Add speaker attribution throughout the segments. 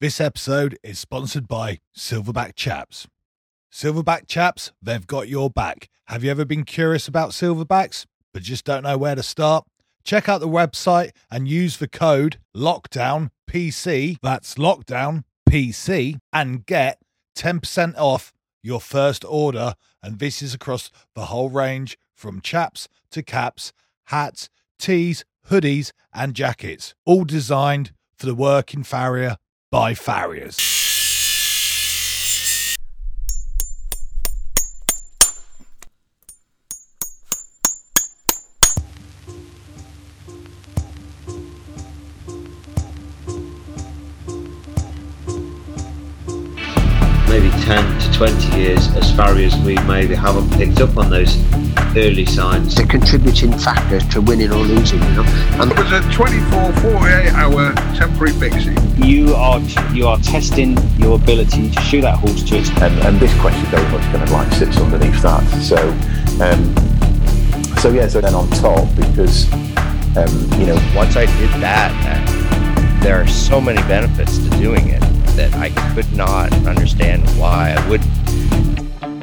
Speaker 1: This episode is sponsored by Silverback Chaps. Silverback Chaps, they've got your back. Have you ever been curious about Silverbacks but just don't know where to start? Check out the website and use the code LOCKDOWNPC, that's LOCKDOWNPC, and get 10% off your first order. And this is across the whole range from chaps to caps, hats, tees, hoodies, and jackets, all designed for the working farrier by Farriers.
Speaker 2: maybe 10 to 20 years as farriers we maybe haven't picked up on those early signs
Speaker 3: the contributing factor to winning or losing, you know. And
Speaker 4: It was a 24, 48 hour temporary fixing.
Speaker 5: you are you are testing your ability to shoot that horse to its
Speaker 6: and, and this question very much kind of like sits underneath that. So, um, so yeah, so then on top because um, you know
Speaker 7: once I did that, uh, there are so many benefits to doing it that I could not understand why I would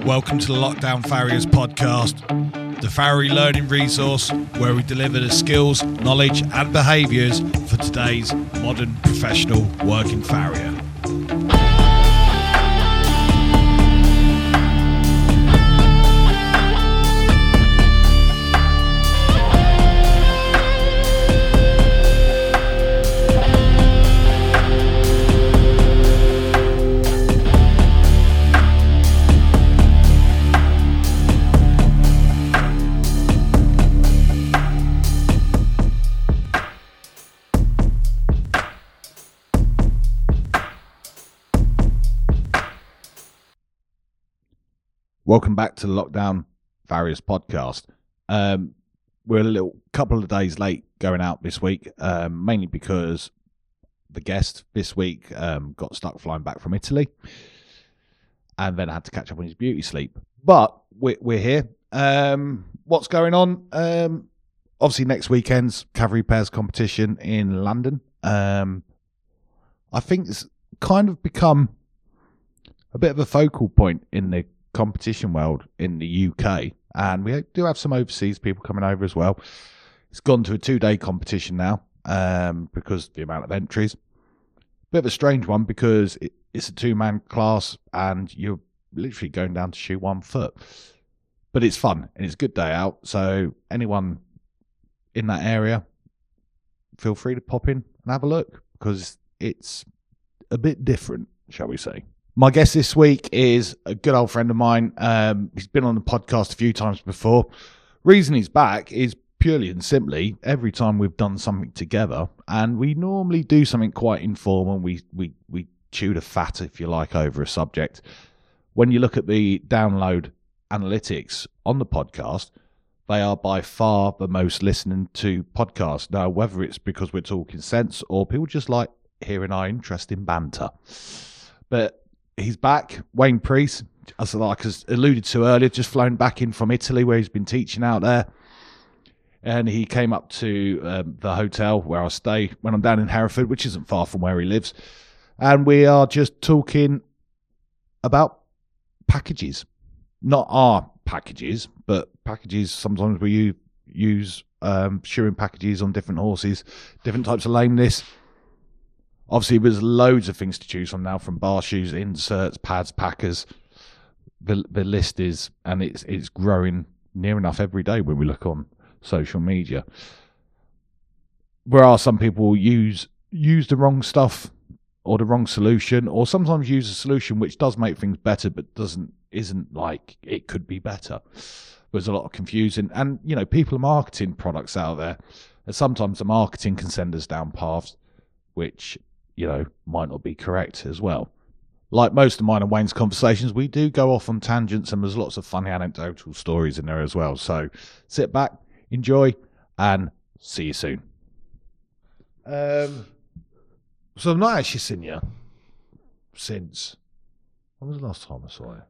Speaker 1: Welcome to the Lockdown Farriers podcast, the Farrier learning resource where we deliver the skills, knowledge, and behaviours for today's modern professional working farrier. Welcome back to the Lockdown Farriers podcast. Um, we're a little couple of days late going out this week, um, mainly because the guest this week um, got stuck flying back from Italy and then had to catch up on his beauty sleep. But we're, we're here. Um, what's going on? Um, obviously, next weekend's Cavalry Pairs competition in London. Um, I think it's kind of become a bit of a focal point in the competition world in the UK, and we do have some overseas people coming over as well. It's gone to a two-day competition now um, because of the amount of entries. Bit of a strange one because it, it's a two-man class, and you're literally going down to shoot one foot. But it's fun and it's a good day out. So anyone in that area, feel free to pop in and have a look because it's a bit different, shall we say. My guest this week is a good old friend of mine. Um, he's been on the podcast a few times before. Reason he's back is purely and simply every time we've done something together, and we normally do something quite informal. We we we chew the fat, if you like, over a subject. When you look at the download analytics on the podcast, they are by far the most listened to podcast. Now, whether it's because we're talking sense or people just like hearing our interest in banter. But he's back, Wayne Priest, as I like as alluded to earlier, just flown back in from Italy where he's been teaching out there. And he came up to um, the hotel where I stay when I'm down in Hereford, which isn't far from where he lives. And we are just talking about packages not our packages, but packages. Sometimes we u- use um, shearing packages on different horses, different types of lameness. Obviously, there's loads of things to choose from now, from bar shoes, inserts, pads, packers. The the list is, and it's it's growing near enough every day when we look on social media. Where are some people use use the wrong stuff or the wrong solution, or sometimes use a solution which does make things better but doesn't isn't like it could be better. There's a lot of confusing, and you know, people are marketing products out there, and sometimes the marketing can send us down paths which you know might not be correct as well. Like most of mine and Wayne's conversations, we do go off on tangents, and there's lots of funny anecdotal stories in there as well. So sit back, enjoy, and see you soon. Um, so I've not actually seen you since. When was the last time I saw you?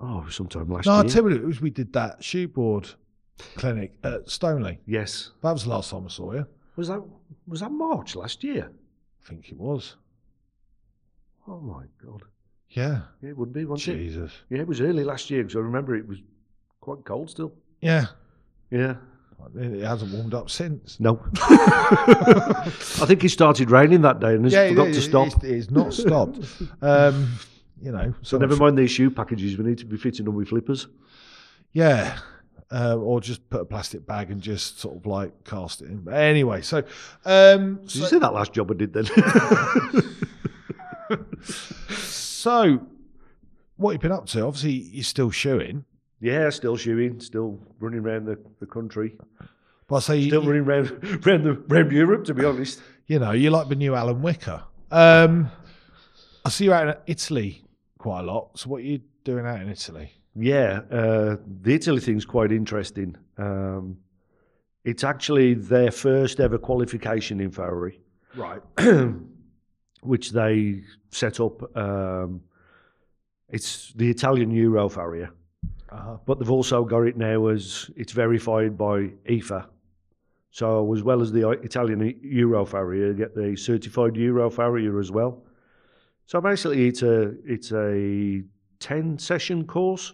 Speaker 8: Oh, sometime last
Speaker 1: No, I
Speaker 8: year.
Speaker 1: tell you, what it was we did that shoeboard clinic at Stoneley.
Speaker 8: yes.
Speaker 1: That was the last time I saw you.
Speaker 8: Was that was that March last year?
Speaker 1: I think it was.
Speaker 8: Oh my god!
Speaker 1: Yeah.
Speaker 8: Yeah, it would be, wasn't it?
Speaker 1: Jesus.
Speaker 8: Yeah, it was early last year because I remember it was quite cold still.
Speaker 1: Yeah.
Speaker 8: Yeah.
Speaker 1: It hasn't warmed up since.
Speaker 8: No. I think it started raining that day and it's forgot to stop.
Speaker 1: It's, it's not stopped. um, you know.
Speaker 8: so never mind these shoe packages. We need to be fitting them with flippers.
Speaker 1: Yeah. Uh, or just put a plastic bag and just sort of like cast it in. But anyway, so um,
Speaker 8: Did
Speaker 1: so-
Speaker 8: you see that last job I did then?
Speaker 1: So, what you've been up to? Obviously, you're still shoeing,
Speaker 8: yeah, still shoeing, still running around the, the country,
Speaker 1: but I say you,
Speaker 8: still running around, around, the, around Europe, to be honest.
Speaker 1: you know you're like the new Alan Wicker. Um, I see you're out in Italy quite a lot. So, what are you doing out in Italy?
Speaker 8: Yeah, uh, the Italy thing's quite interesting. Um, it's actually their first ever qualification in Ferrari.
Speaker 1: Right.
Speaker 8: which they set up. Um, it's the Italian Euro Farrier,
Speaker 1: Uh-huh.
Speaker 8: but they've also got it now as it's verified by IFA. So as well as the I- Italian E- Euro Farrier, you get the certified Euro Farrier as well. So basically, it's a it's a ten session course.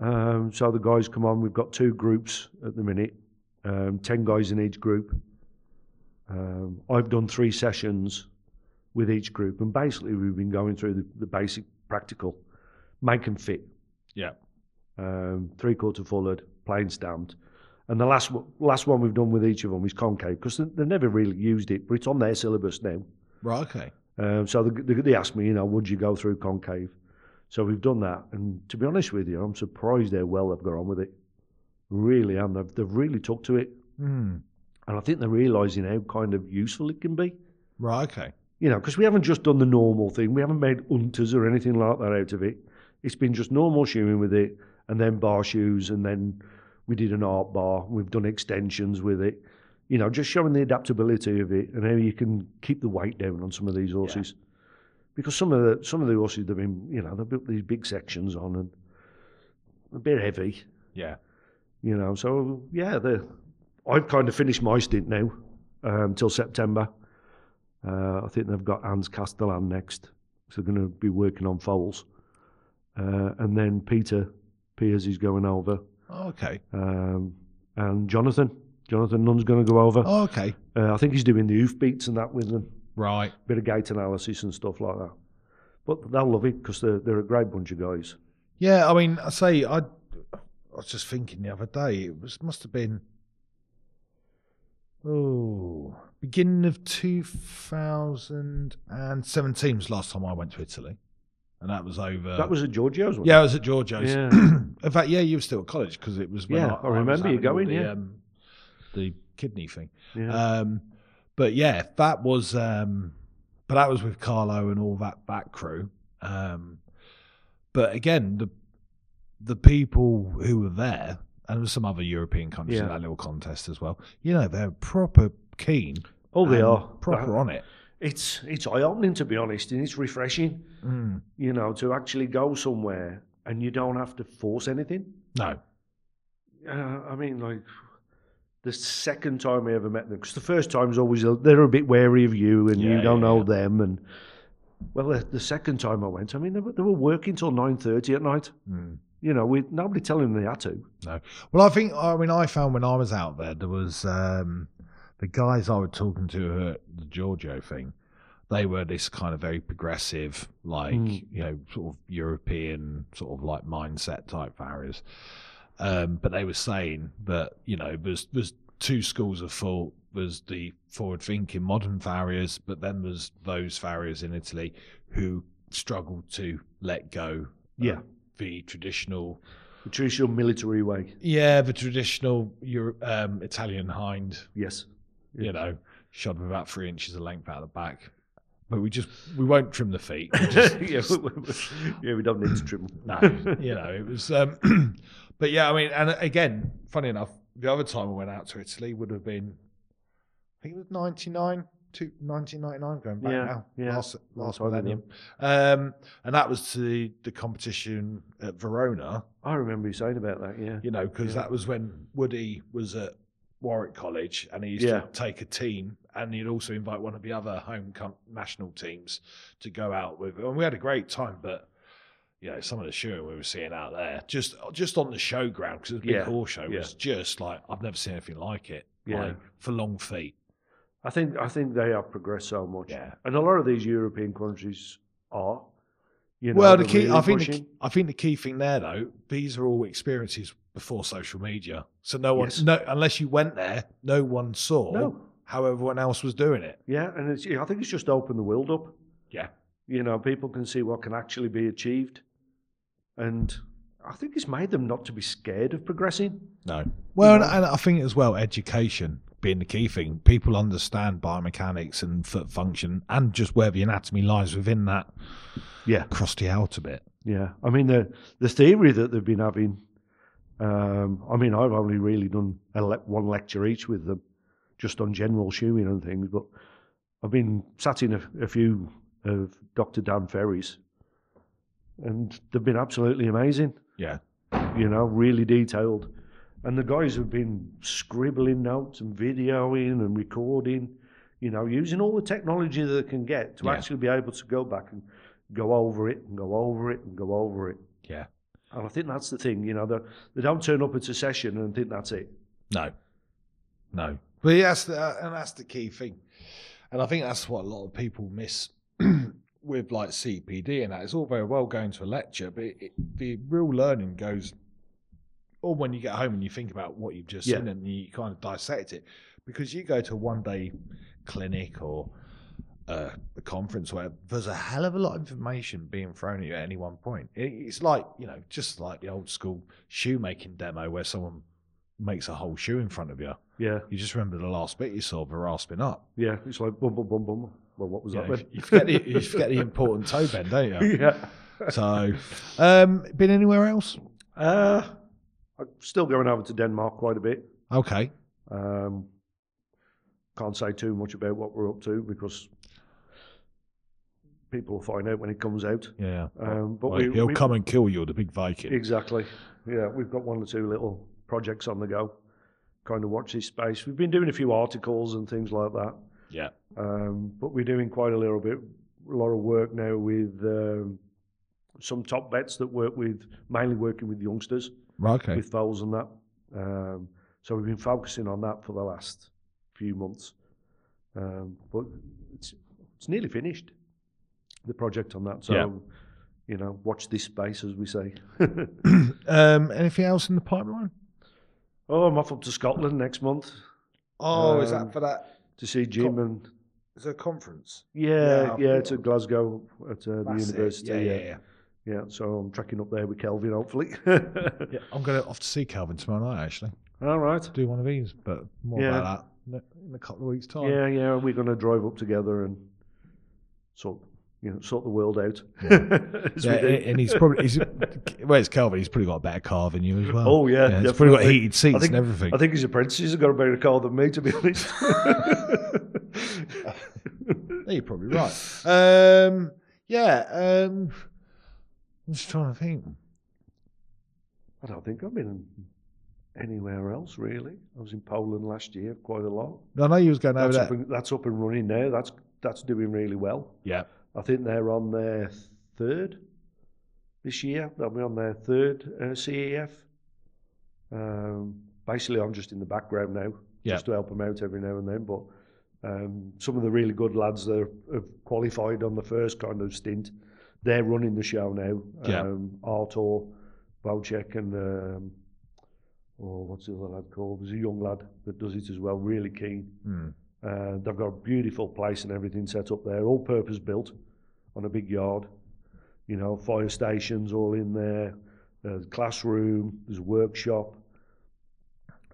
Speaker 8: Um, so the guys come on. We've got two groups at the minute, um, ten guys in each group. Um, I've done three sessions with each group, and basically we've been going through the, the basic practical, make and fit,
Speaker 1: Yeah.
Speaker 8: um, three quarter forward, plane stamped, and the last one- last one we've done with each of them is concave because they, they've never really used it, but it's on their syllabus now.
Speaker 1: Right. Okay.
Speaker 8: Um, so they, they, they asked me, you know, would you go through concave? So we've done that, and to be honest with you, I'm surprised how well they've got on with it. Really, and they've, they've really took to it,
Speaker 1: Hmm.
Speaker 8: and I think they're realising how kind of useful it can be.
Speaker 1: Right. Okay.
Speaker 8: You know, because we haven't just done the normal thing. We haven't made unters or anything like that out of it. It's been just normal shoeing with it, and then bar shoes, and then we did an art bar. We've done extensions with it. You know, just showing the adaptability of it and how you can keep the weight down on some of these horses. Because some of the some of the horses they've been, you know, they've built these big sections on and a bit heavy,
Speaker 1: Yeah.
Speaker 8: you know. So yeah, the I've kind of finished my stint now um, till September. Uh, I think they've got Hans Castellan next, so they're going to be working on foals, uh, and then Peter Piers is going over,
Speaker 1: Oh, okay.
Speaker 8: um, and Jonathan Jonathan Nunn's going to go over.
Speaker 1: Oh, okay.
Speaker 8: Uh, I think he's doing the hoof beats and that with them,
Speaker 1: Right.
Speaker 8: bit of gait analysis and stuff like that. But they'll love it because they're, they're a great bunch of guys.
Speaker 1: Yeah. I mean, I say I. I was just thinking the other day. It was must have been. Oh, beginning of 2017 was the last time I went to Italy, and that was over.
Speaker 8: that was at Giorgio's one.
Speaker 1: yeah, I was at Giorgio's.
Speaker 8: Yeah.
Speaker 1: In fact, yeah, you were still at college because it was when
Speaker 8: Yeah, I
Speaker 1: was
Speaker 8: remember you
Speaker 1: having all
Speaker 8: going,
Speaker 1: The,
Speaker 8: yeah.
Speaker 1: um, the kidney thing.
Speaker 8: yeah.
Speaker 1: Um, but yeah, that was, um, but that was with Carlo and all that that crew. Um, but again, the the people who were there, and there were some other European countries in
Speaker 8: Yeah.
Speaker 1: that little contest as well. You know, they're proper keen.
Speaker 8: oh, they
Speaker 1: and
Speaker 8: are
Speaker 1: proper on it.
Speaker 8: it's it's eye opening to be honest, and it's refreshing,
Speaker 1: Mm.
Speaker 8: you know, to actually go somewhere and you don't have to force anything.
Speaker 1: No,
Speaker 8: Uh, I mean, like the second time I ever met them, because the first time's always a, they're a bit wary of you and
Speaker 1: Yeah,
Speaker 8: you don't
Speaker 1: yeah,
Speaker 8: know
Speaker 1: yeah.
Speaker 8: them. And well, the, the second time I went, I mean, they were, they were working till nine thirty at night.
Speaker 1: Mm.
Speaker 8: You know, with nobody telling them they had to.
Speaker 1: no. Well, I think I mean I found when I was out there, there was um, the guys I was talking to at the Giorgio thing. they were this kind of very progressive, like
Speaker 8: Mm.
Speaker 1: you know, sort of European sort of like mindset type farriers. Um, but they were saying that you know there's there's two schools of thought. There's the forward thinking modern farriers, but then there's those farriers in Italy who struggle to let go. of
Speaker 8: Yeah.
Speaker 1: the traditional,
Speaker 8: The traditional military way.
Speaker 1: yeah, the traditional Euro- um, Italian hind
Speaker 8: Yes.
Speaker 1: you know, shod with about three inches of length out of the back. But we just we won't trim the feet. We just,
Speaker 8: yeah, we- we- yeah, we don't need to trim.
Speaker 1: no, you know, it was. Um, but yeah, I mean, and again, funny enough, the other time I went out to Italy would have been, I think it was ninety nine. To 1999, going back
Speaker 8: Yeah,
Speaker 1: now,
Speaker 8: yeah.
Speaker 1: last
Speaker 8: Long
Speaker 1: last
Speaker 8: time ago.
Speaker 1: millennium, um, and that was to the, the competition at Verona.
Speaker 8: I remember you saying about that. Yeah.
Speaker 1: You know, because
Speaker 8: Yeah.
Speaker 1: that was when Woody was at Warwick College, and he used
Speaker 8: Yeah.
Speaker 1: to take a team, and he'd also invite one of the other home com- national teams to go out with, and we had a great time. But you know, some of the shooting we were seeing out there, just just on the showground, because it was a big
Speaker 8: Yeah,
Speaker 1: horse show,
Speaker 8: yeah.
Speaker 1: was just like I've never seen anything like it.
Speaker 8: Yeah.
Speaker 1: Like for long feet.
Speaker 8: I think I think they have progressed so much,
Speaker 1: Yeah.
Speaker 8: and a lot of these European countries are. You know,
Speaker 1: well, the
Speaker 8: they're
Speaker 1: key, I
Speaker 8: really
Speaker 1: think, the,
Speaker 8: pushing.
Speaker 1: I think the key thing there though, these are all experiences before social media, so no one,
Speaker 8: Yes.
Speaker 1: no, unless you went there, no one saw
Speaker 8: No.
Speaker 1: how everyone else was doing it.
Speaker 8: Yeah, and it's, I think it's just opened the world up.
Speaker 1: Yeah.
Speaker 8: You know, people can see what can actually be achieved, and I think it's made them not to be scared of progressing.
Speaker 1: No. Well, and,
Speaker 8: know?
Speaker 1: and I think as well, education being the key thing. People understand biomechanics and foot function, and just where the anatomy lies within that
Speaker 8: Yeah,
Speaker 1: crusty outer bit.
Speaker 8: yeah. I mean, the the theory that they've been having. Um, I mean, I've only really done a le- one lecture each with them, just on general shoeing and things. But I've been sat in a, a few of Dr. Dan Ferry's, and they've been absolutely amazing.
Speaker 1: Yeah.
Speaker 8: you know, really detailed. And the guys have been scribbling notes and videoing and recording, you know, using all the technology that they can get to
Speaker 1: Yeah.
Speaker 8: actually be able to go back and go over it and go over it and go over it.
Speaker 1: Yeah.
Speaker 8: And I think that's the thing, you know, they, they don't turn up at a session and think that's it.
Speaker 1: No. No. But yeah, that's the, uh, and that's the key thing. And I think that's what a lot of people miss with like CPD and that. It's all very well going to a lecture, but it, it- the real learning goes, or when you get home and you think about what you've just
Speaker 8: Yeah.
Speaker 1: seen and you kind of dissect it, because you go to a one day clinic or uh, a conference where there's a hell of a lot of information being thrown at you at any one point. It, it's like, you know, just like the old school shoemaking demo where someone makes a whole shoe in front of you.
Speaker 8: Yeah,
Speaker 1: You just remember the last bit you saw of her rasping up.
Speaker 8: yeah. It's like bum, bum, bum, bum. Well, what was
Speaker 1: You,
Speaker 8: that
Speaker 1: know,
Speaker 8: then?
Speaker 1: you forget the, you forget the important toe bend, don't you?
Speaker 8: yeah.
Speaker 1: So, um, been anywhere else?
Speaker 8: Uh, I'm still going over to Denmark quite a bit.
Speaker 1: Okay.
Speaker 8: Um, can't say too much about what we're up to because people will find out when it comes out.
Speaker 1: Yeah.
Speaker 8: Um, but
Speaker 1: Well,
Speaker 8: we,
Speaker 1: he'll
Speaker 8: we-
Speaker 1: come and kill you, the big Viking.
Speaker 8: exactly. Yeah, we've got one or two little projects on the go. Kind of watch this space. We've been doing a few articles and things like that.
Speaker 1: Yeah.
Speaker 8: Um, but we're doing quite a little bit, a lot of work now with um, some top vets that work with, mainly working with youngsters
Speaker 1: Right, okay.
Speaker 8: with foals and that. Um, so we've been focusing on that for the last few months. Um, but it's, it's nearly finished, the project on that. So,
Speaker 1: Yeah.
Speaker 8: you know, watch this space, as we say.
Speaker 1: um, anything else in the pipeline?
Speaker 8: oh, I'm off up to Scotland next month
Speaker 1: Oh, is
Speaker 8: Um,
Speaker 1: that for that?
Speaker 8: to see Jim and.
Speaker 1: Is it a conference? Yeah,
Speaker 8: Yeah, yeah,
Speaker 1: I've
Speaker 8: to Glasgow at uh, the
Speaker 1: That's it.
Speaker 8: university.
Speaker 1: Yeah, yeah, yeah.
Speaker 8: Yeah, so I'm trekking up there with Kelvin, hopefully.
Speaker 1: Yeah, I'm going to off to see Calvin tomorrow night, actually.
Speaker 8: All right.
Speaker 1: Do one of these, but more
Speaker 8: Yeah.
Speaker 1: about that in a couple of weeks' time.
Speaker 8: Yeah, yeah, we're going to drive up together and sort, you know, sort the world out. As we
Speaker 1: Yeah,
Speaker 8: do.
Speaker 1: and and he's probably he's well, it's Calvin. He's probably got a better car than you as well.
Speaker 8: Oh, yeah,
Speaker 1: he's probably got
Speaker 8: definitely.
Speaker 1: heated seats
Speaker 8: I think,
Speaker 1: and everything.
Speaker 8: I think his apprentices have got a better car than me, to be honest.
Speaker 1: Yeah, you're probably right. Um, yeah, um, I'm just trying to think.
Speaker 8: I don't think I've been anywhere else really. I was in Poland last year quite a lot.
Speaker 1: I know you was going over
Speaker 8: That's, up
Speaker 1: there.
Speaker 8: and, that's up and running now. That's that's doing really well.
Speaker 1: Yeah,
Speaker 8: I think they're on their third this year. They'll be on their third uh, CEF. Um, basically, I'm just in the background now,
Speaker 1: Yeah.
Speaker 8: just to help them out every now and then. But um, some of the really good lads that have- have qualified on the first kind of stint, they're running the show now.
Speaker 1: Yeah.
Speaker 8: Um, Artur Bocek and um, oh, what's the other lad called? There's a young lad that does it as well. Really keen.
Speaker 1: Hmm.
Speaker 8: Uh, they've got a beautiful place and everything set up there, all purpose built on a big yard. You know, fire stations all in there, there's a classroom, there's a workshop.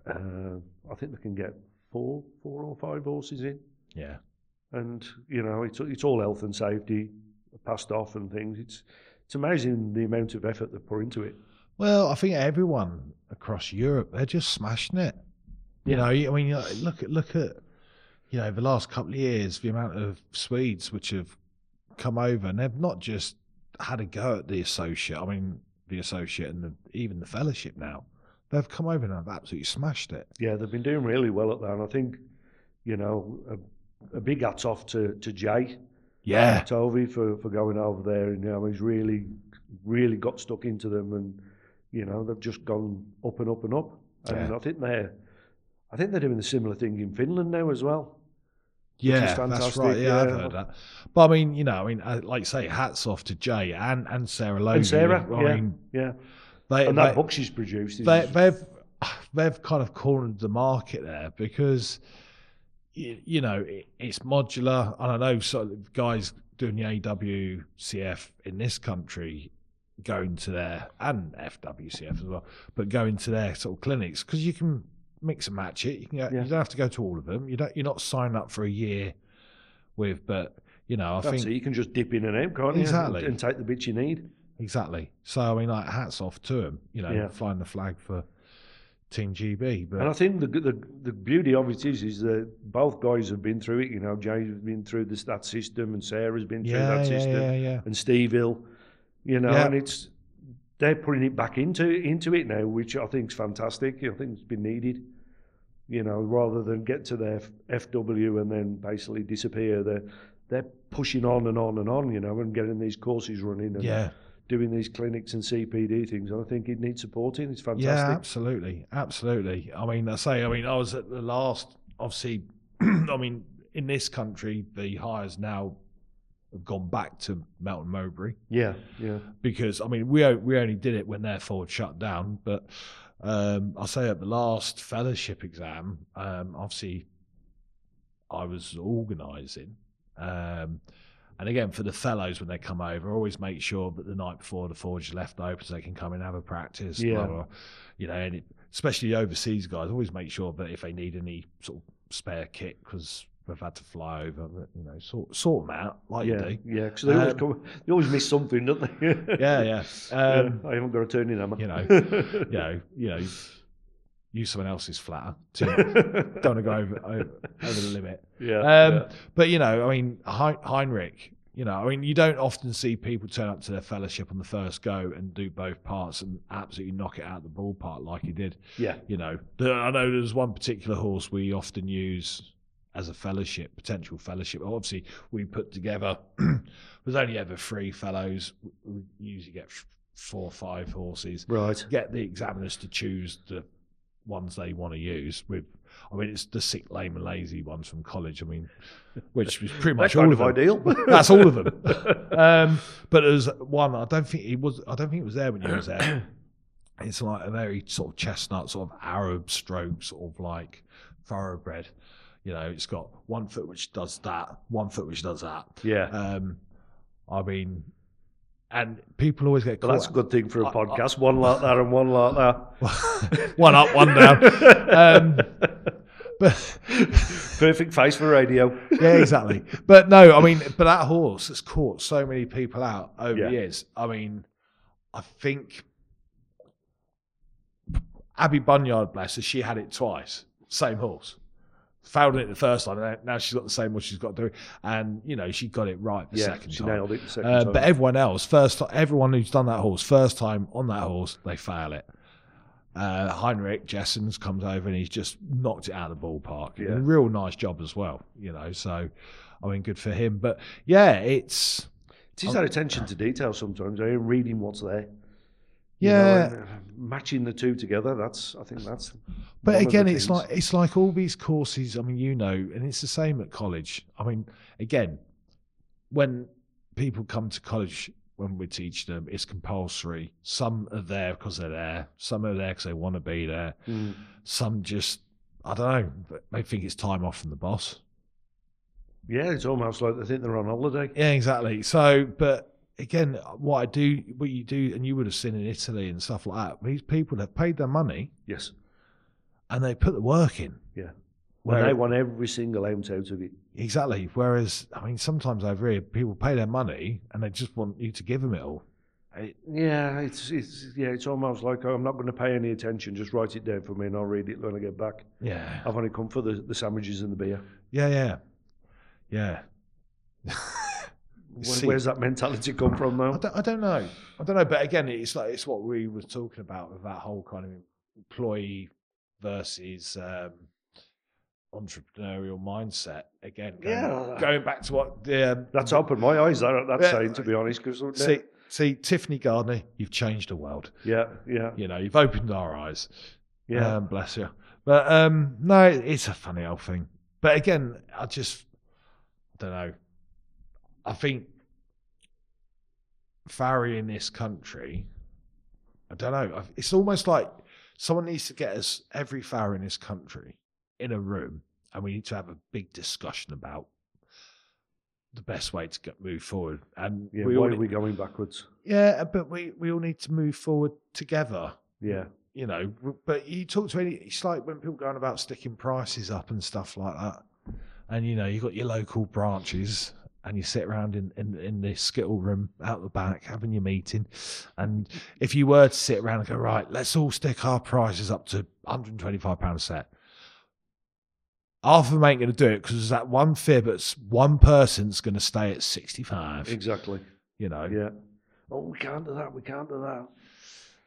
Speaker 8: Uh, I think they can get four, four or five horses in.
Speaker 1: yeah,
Speaker 8: And, you know, it's, it's all health and safety passed off and things. It's, it's amazing the amount of effort they put into it.
Speaker 1: Well, I think everyone across Europe they're just smashing it. You know, I mean, you know, look at look at you know the last couple of years, the amount of Swedes which have come over and they've not just had a go at the associate. I mean, the associate and the, even the fellowship now. They've come over and have absolutely smashed it.
Speaker 8: Yeah, they've been doing really well at that, and I think you know a, a big hats off to to Jay
Speaker 1: Yeah.
Speaker 8: Tovey for for going over there, and you know he's really really got stuck into them, and you know they've just gone up and up and up, and
Speaker 1: Yeah.
Speaker 8: I think they're I think they're doing a similar thing in Finland now as well.
Speaker 1: Yeah, that's
Speaker 8: fantastic,
Speaker 1: right. Yeah, I've
Speaker 8: yeah.
Speaker 1: heard that. But I mean, you know, I mean, uh, like you say, hats off to Jay and, and Sarah Logan.
Speaker 8: And Sarah,
Speaker 1: I
Speaker 8: yeah,
Speaker 1: mean,
Speaker 8: yeah,
Speaker 1: they,
Speaker 8: and that
Speaker 1: they-
Speaker 8: book she's produced is
Speaker 1: they, they've they've kind of cornered the market there because y- you know it, it's modular, and I know sort of guys doing the AWCF in this country going to their and FWCF as well, but going to their sort of clinics because you can mix and match it. You, can go,
Speaker 8: Yeah.
Speaker 1: you don't have to go to all of them. You don't. You're not signed up for a year with, but you know, I
Speaker 8: that's
Speaker 1: think
Speaker 8: it. You can just dip in and out, can't you?
Speaker 1: Exactly.
Speaker 8: And, and take the bits you need.
Speaker 1: exactly. So I mean, like hats off to them. You know,
Speaker 8: Yeah.
Speaker 1: flying the flag for Team GB, but
Speaker 8: And I think the, the the beauty of it is is that both guys have been through it. You know, Jay's been through this that system, and Sarah's been through
Speaker 1: yeah,
Speaker 8: that
Speaker 1: yeah,
Speaker 8: system,
Speaker 1: yeah, yeah.
Speaker 8: and Steve Hill. You know,
Speaker 1: Yeah.
Speaker 8: and it's they're putting it back into into it now, which I think's fantastic. I think it's been needed. You know, rather than get to their F- FW and then basically disappear, they're they're pushing on and on and on. You know, and getting these courses running and uh,
Speaker 1: Yeah,
Speaker 8: doing these clinics and CPD things. And I think it needs supporting. It's fantastic.
Speaker 1: yeah, absolutely, absolutely. I mean, I say, I mean, I was at the last. Obviously, I mean, in this country, the hires now have gone back to Melton Mowbray
Speaker 8: Yeah, yeah.
Speaker 1: because I mean, we o- we only did it when their Ford shut down. But um, I say at the last fellowship exam, um, obviously, I was organising. Um, and again, for the fellows when they come over, always make sure that the night before the forge is left open so they can come and have a practice. blah,
Speaker 8: Yeah.
Speaker 1: blah, blah. you know, and it, especially the overseas guys, always make sure that if they need any sort of spare kit because they've had to fly over, that, you know, sort sort them out like
Speaker 8: yeah,
Speaker 1: you do.
Speaker 8: yeah. Because they always
Speaker 1: Um,
Speaker 8: come, they always miss something, don't they?
Speaker 1: Yeah, yeah.
Speaker 8: Yeah,
Speaker 1: Um,
Speaker 8: I haven't got a turning hammer.
Speaker 1: you know, you know, you know, use someone else's flatter. To, don't want to go over, over over the limit.
Speaker 8: yeah,
Speaker 1: Um,
Speaker 8: yeah.
Speaker 1: But you know, I mean, Hein- Heinrich. You know, I mean, you don't often see people turn up to their fellowship on the first go and do both parts and absolutely knock it out of the ballpark like he did.
Speaker 8: yeah,
Speaker 1: You know, the, I know there's one particular horse we often use as a fellowship, potential fellowship. Obviously, we put together. there's only ever three fellows. We usually get f- four or five horses
Speaker 8: right.
Speaker 1: get the examiners to choose the ones they want to use. With, I mean, it's the sick, lame, and lazy ones from college. I mean, which was pretty much
Speaker 8: That's
Speaker 1: all
Speaker 8: kind
Speaker 1: of
Speaker 8: of
Speaker 1: them.
Speaker 8: ideal.
Speaker 1: That's all of them. um, but there's one. I don't think it was. I don't think it was there when you was there. It's like a very sort of chestnut, sort of Arab stroke, sort of like thoroughbred. You know, it's got one foot which does that, one foot which does that.
Speaker 8: yeah,
Speaker 1: Um, I mean, and people always get
Speaker 8: well,
Speaker 1: caught.
Speaker 8: that's a good thing for a
Speaker 1: I- I-
Speaker 8: podcast. one like that and one like that.
Speaker 1: one up, one down. Um, but
Speaker 8: Perfect face for radio.
Speaker 1: yeah, exactly. But no, I mean, but that horse has caught so many people out over
Speaker 8: Yeah.
Speaker 1: the years. I mean, I think Abby Bunyard, bless her, she had it twice. Same horse. Failed it the first time. and Now she's got the same horse she's got to do. And, you know, she got it right the
Speaker 8: Yeah,
Speaker 1: second
Speaker 8: she
Speaker 1: time.
Speaker 8: nailed it. the Second
Speaker 1: Uh,
Speaker 8: time.
Speaker 1: but everyone else, first ti- everyone who's done that horse, first time on that horse, they fail it. Uh, Heinrich Jessens comes over and he's just knocked it out of the ballpark.
Speaker 8: Yeah.
Speaker 1: Real nice job as well, you know. So, I mean, good for him. But yeah, it's
Speaker 8: It is that attention to detail sometimes. I am reading what's there. you know,
Speaker 1: yeah.
Speaker 8: and, uh, matching the two together. That's I think that's.
Speaker 1: but
Speaker 8: one of the
Speaker 1: again, it's
Speaker 8: things.
Speaker 1: like it's like all these courses. I mean, you know, and it's the same at college. I mean, again, when people come to college when we teach them, it's compulsory. Some are there because they're there. Some are there because they want to be there.
Speaker 8: Mm.
Speaker 1: some just I don't know. They think it's time off from the boss.
Speaker 8: Yeah, it's almost like they think they're on holiday.
Speaker 1: Yeah, exactly. So, but again, what I do, what you do, and you would have seen in Italy and stuff like that. These people have paid their money
Speaker 8: Yes.
Speaker 1: and they put the work in.
Speaker 8: Yeah. When
Speaker 1: Where,
Speaker 8: they want every single ounce out of it.
Speaker 1: exactly. Whereas, I mean, sometimes over here, people pay their money and they just want you to give them it all.
Speaker 8: Yeah, it's it's yeah, it's almost like oh, I'm not going to pay any attention. Just write it down for me, and I'll read it when I get back.
Speaker 1: Yeah.
Speaker 8: I've only come for the, the sandwiches and the beer.
Speaker 1: Oh, Yeah. Yeah. Yeah.
Speaker 8: Where,
Speaker 1: See-
Speaker 8: where's that mentality come from
Speaker 1: I
Speaker 8: now?
Speaker 1: don't, I don't know. I don't know. But again, it's like it's what we were talking about with that whole kind of employee versus um, entrepreneurial mindset again. Going,
Speaker 8: Yeah.
Speaker 1: going back to what the, um,
Speaker 8: That's opened my eyes. That, that
Speaker 1: Yeah.
Speaker 8: saying, to be honest, because
Speaker 1: see, see Tiffany Gardner, you've changed the world.
Speaker 8: yeah, yeah,
Speaker 1: You know, you've opened our eyes.
Speaker 8: yeah.
Speaker 1: Um, bless you. But um, no, it's a funny old thing. But again, I just I don't know. I think Farry in this country, I don't know. I- It's almost like someone needs to get us every Farry in this country in a room, and we need to have a big discussion about the best way to get move forward. And
Speaker 8: yeah.
Speaker 1: we
Speaker 8: why
Speaker 1: all,
Speaker 8: are we going backwards?
Speaker 1: yeah, but we we all need to move forward together
Speaker 8: Yeah,
Speaker 1: you know, w- but you talk to any, it's like when people going about sticking prices up and stuff like that. And, you know, you've got your local branches and you sit around in, in, in the skittle room out the back having your meeting. And if you were to sit around and go, right, let's all stick our prices up to £125 a set. Half of them ain't going to do it because there's that one fib that's one person's going to stay at 65,
Speaker 8: exactly.
Speaker 1: you know,
Speaker 8: Yeah. Oh, we can't do that. We can't do that.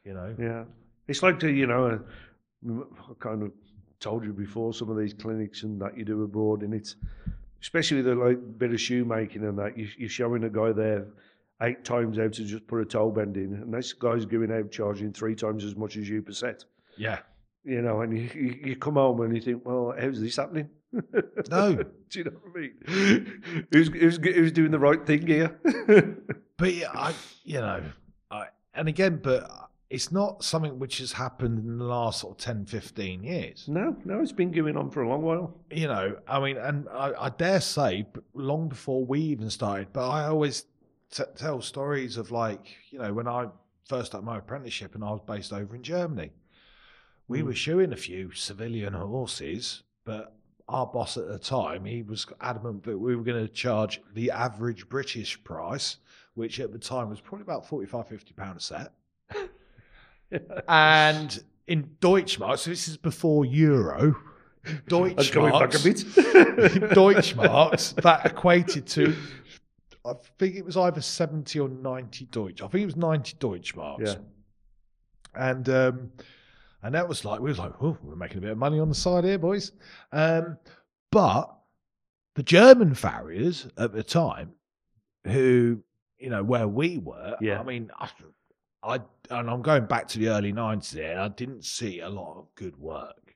Speaker 1: you know.
Speaker 8: Yeah, it's like the, you know, uh, I kind of told you before some of these clinics and that you do abroad, and it's especially the like bit of shoemaking and that you, you're showing a guy there eight times how to just put a toe bend in, and this guy's going out charging three times as much as you per set.
Speaker 1: Yeah.
Speaker 8: You know, and you- you, you come home and you think, well, how's this happening?
Speaker 1: No.
Speaker 8: Do you know what I mean? Who's, who's, who's doing the right thing here?
Speaker 1: But yeah, I, you know, I, and again, but it's not something which has happened in the last sort of 10, 15 years.
Speaker 8: no, no, it's been going on for a long while.
Speaker 1: You know, I mean, and I, I dare say, b- long before we even started, but I always t- tell stories of like, you know, when I first started my apprenticeship and I was based over in Germany, we were shoeing a few civilian horses, but our boss at the time, he was adamant that we were going to charge the average British price which at the time was probably about 45, 50 pounds a set. and in Deutschmark, so this is before Euro,
Speaker 8: That's going back a
Speaker 1: Deutschmarks,
Speaker 8: bit.
Speaker 1: Deutschmarks, that equated to, I think it was either 70 or 90 Deutsch. I think it was 90 Deutschmarks.
Speaker 8: Yeah.
Speaker 1: And, um, and that was like, we was like, oh, we're making a bit of money on the side here, boys. Um, but the German farriers at the time, who you know where we were,
Speaker 8: Yeah.
Speaker 1: I mean, I, I and I'm going back to the early '90s. There, I didn't see a lot of good work.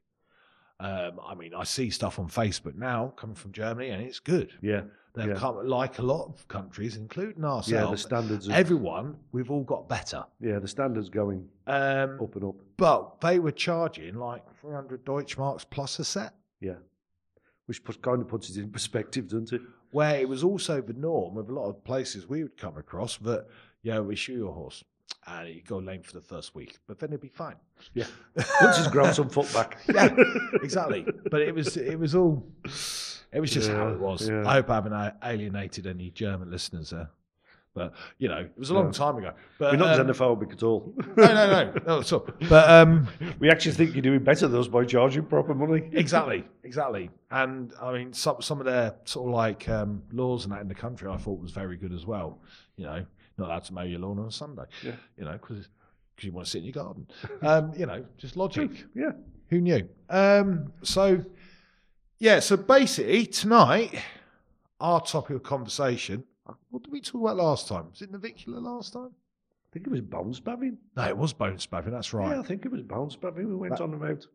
Speaker 1: Um, I mean, I see stuff on Facebook now coming from Germany, and it's good.
Speaker 8: Yeah,
Speaker 1: They've
Speaker 8: Yeah.
Speaker 1: come like a lot of countries, including
Speaker 8: yeah. The
Speaker 1: ourselves.
Speaker 8: standards, are,
Speaker 1: Everyone, we've all got better.
Speaker 8: yeah, the standards going
Speaker 1: Um,
Speaker 8: up and up.
Speaker 1: But they were charging like 300 Deutschmarks plus a set.
Speaker 8: Yeah, which put, kind of puts it in perspective, doesn't it?
Speaker 1: where it was also the norm of a lot of places we would come across that, yeah, we shoe your horse and you go lame for the first week, but then it'd be fine.
Speaker 8: Yeah. Once he's grabbed some foot back.
Speaker 1: Yeah, exactly. But it was it was all it was just how
Speaker 8: Yeah,
Speaker 1: it was.
Speaker 8: yeah.
Speaker 1: I hope I haven't a- alienated any German listeners there. But you know, it was a long
Speaker 8: Yeah.
Speaker 1: time ago. But
Speaker 8: We're not
Speaker 1: um,
Speaker 8: xenophobic at all.
Speaker 1: no, no, no, no, at all. But um,
Speaker 8: we actually think you're doing better than us by charging proper money.
Speaker 1: exactly, exactly. And I mean, some some of their sort of like um, laws and that in the country, I thought was very good as well. You know, not allowed to mow your lawn on a Sunday.
Speaker 8: Yeah.
Speaker 1: You know, because you want to sit in your garden. Um, you know, just logic.
Speaker 8: Yeah.
Speaker 1: Who knew? Um, so yeah. So basically, tonight our topic of conversation. uh, What did we talk about last time? Was it navicular last time?
Speaker 8: I think it was bounce babbing.
Speaker 1: No, it was bone spaffing. That's
Speaker 8: Yeah, I
Speaker 1: right.
Speaker 8: think it was bounce babbing. We went on about.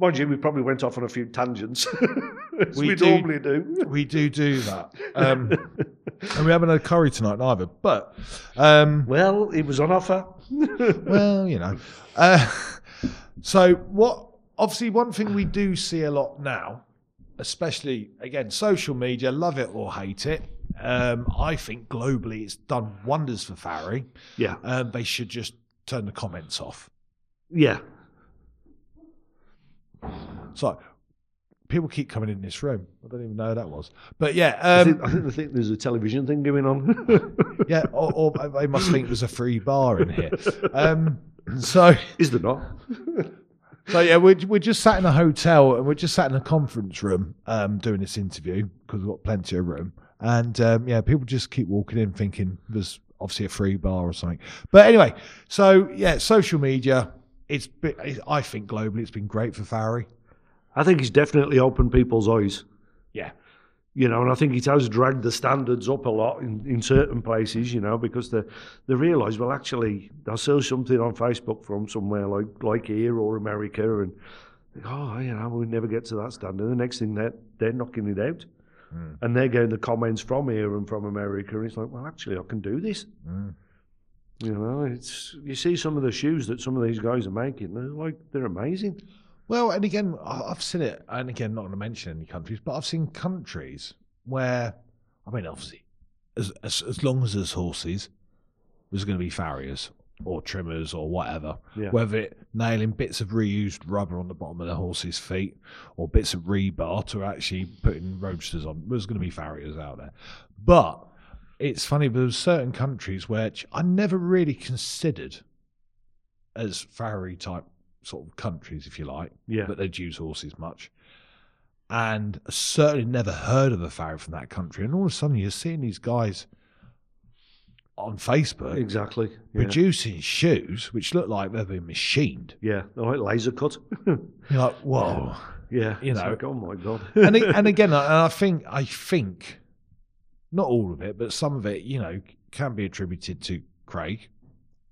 Speaker 8: Mind you, we probably went off on a few tangents. as
Speaker 1: We
Speaker 8: we,
Speaker 1: do-
Speaker 8: normally do.
Speaker 1: We do do that. Um, and we haven't had curry tonight either. But um,
Speaker 8: Well, it was on offer.
Speaker 1: well, you know. Uh, so what? Obviously, one thing we do see a lot now, especially again, social media, love it or hate it. Um, I think globally, it's done wonders for Farry.
Speaker 8: Yeah.
Speaker 1: Um, they should just turn the comments off.
Speaker 8: Yeah.
Speaker 1: So people keep coming in this room. I don't even know who that was, but yeah,
Speaker 8: I,
Speaker 1: um,
Speaker 8: think, I think- I think there's a television thing going on.
Speaker 1: yeah, or, or they must think there's a free bar in here. Um, so.
Speaker 8: Is there not?
Speaker 1: So yeah, we're we're just sat in a hotel and we're just sat in a conference room um, doing this interview because we've got plenty of room. And um, yeah, people just keep walking in thinking there's obviously a free bar or something. But anyway, so yeah, social media it's. be- it- I think globally, it's been great for Farry.
Speaker 8: I think he's definitely opened people's eyes.
Speaker 1: Yeah.
Speaker 8: You know, and I think it has dragged the standards up a lot in, in certain places, you know, because they, they realise, well, actually, I saw something on Facebook from somewhere like, like here or America, and oh, you know, we never get to that standard. The next thing, they're, they're knocking it out. And they're getting the comments from here and from America. And it's like, well, actually, I can do this. You know, it's you see some of the shoes that some of these guys are making. They're like they're amazing.
Speaker 1: Well, and again, I- I've seen it, and again, not going to mention any countries, but I've seen countries where, I mean, obviously, as as, as long as there's horses, there's going to be farriers or trimmers or whatever.
Speaker 8: Yeah.
Speaker 1: Whether it nailing bits of reused rubber on the bottom of the horse's feet or bits of rebar to actually putting roadsters on, there's going to be farriers out there. But it's funny, but there's certain countries which I never really considered as farrier type sort of countries, if you like
Speaker 8: Yeah.
Speaker 1: but they'd use horses much. And certainly never heard of a farrier from that country. And all of a sudden, you're seeing these guys on Facebook
Speaker 8: Exactly. Yeah.
Speaker 1: producing shoes which look like they've been machined.
Speaker 8: yeah. All right, laser cut.
Speaker 1: You're like, whoa.
Speaker 8: yeah.
Speaker 1: You
Speaker 8: It's
Speaker 1: know.
Speaker 8: like, oh my god.
Speaker 1: and, a- and again, I- and I think, I think, not all of it, but some of it, you know, can be attributed to Craig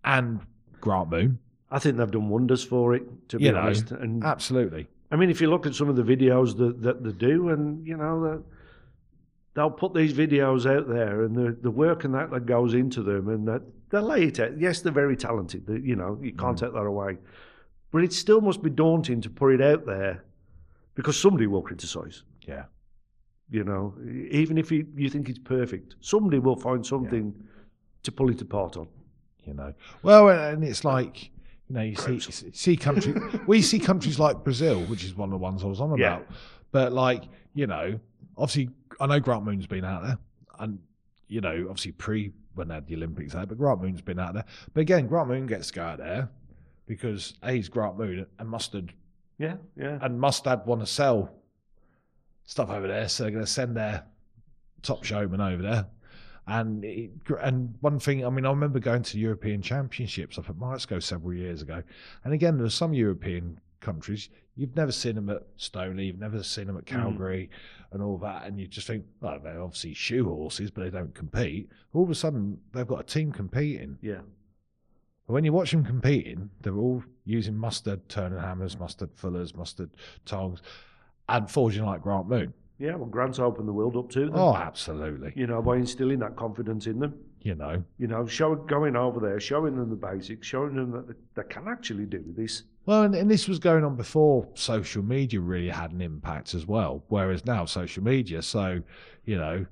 Speaker 1: and Grant Moon.
Speaker 8: I think they've done wonders for it, to be
Speaker 1: You know.
Speaker 8: honest. And
Speaker 1: Absolutely.
Speaker 8: I mean, if you look at some of the videos that, that they do, and you know that they'll put these videos out there, and the, the work and that that goes into them, and that they lay it out. Yes, they're very talented. They, you know, you can't take that away, but it still must be daunting to put it out there because somebody will criticise.
Speaker 1: Yeah.
Speaker 8: You know, e- even if you, you think it's perfect, somebody will find something to pull it apart on.
Speaker 1: you know. Well, and it's like you know, you see, see countries. we see countries like Brazil, which is one of the ones I was on
Speaker 8: Yeah.
Speaker 1: about. But like you know, obviously, I know Grant Moon's been out there, and you know, obviously pre when they had the Olympics out, but Grant Moon's been out there. But again, Grant Moon gets to go out there because A, he's Grant Moon and mustard
Speaker 8: Yeah, yeah.
Speaker 1: and Mustad want to sell stuff over there, so they're going to send their top showman over there. And it, and one thing, I mean, I remember going to European Championships up at Moscow several years ago, and again, there were some European countries you've never seen them at Stoney, you've never seen them at Calgary, and all that, and you just think, well, they're obviously shoe horses, but they don't compete. All of a sudden, they've got a team competing.
Speaker 8: Yeah.
Speaker 1: But when you watch them competing, they're all using mustard turning hammers, mustard fullers, mustard tongs, and forging like Grant Moon.
Speaker 8: Yeah, well, Grant's opened the world up to them,
Speaker 1: Oh, absolutely.
Speaker 8: you know, by instilling that confidence in them.
Speaker 1: You know.
Speaker 8: You know, show, going over there, showing them the basics, showing them that they can actually do this.
Speaker 1: Well, and, and this was going on before social media really had an impact as well. Whereas now, social media, so, you know,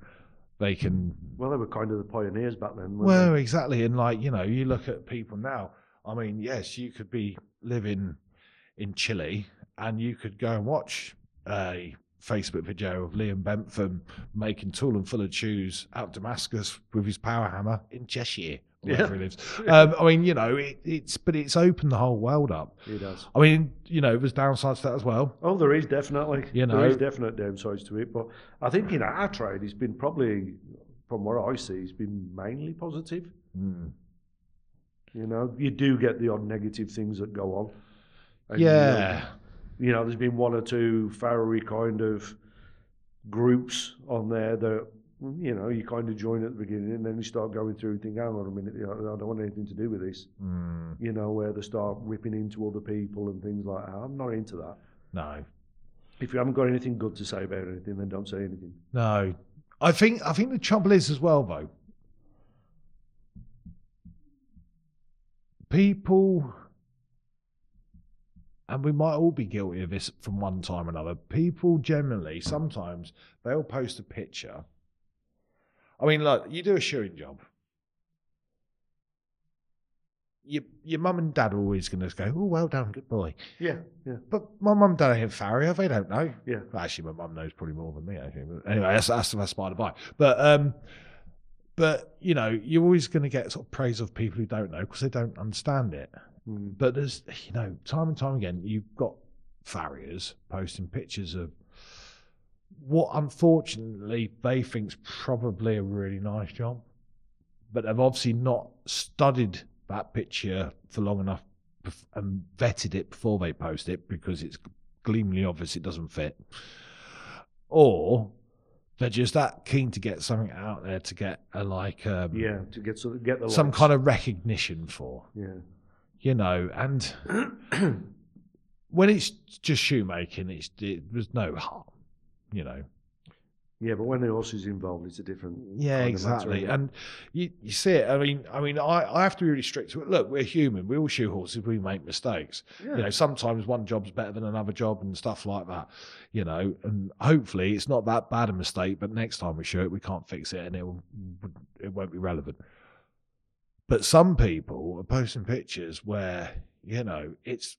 Speaker 1: they can
Speaker 8: Well, they were kind of the pioneers back then. Weren't
Speaker 1: Well, exactly. And like, you know, you look at people now. I mean, yes, you could be living in Chile and you could go and watch a Facebook video of Liam Bentham making tool and full of shoes out Damascus with his power hammer in Cheshire, wherever he lives. Um, I mean, you know, it, it's but it's opened the whole world up.
Speaker 8: they? he does.
Speaker 1: I mean, you know, there's downsides to that as well.
Speaker 8: Oh, there is definitely.
Speaker 1: You know.
Speaker 8: there is definite downsides to it, but I think in our trade, it's been probably, from what I see, it's been mainly positive. You know, you do get the odd negative things that go on. And, you know,
Speaker 1: Yeah.
Speaker 8: you know, there's been one or two Farrowy kind of groups on there that, you know, you kind of join at the beginning and then you start going through and think, hang on a minute, you know, I don't want anything to do with this.
Speaker 1: Mm,
Speaker 8: You know, where they start ripping into other people and things like that. I'm not into that.
Speaker 1: no.
Speaker 8: If you haven't got anything good to say about anything, then don't say anything.
Speaker 1: No, I think I think the trouble is as well though. People, and we might all be guilty of this from one time or another. People generally sometimes they'll post a picture. I mean, look, you do a shoeing job. Your your mum and dad are always going to go, oh, well done, good boy.
Speaker 8: Yeah, yeah,
Speaker 1: But my mum and dad ain't Farrier, they don't know.
Speaker 8: yeah.
Speaker 1: Well, actually, my mum knows probably more than me. Actually, but anyway, that's that's that's by the by. But um, but you know, you're always going to get sort of praise of people who don't know because they don't understand it.
Speaker 8: Mm.
Speaker 1: But there's you know, time and time again, you've got farriers posting pictures of what unfortunately they think's probably a really nice job, but they've obviously not studied that picture for long enough bef- and vetted it before they post it because it's gleamingly obvious it doesn't fit, or they're just that keen to get something out there to get a like um,
Speaker 8: Yeah, to get so, get the
Speaker 1: some kind of recognition for
Speaker 8: yeah.
Speaker 1: you know, and when it's just shoemaking, it's it, there's no harm, you know.
Speaker 8: Yeah, but when the horse is involved, it's a different.
Speaker 1: Yeah,
Speaker 8: kind of matter,
Speaker 1: exactly.
Speaker 8: isn't it?
Speaker 1: And you, you see it. I mean, I mean, I, I have to be really strict. with- Look, we're human. We all shoe horses. We make mistakes. You
Speaker 8: yeah.
Speaker 1: know, sometimes one job's better than another job and stuff like that. You know, and hopefully it's not that bad a mistake. But next time we shoe it, we can't fix it, and it will, it won't be relevant. But some people are posting pictures where you know it's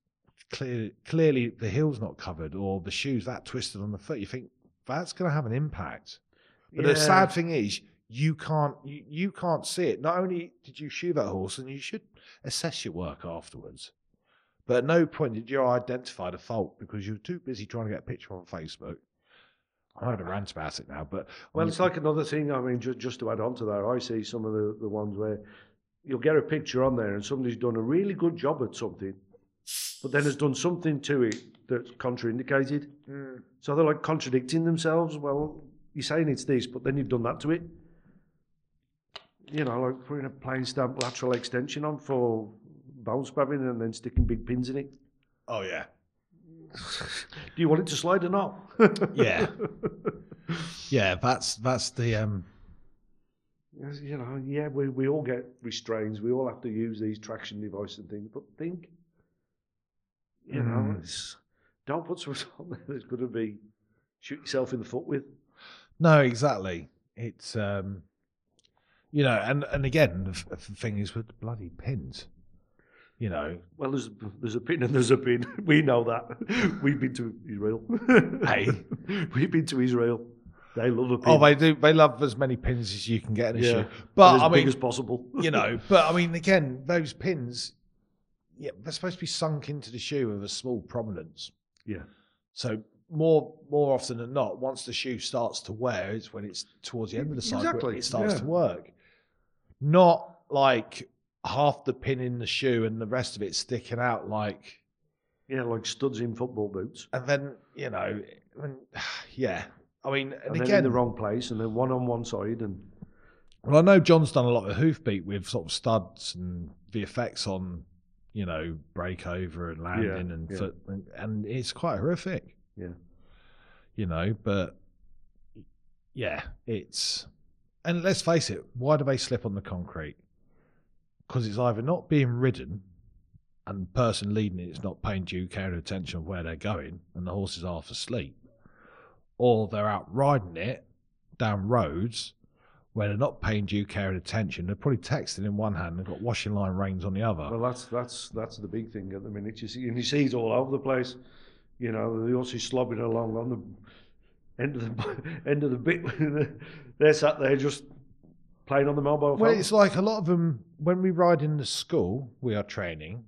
Speaker 1: clear, clearly the heel's not covered or the shoe's that twisted on the foot. You think that's going to have an impact. But the
Speaker 8: Yeah.
Speaker 1: sad thing is, you can't you, you can't see it. Not only did you shoe that horse, and you should assess your work afterwards. But at no point did you identify the fault because you were too busy trying to get a picture on Facebook. I had a rant about it now, but
Speaker 8: Well, it's like another thing. I mean, just, just to add on to that, I see some of the, the ones where you'll get a picture on there and somebody's done a really good job at something, but then has done something to it that's contraindicated. So they're like contradicting themselves. Well, you're saying it's this, but then you've done that to it. You know, like putting a plain stamp lateral extension on for bounce babbing and then sticking big pins in it.
Speaker 1: oh yeah,
Speaker 8: Do you want it to slide or not?
Speaker 1: yeah, yeah. That's that's the um,
Speaker 8: Yes, you know, yeah, we, we all get restraints. We all have to use these traction devices and things. But think, you know,
Speaker 1: Mm.
Speaker 8: it's, don't put something on there that's going to be shoot yourself in the foot with.
Speaker 1: No, exactly. It's um, you know, and and again, the, f- the thing is with the bloody pins, you know.
Speaker 8: Well, there's there's a pin and there's a pin. We know that. We've been to Israel.
Speaker 1: Hey.
Speaker 8: we've been to Israel. They love a pin.
Speaker 1: Oh, they do. They love as many pins as you can get in a
Speaker 8: Yeah.
Speaker 1: shoe.
Speaker 8: And
Speaker 1: But
Speaker 8: as
Speaker 1: I
Speaker 8: big
Speaker 1: mean,
Speaker 8: as possible.
Speaker 1: you know. But I mean, again, those pins, yeah, they're supposed to be sunk into the shoe with a small prominence.
Speaker 8: Yeah.
Speaker 1: So more more often than not, once the shoe starts to wear, it's when it's towards the end of the cycle
Speaker 8: Exactly,
Speaker 1: it starts
Speaker 8: yeah.
Speaker 1: to work. Not like half the pin in the shoe and the rest of it sticking out like
Speaker 8: yeah, like studs in football boots.
Speaker 1: and then you know when, yeah i mean and,
Speaker 8: And, then
Speaker 1: again
Speaker 8: in the wrong place, and then one on one side, and
Speaker 1: well i know john's done a lot of hoofbeat with sort of studs and the effects on you know breakover and landing and
Speaker 8: yeah.
Speaker 1: foot and, and it's quite horrific
Speaker 8: Yeah.
Speaker 1: you know but yeah it's and let's face it why do they slip on the concrete because it's either not being ridden and the person leading it is not paying due care and attention of where they're going, and the horse is half asleep, or they're out riding it down roads where they're not paying due care and attention. They're probably texting in one hand and got washing line reins on the other.
Speaker 8: Well, that's that's that's the big thing at the minute. You see, and you see it all over the place. You know, the horse is slobbing along on the end of the end of the bit. They're sat there just playing on the mobile phone.
Speaker 1: Well, it's like a lot of them when we ride in the school, we are training,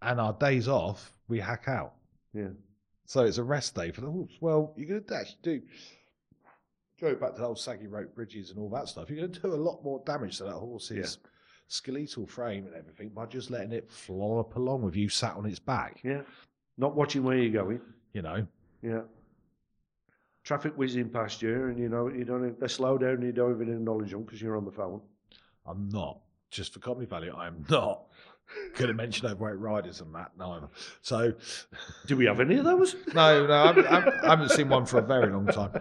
Speaker 1: and our days off, we hack out.
Speaker 8: Yeah.
Speaker 1: So it's a rest day for the horse. Well, you're going to actually do go back to the old saggy rope bridges and all that stuff. You're going to do a lot more damage to that horse's skeletal frame and everything by just letting it flop along with you sat on its back.
Speaker 8: yeah, not watching where you're going.
Speaker 1: You know.
Speaker 8: Yeah, traffic whizzing past you, and you know you don't. They slow down, and you don't even acknowledge them because you're on the phone.
Speaker 1: I'm not just for comedy value. I'm not going to mention overweight riders and that neither. So
Speaker 8: Do we have any of those?
Speaker 1: No, no, I haven't, I haven't- I haven't seen one for a very long time.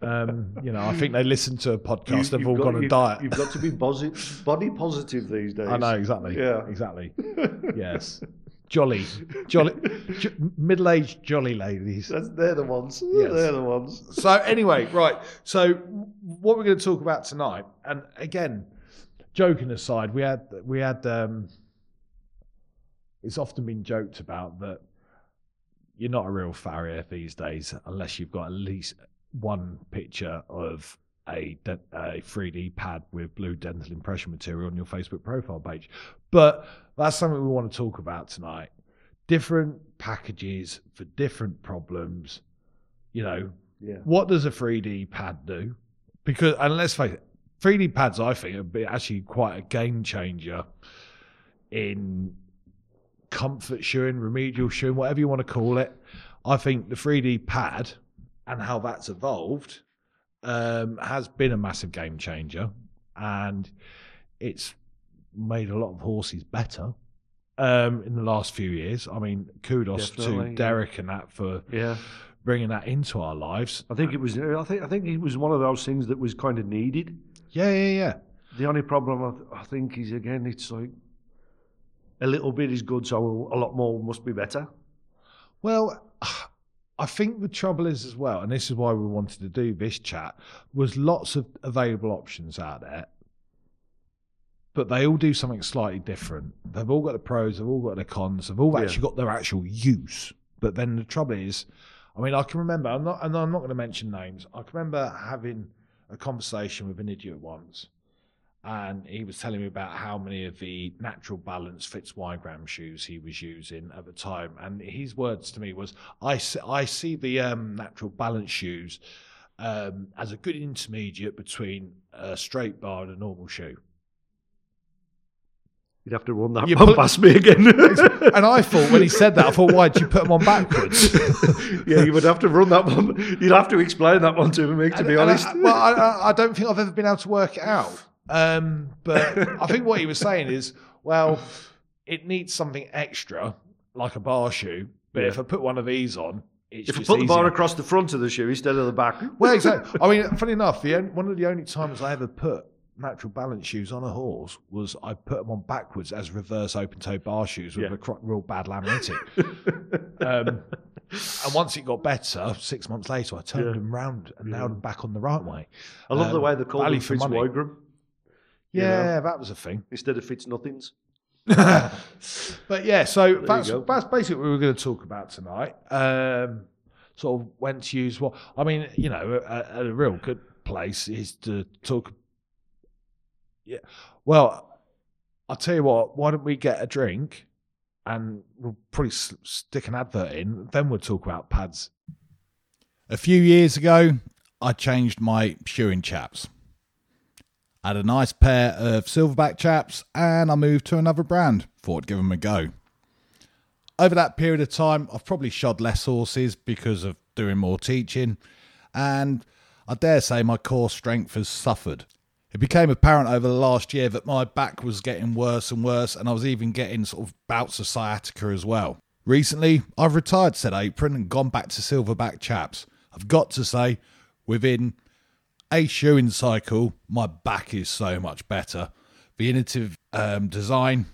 Speaker 1: Um, you know, I think they listen to a podcast.
Speaker 8: You-
Speaker 1: They've
Speaker 8: you've
Speaker 1: all
Speaker 8: got-
Speaker 1: gone on a
Speaker 8: you've-
Speaker 1: diet.
Speaker 8: You've got to be posi- body positive these days.
Speaker 1: I know exactly.
Speaker 8: Yeah.
Speaker 1: exactly. Yes, jolly, jolly, j- middle-aged jolly ladies.
Speaker 8: That's, they're the ones.
Speaker 1: Yes.
Speaker 8: They're the ones.
Speaker 1: So anyway, right. So what we're going to talk about tonight, and again, joking aside, we had we had um, it's often been joked about that you're not a real farrier these days unless you've got at least one picture of a de- a 3D pad with blue dental impression material on your Facebook profile page. But that's something we want to talk about tonight. Different packages for different problems. You know,
Speaker 8: Yeah.
Speaker 1: what does a 3D pad do? Because and let's face it, 3D pads I think would be actually quite a game changer in comfort shoeing, remedial shoeing, whatever you want to call it. I think the 3D pad and how that's evolved um, has been a massive game changer, and it's made a lot of horses better um, in the last few years. I mean, kudos
Speaker 8: Definitely,
Speaker 1: to
Speaker 8: yeah.
Speaker 1: Derek and that for
Speaker 8: Yeah.
Speaker 1: bringing that into our lives.
Speaker 8: I think it was. uh, I think I think it was one of those things that was kind of needed.
Speaker 1: Yeah, yeah, yeah.
Speaker 8: The only problem I, th- I think is again, it's like a little bit is good, so a lot more must be better.
Speaker 1: Well, I think the trouble is as well, and this is why we wanted to do this chat, was lots of available options out there, but they all do something slightly different. They've all got the pros, they've all got the cons, they've all
Speaker 8: Yeah.
Speaker 1: actually got their actual use. But then the trouble is, I mean, I can remember, I'm not, and I'm not going to mention names. I can remember having a conversation with an idiot once, and he was telling me about how many of the natural balance Fitz Winegram shoes he was using at the time. And his words to me was, "I see, I see the um, natural balance shoes um, as a good intermediate between a straight bar and a normal shoe."
Speaker 8: You'd have to run that
Speaker 1: You
Speaker 8: one
Speaker 1: put-
Speaker 8: past me again.
Speaker 1: And I thought when he said that, I thought, "Why'd you put them on backwards?"
Speaker 8: yeah, you would have to run that one. You'd have to explain that one to me, to be
Speaker 1: And- and
Speaker 8: honest.
Speaker 1: I, well, I- I, I don't think I've ever been able to work it out. Um, but I think what he was saying is, well, it needs something extra, like a bar shoe. But
Speaker 8: Yeah.
Speaker 1: if I put one of these on, it's
Speaker 8: if you
Speaker 1: just
Speaker 8: put the bar
Speaker 1: easier.
Speaker 8: across the front of the shoe instead of the back,
Speaker 1: Well, exactly. I mean, funny enough, the on- one of the only times I ever put natural balance shoes on a horse was I put them on backwards as reverse open toe bar shoes with
Speaker 8: Yeah.
Speaker 1: a cro- real bad laminating. um, and once it got better, six months later, I turned
Speaker 8: Yeah.
Speaker 1: them round and
Speaker 8: Yeah.
Speaker 1: nailed them back on the right way.
Speaker 8: I love the
Speaker 1: Um,
Speaker 8: way they call
Speaker 1: value
Speaker 8: them
Speaker 1: for
Speaker 8: Fitz
Speaker 1: money.
Speaker 8: Wigram You know?
Speaker 1: Yeah, that was a thing.
Speaker 8: instead of Fitz Nothings.
Speaker 1: but yeah, so that's
Speaker 8: go.
Speaker 1: that's basically what we were going to talk about tonight. Um, sort of when to use what. I mean, you know, a, a real good place is to talk. Yeah, well, I'll tell you what. Why don't we get a drink, and we'll probably s- stick an advert in. Then we'll talk about pads. A few years ago, I changed my shoeing chaps. I had a nice pair of silverback chaps and I moved to another brand. Thought I'd give them a go. Over that period of time, I've probably shod less horses because of doing more teaching, and I dare say my core strength has suffered. It became apparent over the last year that my back was getting worse and worse, and I was even getting sort of bouts of sciatica as well. Recently, I've retired said apron and gone back to silverback chaps. I've got to say, within a shoeing cycle, my back is so much better. The innovative um, design,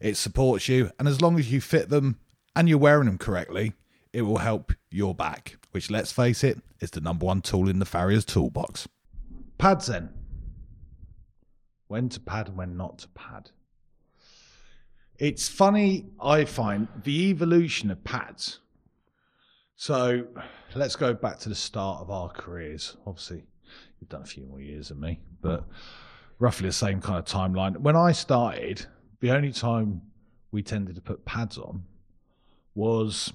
Speaker 1: it supports you, and as long as you fit them and you're wearing them correctly, it will help your back, which, let's face it, is the number one tool in the farrier's toolbox. Pads then. When to pad and when not to pad. It's funny, I find, the evolution of pads. So let's go back to the start of our careers. Obviously, you've done a few more years than me, but roughly the same kind of timeline. When I started, the only time we tended to put pads on was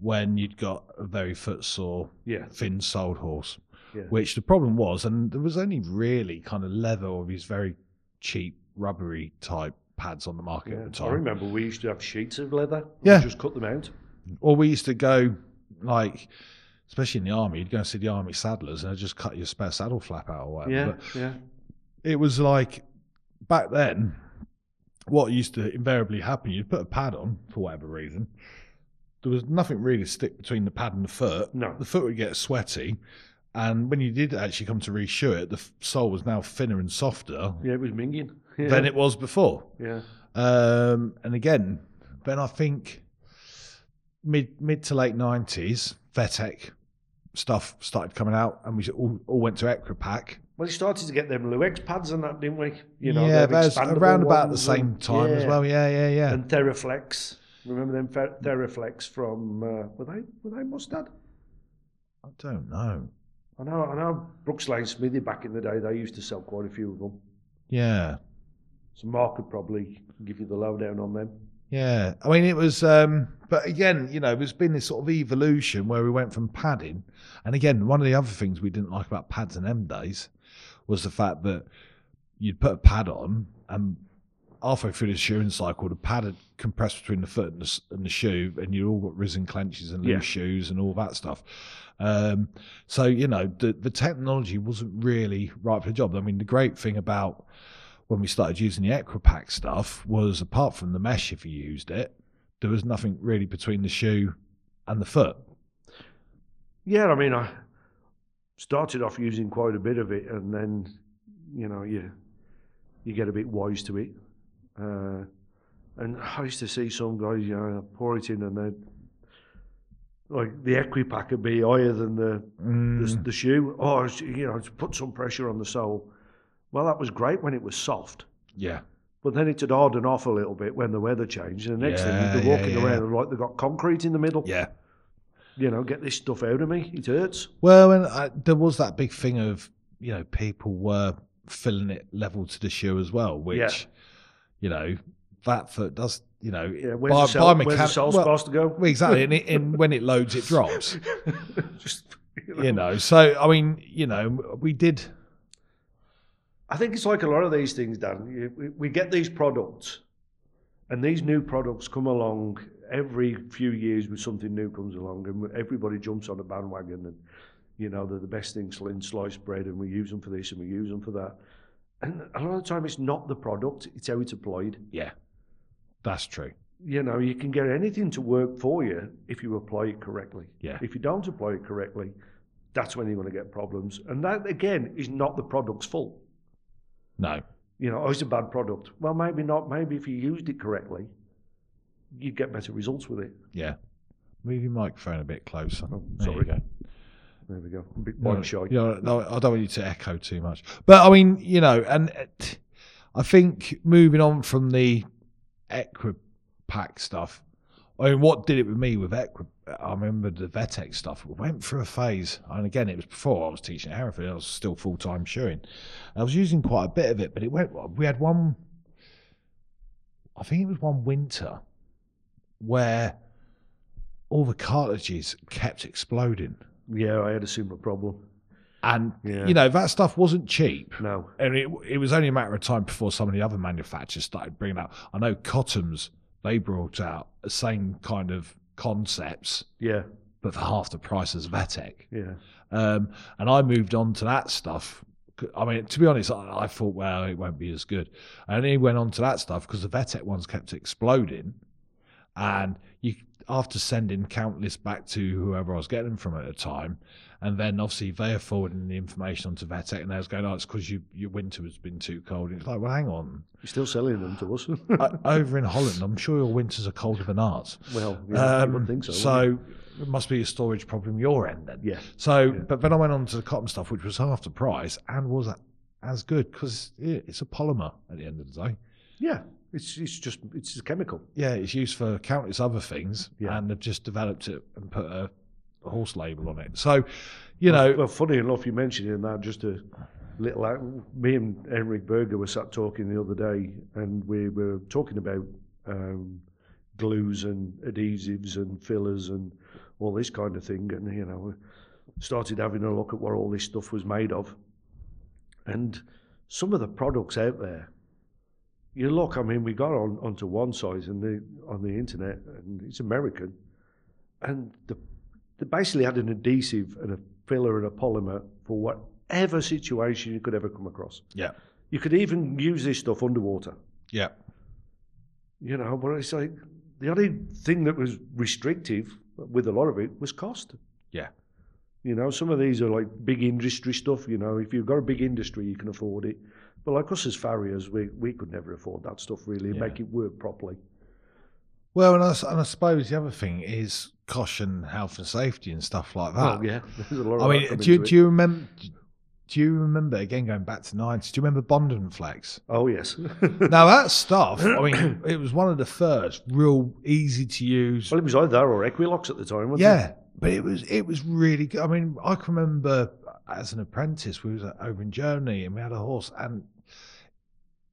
Speaker 1: when you'd got a very footsore,
Speaker 8: Yeah.
Speaker 1: thin soled horse,
Speaker 8: Yeah.
Speaker 1: which the problem was, and there was only really kind of leather or these very cheap, rubbery type pads on the market at the
Speaker 8: I
Speaker 1: time.
Speaker 8: remember we used to have sheets of leather.
Speaker 1: Yeah.
Speaker 8: We just cut them out.
Speaker 1: Or we used to go, like, especially in the army, you'd go and see the army saddlers and they'd just cut your spare saddle flap out or whatever.
Speaker 8: Yeah,
Speaker 1: But
Speaker 8: yeah.
Speaker 1: it was like back then, what used to invariably happen, you'd put a pad on for whatever reason. There was nothing really to stick between the pad and the foot.
Speaker 8: No.
Speaker 1: The foot would get sweaty. And when you did actually come to reshoe it, the f- sole was now thinner and softer
Speaker 8: Yeah, it was minging. Yeah.
Speaker 1: than it was before.
Speaker 8: yeah.
Speaker 1: Um, and again, then I think mid mid to late nineties, Vetec stuff started coming out, and we all, all went to Equipack.
Speaker 8: Well, we started to get them Luex pads and that, didn't we? You know,
Speaker 1: yeah,
Speaker 8: them
Speaker 1: that's
Speaker 8: expandable
Speaker 1: around about the
Speaker 8: ones
Speaker 1: same
Speaker 8: and-
Speaker 1: time as
Speaker 8: yeah.
Speaker 1: well. Yeah, yeah, yeah.
Speaker 8: And Theraflex. Remember them Fer- Theraflex from, uh, were they were they Mustad?
Speaker 1: I don't know.
Speaker 8: I know, I know. Brooks Lane Smithy back in the day, they used to sell quite a few of them.
Speaker 1: Yeah,
Speaker 8: So Mark could probably give you the lowdown on them.
Speaker 1: yeah. I mean, it was. um But again, you know, there's been this sort of evolution where we went from padding, and again, one of the other things we didn't like about pads in them days was the fact that you'd put a pad on and halfway through the shoeing cycle, the pad had compressed between the foot and the, s- and the shoe, and you all got risen clenches and loose
Speaker 8: Yeah.
Speaker 1: shoes and all that stuff. Um, so you know the the technology wasn't really right for the job. I mean, the great thing about when we started using the Equipack stuff was apart from the mesh, if you used it, there was nothing really between the shoe and the foot.
Speaker 8: Yeah, I mean, I started off using quite a bit of it, and then you know you you get a bit wise to it. Uh, and I used to see some guys, you know, pour it in, and then like the equipack would be higher than the the,
Speaker 1: Mm.
Speaker 8: the shoe. Oh, it's, you know, to put some pressure on the sole. Well, that was great when it was soft.
Speaker 1: Yeah,
Speaker 8: But then it had hardened off a little bit when the weather changed. And the next
Speaker 1: Yeah,
Speaker 8: thing you'd be
Speaker 1: yeah,
Speaker 8: walking
Speaker 1: yeah.
Speaker 8: around like they've got concrete in the middle.
Speaker 1: yeah.
Speaker 8: You know, get this stuff out of me. It hurts.
Speaker 1: Well, and I, there was that big thing of you know people were filling it level to the shoe as well, which
Speaker 8: Yeah.
Speaker 1: you know that foot does. You know,
Speaker 8: Yeah, where's, the, sole, where's the
Speaker 1: mechanic-
Speaker 8: sole
Speaker 1: well,
Speaker 8: supposed to go?
Speaker 1: exactly, and, it, and when it loads, it drops.
Speaker 8: Just,
Speaker 1: you know, so I mean, you know, we did.
Speaker 8: I think it's like a lot of these things, Dan. You- we- We get these products, and these new products come along every few years. With something new comes along, and everybody jumps on a bandwagon, and you know they're the best things in sliced bread, and we use them for this and we use them for that. And a lot of the time, it's not the product; it's how it's applied.
Speaker 1: Yeah, that's true.
Speaker 8: You know, you can get anything to work for you if you apply it correctly.
Speaker 1: Yeah.
Speaker 8: If you don't apply it correctly, that's when you're going to get problems. And that again is not the product's fault.
Speaker 1: No,
Speaker 8: you know, oh, it's a bad product. Well, maybe not. Maybe if you used it correctly, you'd get better results with it.
Speaker 1: yeah. Move your microphone a bit closer.
Speaker 8: Oh,
Speaker 1: There you
Speaker 8: sorry.
Speaker 1: go.
Speaker 8: There we go. A bit
Speaker 1: No,
Speaker 8: mind shy.
Speaker 1: you know, no, I don't want you to echo too much. But I mean, you know, and it, I think moving on from the Equipack stuff, I mean, what did it with me with Equi? I remember the Vetex stuff We went through a phase, and again, it was before I was teaching at Hereford. I was still full time shoeing. I was using quite a bit of it, but it went. We had one. I think it was one winter where all the cartridges kept exploding.
Speaker 8: Yeah, I had a similar problem.
Speaker 1: And
Speaker 8: Yeah.
Speaker 1: you know that stuff wasn't cheap,
Speaker 8: No.
Speaker 1: and it it was only a matter of time before some of the other manufacturers started bringing out. I know Cottoms they brought out the same kind of concepts,
Speaker 8: Yeah.
Speaker 1: but for half the price as Vatek.
Speaker 8: Yeah.
Speaker 1: Um, and I moved on to that stuff. I mean, to be honest, I, I thought, well, it won't be as good. And he went on to that stuff because the Vetec ones kept exploding. And you, after sending countless back to whoever I was getting them from at the time, and then obviously they are forwarding the information onto Vetec, and they was going, oh, it's because you, your winter has been too cold. And it's like, well, hang on.
Speaker 8: You're still selling them to us.
Speaker 1: O- Over in Holland, I'm sure your winters are colder than ours.
Speaker 8: well, yeah,
Speaker 1: Um,
Speaker 8: you wouldn't think so. would you?
Speaker 1: so it must be a storage problem your end then.
Speaker 8: yeah.
Speaker 1: So, but then I went on to the cotton stuff, which was half the price and was as good because it's a polymer at the end of the day.
Speaker 8: Yeah. It's it's just it's just chemical.
Speaker 1: Yeah, it's used for countless other things,
Speaker 8: Yeah.
Speaker 1: and they've just developed it and put a, a horse label on it. So, you know,
Speaker 8: Well, funny enough, you mentioned in that just a little. out- Me and Henrik Berger were sat talking the other day, and we were talking about um, glues and adhesives and fillers and all this kind of thing. And you know, started having a look at what all this stuff was made of, and some of the products out there. You look. I mean, we got on onto one site and the on the internet, and it's American, and the they basically had an adhesive and a filler and a polymer for whatever situation you could ever come across.
Speaker 1: yeah,
Speaker 8: You could even use this stuff underwater,
Speaker 1: yeah,
Speaker 8: you know, but it's like the only thing that was restrictive with a lot of it was cost.
Speaker 1: yeah,
Speaker 8: You know, some of these are like big industry stuff, you know, if you've got a big industry, you can afford it. But like us as farriers, we, we could never afford that stuff really, and
Speaker 1: Yeah.
Speaker 8: make it work properly.
Speaker 1: Well, and I, s- and I suppose the other thing is caution, health and safety, and stuff like that.
Speaker 8: Well, Oh, yeah, there's a lot of
Speaker 1: Ah. I
Speaker 8: that
Speaker 1: mean,
Speaker 8: coming
Speaker 1: do you,
Speaker 8: to it.
Speaker 1: do you remember? Do you remember again going back to nineties? Do you remember Bond and Flex?
Speaker 8: Oh, yes.
Speaker 1: Now that stuff, I mean, it was one of the first real easy to use.
Speaker 8: well, it was either that or Equilox at the time, wasn't it?
Speaker 1: Yeah, but it was it was really good. I mean, I can remember as an apprentice, we was uh, over in Germany and we had a horse, and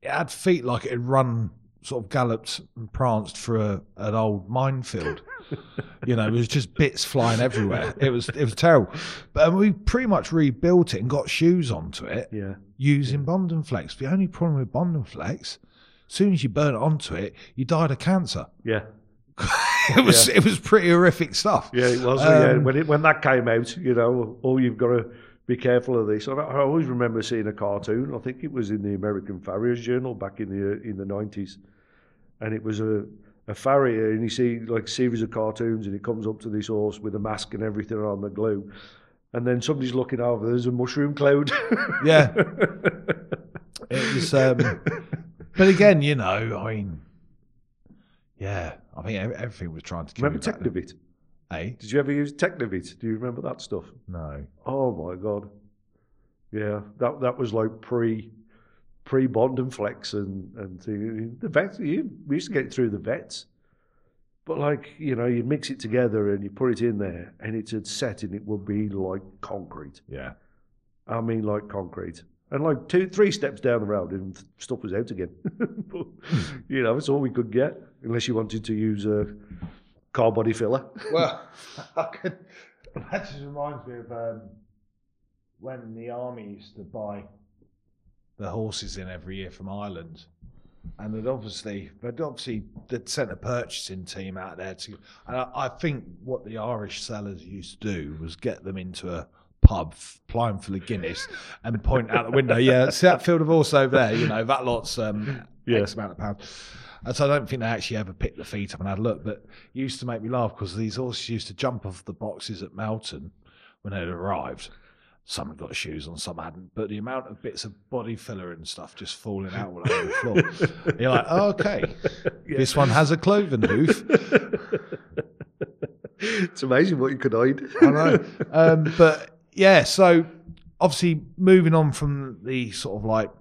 Speaker 1: it had feet like it had run, sort of galloped and pranced through a, an old minefield. you know, it was just bits flying everywhere. It was it was terrible. But um, we pretty much rebuilt it and got shoes onto it
Speaker 8: Yeah.
Speaker 1: using Bond and Flex. The only problem with Bond and Flex soon as you burn onto it, you died of cancer.
Speaker 8: Yeah,
Speaker 1: it was it was pretty horrific stuff.
Speaker 8: yeah, it was. yeah,
Speaker 1: Um,
Speaker 8: when it, when that came out, you know, oh, you've got to be careful of this. I, I always remember seeing a cartoon. I think it was in the American Farriers Journal back in the uh, in the nineties, and it was a a farrier, and you see like series of cartoons, and he comes up to this horse with a mask and everything on the glue, and then somebody's looking over. There's a mushroom cloud.
Speaker 1: Yeah. it was um but again, you know, I mean yeah, I think ev- everything was trying to kill
Speaker 8: remember
Speaker 1: me back then.
Speaker 8: Technobit?
Speaker 1: Eh?
Speaker 8: Did you ever use Technobit? Do you remember that stuff?
Speaker 1: No.
Speaker 8: Oh my god. Yeah, that that was like pre pre Bond and Flex and and thing. the vets. You we used to get it through the vets, but like you know, you mix it together and you put it in there, and it's a set, and it would be like concrete.
Speaker 1: Yeah.
Speaker 8: I mean, like concrete. And like two, three steps down the road, and stuff was out again. but, you know, it's all we could get, unless you wanted to use a car body filler.
Speaker 1: Well I could, that just reminds me of um when the army used to buy the horses in every year from Ireland. And they'd obviously, they'd obviously, they'd sent a purchasing team out there to. And I, I think what the Irish sellers used to do was get them into a pub, f- ply 'em full of Guinness, and point out the window. Yeah, see that field of horse over there. You know that lot's um, X amount of pounds. And so I don't think they actually ever picked the feet up and had a look. But it used to make me laugh because these horses used to jump off the boxes at Melton when they'd arrived. Some had got shoes on, some hadn't. But the amount of bits of body filler and stuff just falling out all over the floor. You're like, oh, okay, this one has a cloven hoof.
Speaker 8: it's amazing what you could hide.
Speaker 1: I know. Um, but yeah, so obviously moving on from the sort of like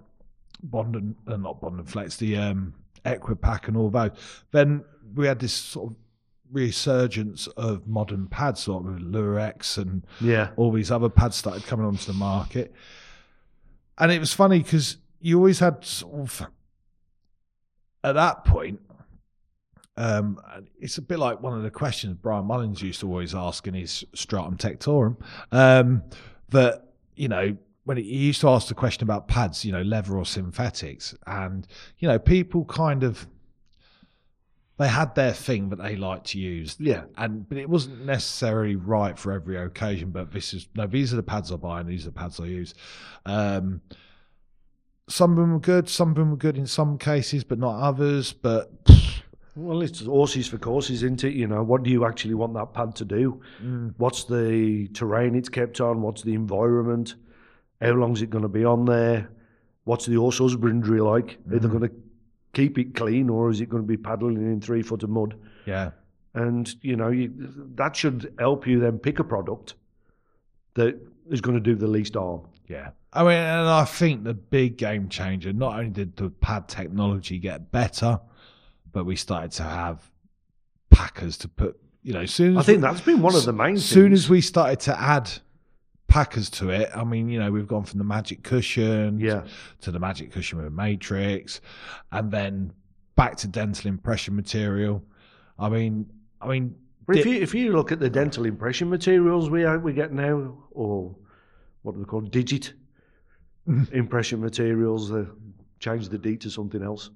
Speaker 1: Bond and uh, not Bond and Flex, the um, Equipack and all those, then we had this sort of resurgence of modern pads, sort of with Lurex and
Speaker 8: Yeah.
Speaker 1: all these other pads started coming onto the market. And it was funny because you always had sort of at that point, um, and it's a bit like one of the questions Brian Mullins used to always ask in his Stratum Tectorum. Um, that you know, when he he used to ask the question about pads, you know, leather or synthetics, and you know, people kind of they had their thing that they liked to use
Speaker 8: Yeah.
Speaker 1: and but it wasn't necessarily right for every occasion. But this is no, these are the pads I buy, and these are the pads I use. Um, some of them were good, some of them were good in some cases, but not others. But
Speaker 8: Well, it's horses for courses, isn't it? You know, what do you actually want that pad to do? What's the terrain it's kept on? What's the environment? How long's it going to be on there? What's the horse husbandry like? Are they going to keep it clean or is it going to be paddling in three foot of mud?
Speaker 1: yeah,
Speaker 8: And, you know, you, that should help you then pick a product that is going to do the least harm.
Speaker 1: yeah. I mean, and I think the big game changer. Not only did the pad technology get better, but we started to have packers to put. You know, soon
Speaker 8: I
Speaker 1: as
Speaker 8: think
Speaker 1: we-
Speaker 8: that's been one of the main
Speaker 1: soon
Speaker 8: things.
Speaker 1: as we started to add packers to it, I mean, you know, we've gone from the magic cushion
Speaker 8: Yeah.
Speaker 1: to the magic cushion with a matrix and then back to dental impression material. I mean, I mean,
Speaker 8: But if you if you look at the dental impression materials we are, we get now, or what are they called, digit
Speaker 1: Mm.
Speaker 8: impression materials, uh, change the D to something else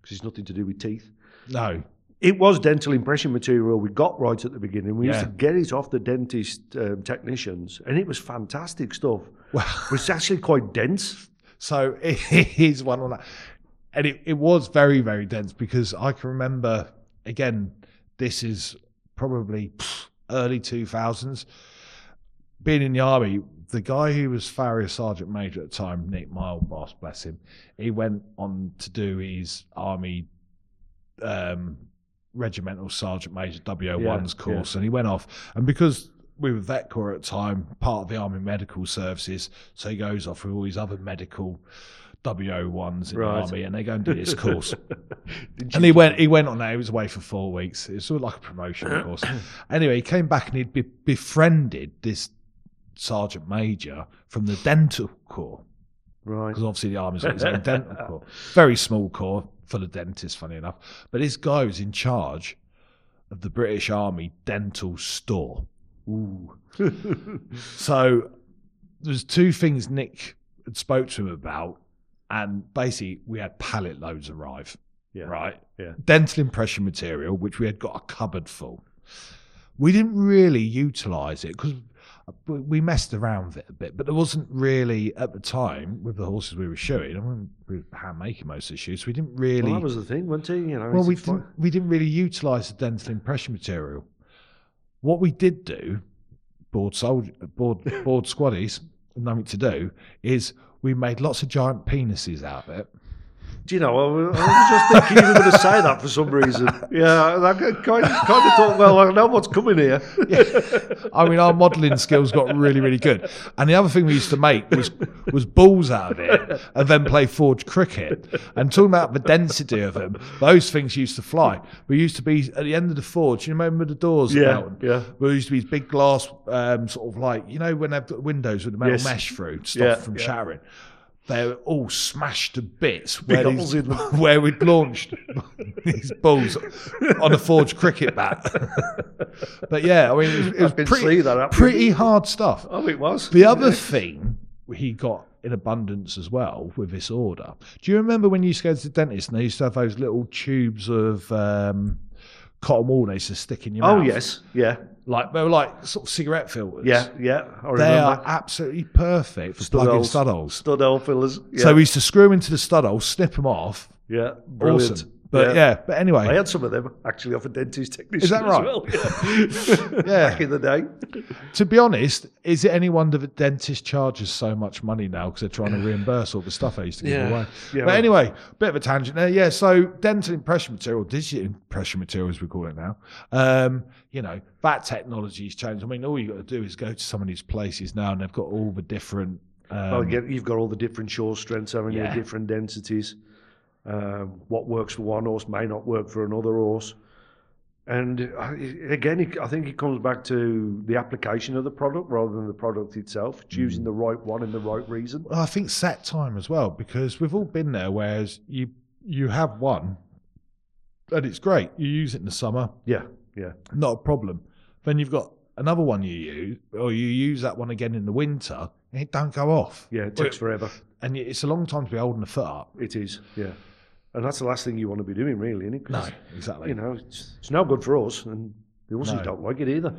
Speaker 8: because it's nothing to do with teeth.
Speaker 1: no,
Speaker 8: It was dental impression material we got right at the beginning. We used
Speaker 1: Yeah.
Speaker 8: to get it off the dentist um, technicians, and it was fantastic stuff.
Speaker 1: well,
Speaker 8: It's actually quite dense.
Speaker 1: so it is one on that. And it, it was very, very dense because I can remember, again, this is probably pff, early 2000s. being in the army, the guy who was Farrier Sergeant Major at the time, Nick Milebass, bless him, he went on to do his army um, regimental sergeant major WO1's
Speaker 8: Yeah,
Speaker 1: course, and he went off. And because we were Vet Corps at the time, part of the Army Medical Services, so he goes off with all these other medical WO1s in
Speaker 8: Right.
Speaker 1: the army, and they go and do this course. And he went. He went on there. He was away for four weeks. It was sort of like a promotion, of course. anyway, he came back and he'd be, befriended this sergeant major from the dental corps
Speaker 8: Right.
Speaker 1: because obviously the army's got its own dental corps. Very small corps full of dentists, funny enough. But this guy was in charge of the British Army dental store. Ooh. so there's two things Nick had spoke to him about, and basically we had pallet loads arrive.
Speaker 8: Yeah.
Speaker 1: Right.
Speaker 8: Yeah.
Speaker 1: Dental impression material, which we had got a cupboard full. We didn't really utilize it because we messed around with it a bit, but there wasn't really at the time with the horses we were shoeing. I mean, we were hand making most of the shoes. We didn't really.
Speaker 8: Well, that was the thing, wasn't it? You know,
Speaker 1: Well,
Speaker 8: it's
Speaker 1: we
Speaker 8: a fi-
Speaker 1: didn't, we didn't really utilize the dental impression material. What we did do, bored soldier, bored bored squaddies, nothing to do, is we made lots of giant penises out of it.
Speaker 8: Do you know? I was, I was just thinking you were going to say that for some reason. Yeah, and I kind of, kind of thought, well, I know what's coming here.
Speaker 1: I mean, our modelling skills got really, really good. And the other thing we used to make was was balls out of it, and then play forge cricket. And talking about the density of them, those things used to fly. We used to be at the end of the forge. You remember the doors?
Speaker 8: Yeah,
Speaker 1: Melton?
Speaker 8: yeah.
Speaker 1: There used to be these big glass, um, sort of like you know when they've got windows with the metal
Speaker 8: Yes.
Speaker 1: mesh through to stop
Speaker 8: Yeah,
Speaker 1: from
Speaker 8: yeah.
Speaker 1: shattering. They were all smashed to bits where,
Speaker 8: holes
Speaker 1: these-
Speaker 8: in them.
Speaker 1: where we'd launched these balls on a forged cricket bat. but yeah, I mean, it was, it was
Speaker 8: I can
Speaker 1: pretty,
Speaker 8: see that happening.
Speaker 1: pretty hard stuff.
Speaker 8: Oh, it was.
Speaker 1: The other thing he got in abundance as well with this order. Do you remember when you used to go to the dentist and they used to have those little tubes of um, cotton wool they used to stick in your
Speaker 8: Oh
Speaker 1: mouth?
Speaker 8: yes, yeah,
Speaker 1: Like they were like sort of cigarette filters.
Speaker 8: yeah, yeah. I remember.
Speaker 1: They are absolutely perfect for
Speaker 8: Stud
Speaker 1: plugging
Speaker 8: holes.
Speaker 1: stud holes.
Speaker 8: Stud hole fillers. Yeah,
Speaker 1: So we used to screw them into the stud hole, snip them off.
Speaker 8: yeah, brilliant.
Speaker 1: Awesome. But yeah, but anyway.
Speaker 8: I had some of them actually off a dentist technician.
Speaker 1: Is that right?
Speaker 8: As well. Yeah.
Speaker 1: Yeah.
Speaker 8: Back in the day.
Speaker 1: To be honest, is it any wonder that dentists charges so much money now because they're trying to reimburse all the stuff they used to give
Speaker 8: Yeah.
Speaker 1: away?
Speaker 8: Yeah,
Speaker 1: but
Speaker 8: well-
Speaker 1: anyway, bit of a tangent there. Yeah, so dental impression material, digital impression material as we call it now. Um, you know, that technology's changed. I mean, all you got to do is go to some of these places now, and they've got all the different. Um,
Speaker 8: well, again, you've got all the different shore strengths, haven't
Speaker 1: Yeah.
Speaker 8: you? Different densities. Um, what works for one horse may not work for another horse. And uh, it- again, it, I think it comes back to the application of the product rather than the product itself, choosing the right one and the right reason.
Speaker 1: Well, I think set time as well because we've all been there. Whereas you you have one, and it's great. You use it in the summer,
Speaker 8: Yeah, yeah,
Speaker 1: not a problem. Then you've got another one you use, or you use that one again in the winter, and it don't go off.
Speaker 8: yeah. It takes forever.
Speaker 1: And it's a long time to be holding the foot up.
Speaker 8: It is, yeah. And that's the last thing you want to be doing, really, isn't it? 'Cause,
Speaker 1: exactly.
Speaker 8: You know, it's, it's no good for us, and the horses
Speaker 1: No.
Speaker 8: don't like it either.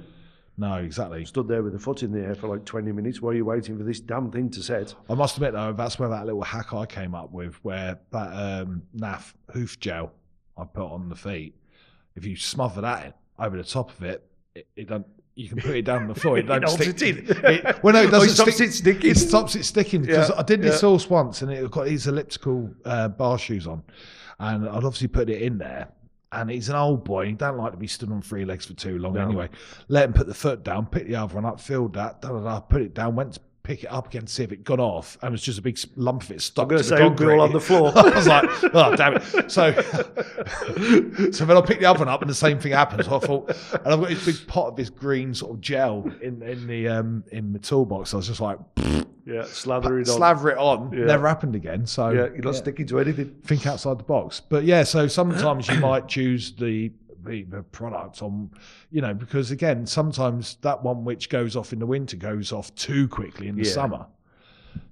Speaker 1: No, exactly.
Speaker 8: Stood there with the foot in the air for like 20 minutes while you're waiting for this damn thing to set.
Speaker 1: I must admit though, that's where that little hack I came up with, where that um, naff hoof gel I put on the feet. If you smother that in, over the top of it, it, it don't. You can put it down on the floor. It don't
Speaker 8: holds
Speaker 1: stick.
Speaker 8: it in.
Speaker 1: It- well, no, it
Speaker 8: Oh,
Speaker 1: doesn't.
Speaker 8: it stops
Speaker 1: stick,
Speaker 8: it sticking.
Speaker 1: It stops it sticking because
Speaker 8: Yeah,
Speaker 1: I did this
Speaker 8: yeah.
Speaker 1: horse once, and it got these elliptical uh, bar shoes on, and I'd obviously put it in there. And he's an old boy. and He don't like to be stood on three legs for too long.
Speaker 8: No.
Speaker 1: Anyway, let him put the foot down, pick the other one up, filled that, da da da, put it down, went to pick it up again, to see if it got off, and it was just a big s- lump of it stuck
Speaker 8: I'm going
Speaker 1: to
Speaker 8: to
Speaker 1: the
Speaker 8: say it'll be
Speaker 1: concrete.
Speaker 8: all on the floor.
Speaker 1: I was like, oh damn it! So, so then I picked the other one up, and the same thing happened. So I thought, and I've got this big pot of this green sort of gel in in the um in the toolbox. I was just like,
Speaker 8: yeah, slather it on.
Speaker 1: slather it on.
Speaker 8: Yeah.
Speaker 1: Never happened again. So
Speaker 8: Yeah, you're not sticking to anything.
Speaker 1: think outside the box. But yeah, so sometimes you might choose the, the the product on, you know, because again, sometimes that one which goes off in the winter goes off too quickly in the
Speaker 8: Yeah.
Speaker 1: summer.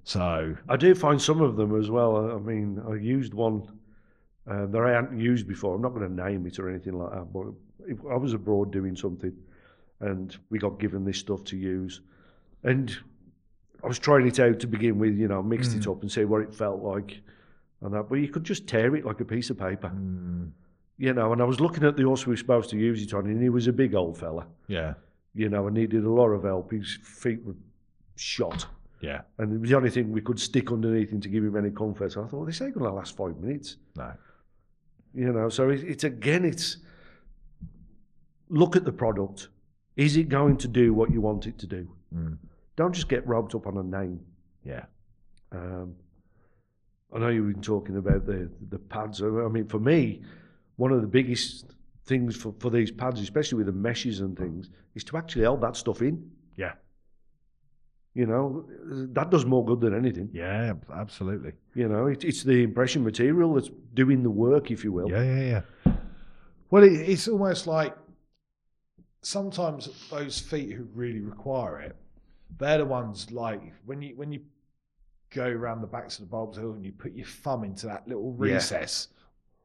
Speaker 1: So
Speaker 8: I do find some of them as well. I- I mean, I used one uh, that I hadn't used before. I'm not going to name it or anything like that, but if I was abroad doing something and we got given this stuff to use. And I was trying it out to begin with, you know, mixed it up and see what it felt like and that. But you could just tear it like a piece of paper, you know. And I was looking at the horse we were supposed to use it on, and he was a big old fella,
Speaker 1: yeah,
Speaker 8: you know, and needed a lot of help. His feet were shot.
Speaker 1: yeah,
Speaker 8: And it was the only thing we could stick underneath him to give him any comfort. So I thought, well, this ain't going to last five minutes.
Speaker 1: no,
Speaker 8: You know, so it, it's again, it's look at the product. Is it going to do what you want it to do? Don't just get roped up on a name.
Speaker 1: yeah,
Speaker 8: Um, I know you've been talking about the, the pads. I mean, for me, one of the biggest things for, for these pads, especially with the meshes and things, is to actually hold that stuff in.
Speaker 1: yeah,
Speaker 8: You know, that does more good than anything.
Speaker 1: yeah, absolutely.
Speaker 8: You know, it, it's the impression material that's doing the work, if you will.
Speaker 1: Yeah, yeah, yeah. Well, it, it's almost like sometimes those feet who really require it, they're the ones like when you when you go around the backs of the bulbs hill and you put your thumb into that little
Speaker 8: Yeah.
Speaker 1: recess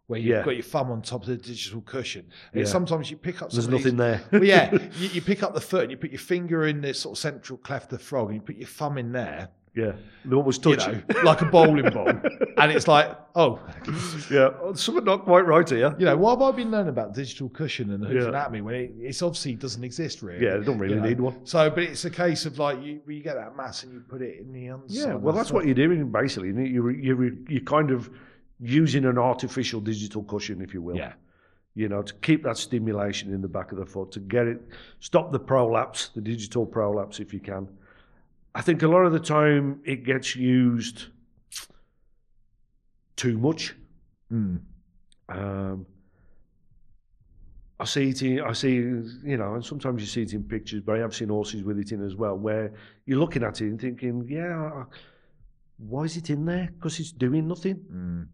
Speaker 1: where you've
Speaker 8: Yeah.
Speaker 1: got your thumb on top of the digital cushion. And
Speaker 8: Yeah.
Speaker 1: sometimes you pick up
Speaker 8: There's
Speaker 1: some of these-
Speaker 8: nothing there.
Speaker 1: well, yeah, you, you pick up the foot and you put your finger in the sort of central cleft of the frog and you put your thumb in there,
Speaker 8: yeah. The one was
Speaker 1: you
Speaker 8: touching.
Speaker 1: know, like a bowling ball. And it's like, oh,
Speaker 8: Yeah. Oh, Something not quite right here.
Speaker 1: you know, what have I been learning about digital cushion and hoofing
Speaker 8: Yeah.
Speaker 1: at me when it, it's obviously doesn't exist really?
Speaker 8: Yeah, they don't really
Speaker 1: You know.
Speaker 8: need one.
Speaker 1: So, but it's a case of like you, you get that mass and you put it in the underside.
Speaker 8: Yeah,
Speaker 1: of
Speaker 8: well,
Speaker 1: the
Speaker 8: that's
Speaker 1: foot.
Speaker 8: what you're doing basically. isn't it? You're, you're, you're kind of using an artificial digital cushion, if you will.
Speaker 1: Yeah.
Speaker 8: You know, to keep that stimulation in the back of the foot, to get it, stop the prolapse, the digital prolapse, if you can. I think a lot of the time it gets used too much.
Speaker 1: Mm.
Speaker 8: Um, I see it in, I see, you know, and sometimes you see it in pictures, but I have seen horses with it in as well, where you're looking at it and thinking, yeah, I- why is it in there? Because it's doing nothing.
Speaker 1: Mm.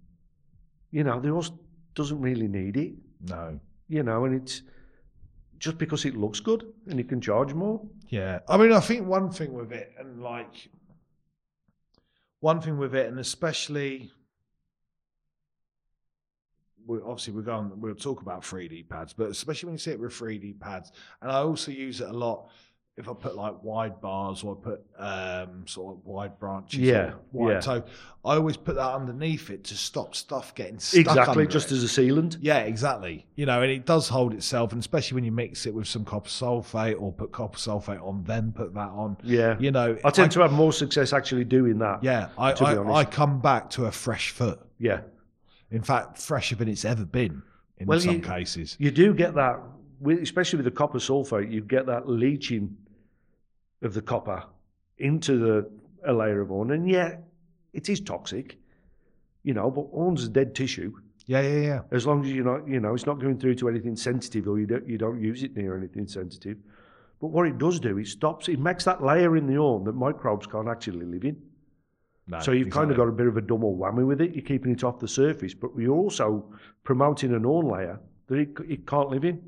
Speaker 8: You know, the horse doesn't really need it,
Speaker 1: No.
Speaker 8: you know, and it's just because it looks good and you can charge more.
Speaker 1: Yeah. I mean, I think one thing with it, and like, one thing with it, and especially, we obviously, we're going, we'll talk about 3D pads, but especially when you see it with 3D pads, and I also use it a lot if I put like wide bars or I put um, sort of wide branches. or
Speaker 8: Yeah,
Speaker 1: Wide
Speaker 8: yeah.
Speaker 1: So I always put that underneath it to stop stuff getting stuck.
Speaker 8: exactly,
Speaker 1: under
Speaker 8: just
Speaker 1: it.
Speaker 8: as a sealant.
Speaker 1: Yeah, exactly. You know, and it does hold itself, and especially when you mix it with some copper sulfate or put copper sulfate on, then put that on.
Speaker 8: Yeah.
Speaker 1: You know,
Speaker 8: I tend to have more success actually doing that.
Speaker 1: yeah, I,
Speaker 8: to be
Speaker 1: I,
Speaker 8: honest.
Speaker 1: I come back to a fresh foot.
Speaker 8: Yeah.
Speaker 1: In fact, fresher than it's ever been in
Speaker 8: Well,
Speaker 1: some
Speaker 8: you-
Speaker 1: cases.
Speaker 8: You do get that, with, especially with the copper sulfate, you get that leaching of the copper into the a layer of horn, and yeah, it is toxic, you know. But horn's a dead tissue.
Speaker 1: Yeah, yeah, yeah.
Speaker 8: As long as you're not, you know, it's not going through to anything sensitive, or you don't you don't use it near anything sensitive. But what it does do, it stops. It makes that layer in the horn that microbes can't actually live in.
Speaker 1: No,
Speaker 8: So you've kind of
Speaker 1: exactly.
Speaker 8: got a bit of a double whammy with it. You're keeping it off the surface, but you're also promoting an on layer that it, it can't live in.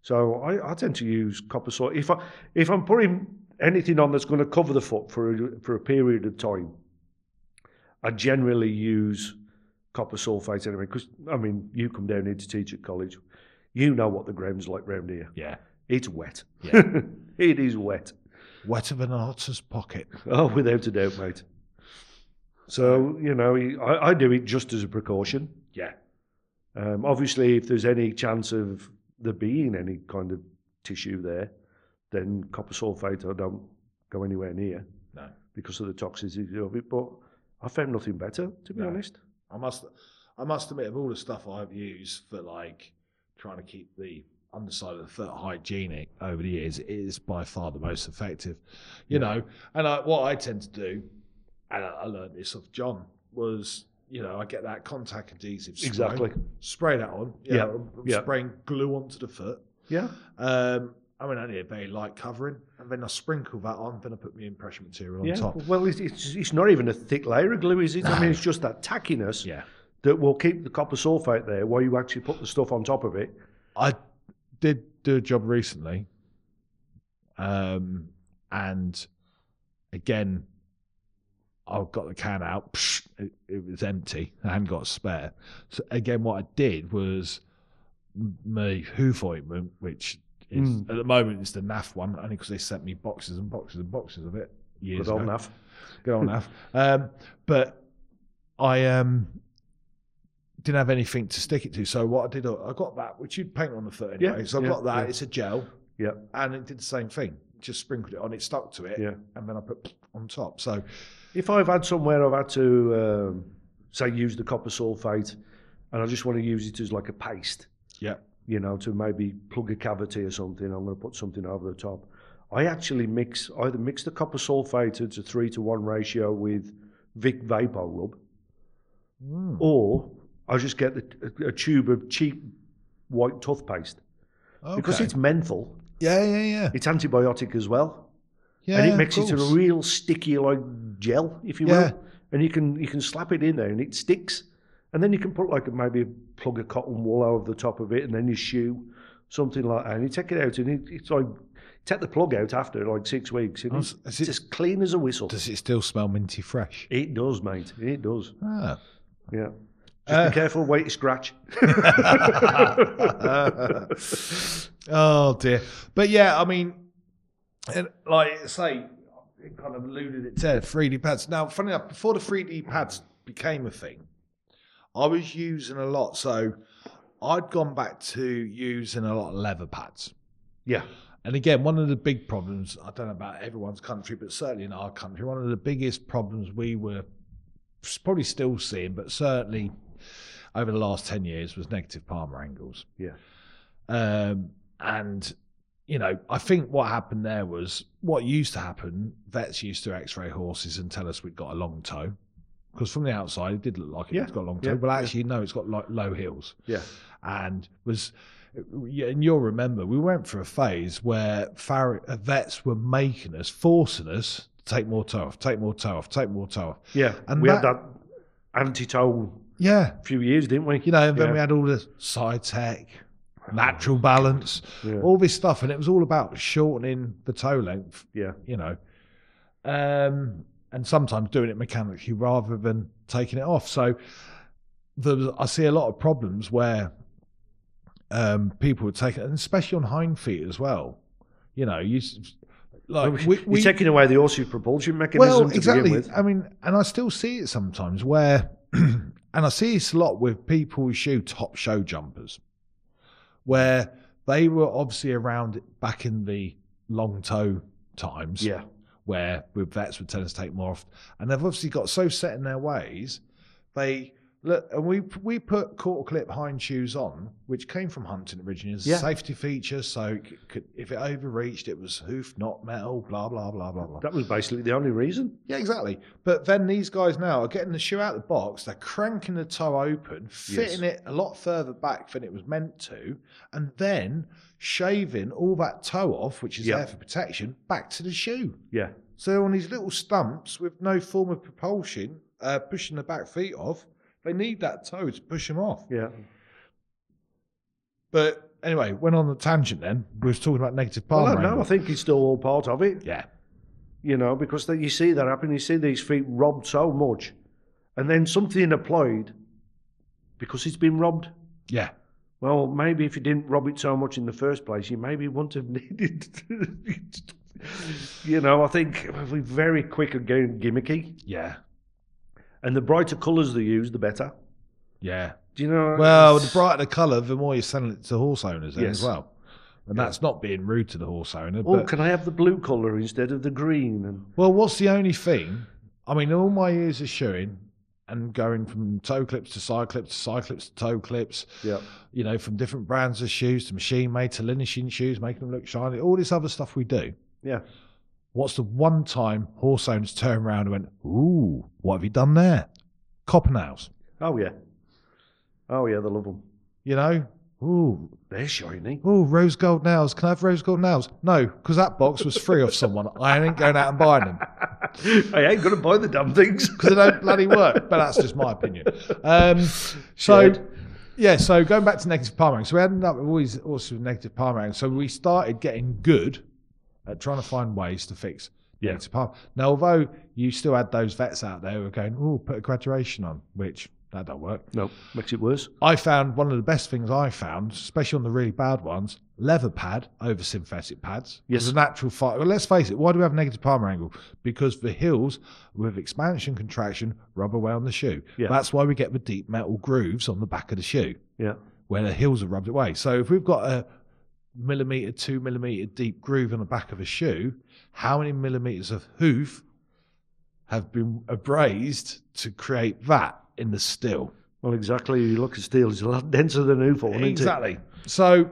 Speaker 8: So I, I tend to use copper salt. If I if I'm putting anything on that's going to cover the foot for a, for a period of time, I generally use copper sulfate anyway. Because I mean, you come down here to teach at college, you know what the ground's like round here.
Speaker 1: Yeah.
Speaker 8: It's wet.
Speaker 1: Yeah.
Speaker 8: it is wet.
Speaker 1: Wetter than an otter's pocket.
Speaker 8: Oh, without a doubt, mate. So you know, I, I do it just as a precaution.
Speaker 1: Yeah.
Speaker 8: Um, obviously, if there's any chance of there being any kind of tissue there, then copper sulfate I don't go anywhere near.
Speaker 1: No.
Speaker 8: Because of the toxicity of it, but I found nothing better to be
Speaker 1: No.
Speaker 8: honest.
Speaker 1: I must, I must admit, of all the stuff I've used for like trying to keep the underside of the foot hygienic over the years, it is by far the most effective. You know, and I, what I tend to do, and I, I learned this off John, was you know I get that contact adhesive spray,
Speaker 8: Exactly.
Speaker 1: spray that on, you
Speaker 8: Yeah,
Speaker 1: know, I'm
Speaker 8: yeah.
Speaker 1: spraying glue onto the foot.
Speaker 8: Yeah.
Speaker 1: Um, I mean, I need a very light covering, and then I sprinkle that on, then I put my impression material on
Speaker 8: yeah.
Speaker 1: top.
Speaker 8: Well, it's, it's it's not even a thick layer of glue, is it? I mean, it's just that tackiness
Speaker 1: Yeah.
Speaker 8: that will keep the copper sulfate there while you actually put the stuff on top of it.
Speaker 1: I did do a job recently, um, and again, I got the can out. Psh, it, it was empty. I hadn't got a spare. So again, what I did was m- my hoof ointment, which is
Speaker 8: Mm.
Speaker 1: at the moment is the NAF one, only because they sent me boxes and boxes and boxes of it years
Speaker 8: Good old
Speaker 1: ago.
Speaker 8: enough.
Speaker 1: Good old NAF. Um, but I um, didn't have anything to stick it to. So what I did, I got that, which you'd paint on the foot anyway.
Speaker 8: Yeah,
Speaker 1: so I
Speaker 8: yeah,
Speaker 1: got that.
Speaker 8: yeah.
Speaker 1: It's a gel.
Speaker 8: Yeah.
Speaker 1: And it did the same thing. Just sprinkled it on. It stuck to it.
Speaker 8: Yeah.
Speaker 1: And then I put on top. So
Speaker 8: If I've had somewhere I've had to, um, say, use the copper sulfate and I just want to use it as like a paste,
Speaker 1: yeah,
Speaker 8: you know, to maybe plug a cavity or something, I'm going to put something over the top. I actually mix, either mix the copper sulfate at a three to one ratio with Vic Vapor Rub, or I just get the, a, a tube of cheap white toothpaste because
Speaker 1: Okay.
Speaker 8: it's menthol,
Speaker 1: yeah, yeah, yeah,
Speaker 8: it's antibiotic as well
Speaker 1: yeah.
Speaker 8: and it
Speaker 1: of
Speaker 8: makes it a
Speaker 1: course.
Speaker 8: real sticky like gel, if you
Speaker 1: Yeah.
Speaker 8: will. And you can you can slap it in there and it sticks. And then you can put like maybe plug a cotton wool over the top of it, and then your shoe, something like that. And you take it out and it, it's like Take the plug out after like six weeks. and
Speaker 1: Oh,
Speaker 8: it's
Speaker 1: s- is it-
Speaker 8: just clean as a whistle.
Speaker 1: Does it still smell minty fresh?
Speaker 8: It does, mate. It does.
Speaker 1: Ah.
Speaker 8: Yeah. Just
Speaker 1: Uh,
Speaker 8: be careful, wait to scratch.
Speaker 1: oh dear. But yeah, I mean, and like I say, it kind of alluded it to 3D pads. Now, funny enough, before the 3D pads became a thing, I was using a lot. So I'd gone back to using a lot of leather pads.
Speaker 8: yeah.
Speaker 1: And again, one of the big problems, I don't know about everyone's country, but certainly in our country, one of the biggest problems we were probably still seeing, but certainly over the last 10 years, was negative palmer angles.
Speaker 8: Yeah.
Speaker 1: Um, and, you know, I think what happened there was what used to happen vets used to x ray horses and tell us we'd got a long toe. Because from the outside, it did look like it
Speaker 8: Yeah,
Speaker 1: has got a long toe.
Speaker 8: yeah,
Speaker 1: Well, actually, no, it's got like low heels
Speaker 8: Yeah.
Speaker 1: and was yeah, and you'll remember we went through a phase where far, uh, vets were making us forcing us to take more toe off take more toe off take more toe off
Speaker 8: Yeah.
Speaker 1: And
Speaker 8: And we had
Speaker 1: that-
Speaker 8: that anti toe
Speaker 1: yeah
Speaker 8: few years, didn't we?
Speaker 1: you know and then
Speaker 8: Yeah.
Speaker 1: we had all the side tech natural balance
Speaker 8: Yeah.
Speaker 1: all this stuff and it was all about shortening the toe length
Speaker 8: Yeah.
Speaker 1: you know um and sometimes doing it mechanically rather than taking it off so there was, i see a lot of problems where um people would take it and especially on hind feet as well you know you s- like we,
Speaker 8: You're
Speaker 1: we
Speaker 8: taking away the horse's propulsion mechanism
Speaker 1: well
Speaker 8: to
Speaker 1: exactly
Speaker 8: begin with.
Speaker 1: i mean and i still see it sometimes where and i see this a lot with people who shoe top show jumpers where they were obviously around back in the long toe times
Speaker 8: Yeah.
Speaker 1: where with vets would tend to take more off, and they've obviously got so set in their ways. They look, and we we put quarter clip hind shoes on, which came from hunting originally as a
Speaker 8: Yeah.
Speaker 1: safety feature. So it c- could, if it overreached, it was hoof, not metal. Blah blah blah blah blah.
Speaker 8: That was basically the only reason.
Speaker 1: Yeah, exactly. But then these guys now are getting the shoe out of the box, they're cranking the toe open, fitting it a lot further back than it was meant to, and then shaving all that toe off, which is
Speaker 8: Yeah.
Speaker 1: there for protection, back to the shoe.
Speaker 8: Yeah.
Speaker 1: So on these little stumps with no form of propulsion, uh, pushing the back feet off, they need that toe to push them off.
Speaker 8: Yeah.
Speaker 1: But anyway, went on the tangent then. We was talking about negative palm
Speaker 8: well,
Speaker 1: angle.
Speaker 8: no, I think it's still all part of it.
Speaker 1: Yeah.
Speaker 8: you know, because that you see that happen. You see these feet robbed so much, and then something applied because it's been robbed.
Speaker 1: Yeah.
Speaker 8: Well, maybe if you didn't rob it so much in the first place, you maybe wouldn't have needed. you know, I think we're very quick at getting gimmicky,
Speaker 1: Yeah.
Speaker 8: and the brighter colours they use, the better.
Speaker 1: Yeah.
Speaker 8: Do you know?
Speaker 1: Well, the brighter the colour, the more you're selling it to horse owners then
Speaker 8: Yes.
Speaker 1: as well. And that's not being rude to the horse owner.
Speaker 8: Oh,
Speaker 1: But,
Speaker 8: can I have the blue colour instead of the green? And
Speaker 1: well, what's the only thing? I mean, all my years of shoeing and going from toe clips to side clips to side clips to toe clips,
Speaker 8: yeah,
Speaker 1: you know, from different brands of shoes to machine made to Linishin shoes, making them look shiny, all this other stuff we do.
Speaker 8: yeah,
Speaker 1: What's the one time horse owners turned around and went, Ooh, what have you done there? Copper nails,
Speaker 8: oh yeah, oh yeah, they love them.
Speaker 1: you know? Ooh,
Speaker 8: They're shiny.
Speaker 1: ooh, rose gold nails. Can I have rose gold nails? No, because that box was free off someone. I ain't going out and buying them
Speaker 8: I ain't gonna buy the dumb things.
Speaker 1: because they don't bloody work. But that's just my opinion. Um, so,
Speaker 8: Shared.
Speaker 1: yeah, so going back to negative palm rank. So we ended up with always also with negative palm rank. So we started getting good at trying to find ways to fix
Speaker 8: Yeah.
Speaker 1: negative palm. Now, although you still had those vets out there who were going, oh, put a graduation on, which that don't work.
Speaker 8: No, makes it worse.
Speaker 1: I found one of the best things I found, especially on the really bad ones, leather pad over synthetic pads.
Speaker 8: Yes.
Speaker 1: It's a natural fight. Well, let's face it, why do we have negative palmar angle? Because the heels, with expansion contraction, rub away on the shoe.
Speaker 8: Yeah.
Speaker 1: That's why we get the deep metal grooves on the back of the shoe
Speaker 8: Yeah,
Speaker 1: where the heels are rubbed away. So if we've got a millimetre, two millimetre deep groove on the back of a shoe, how many millimetres of hoof have been abrased to create that in the steel?
Speaker 8: well, exactly. You look at steel; it's a lot denser than Ufo, isn't
Speaker 1: Exactly. So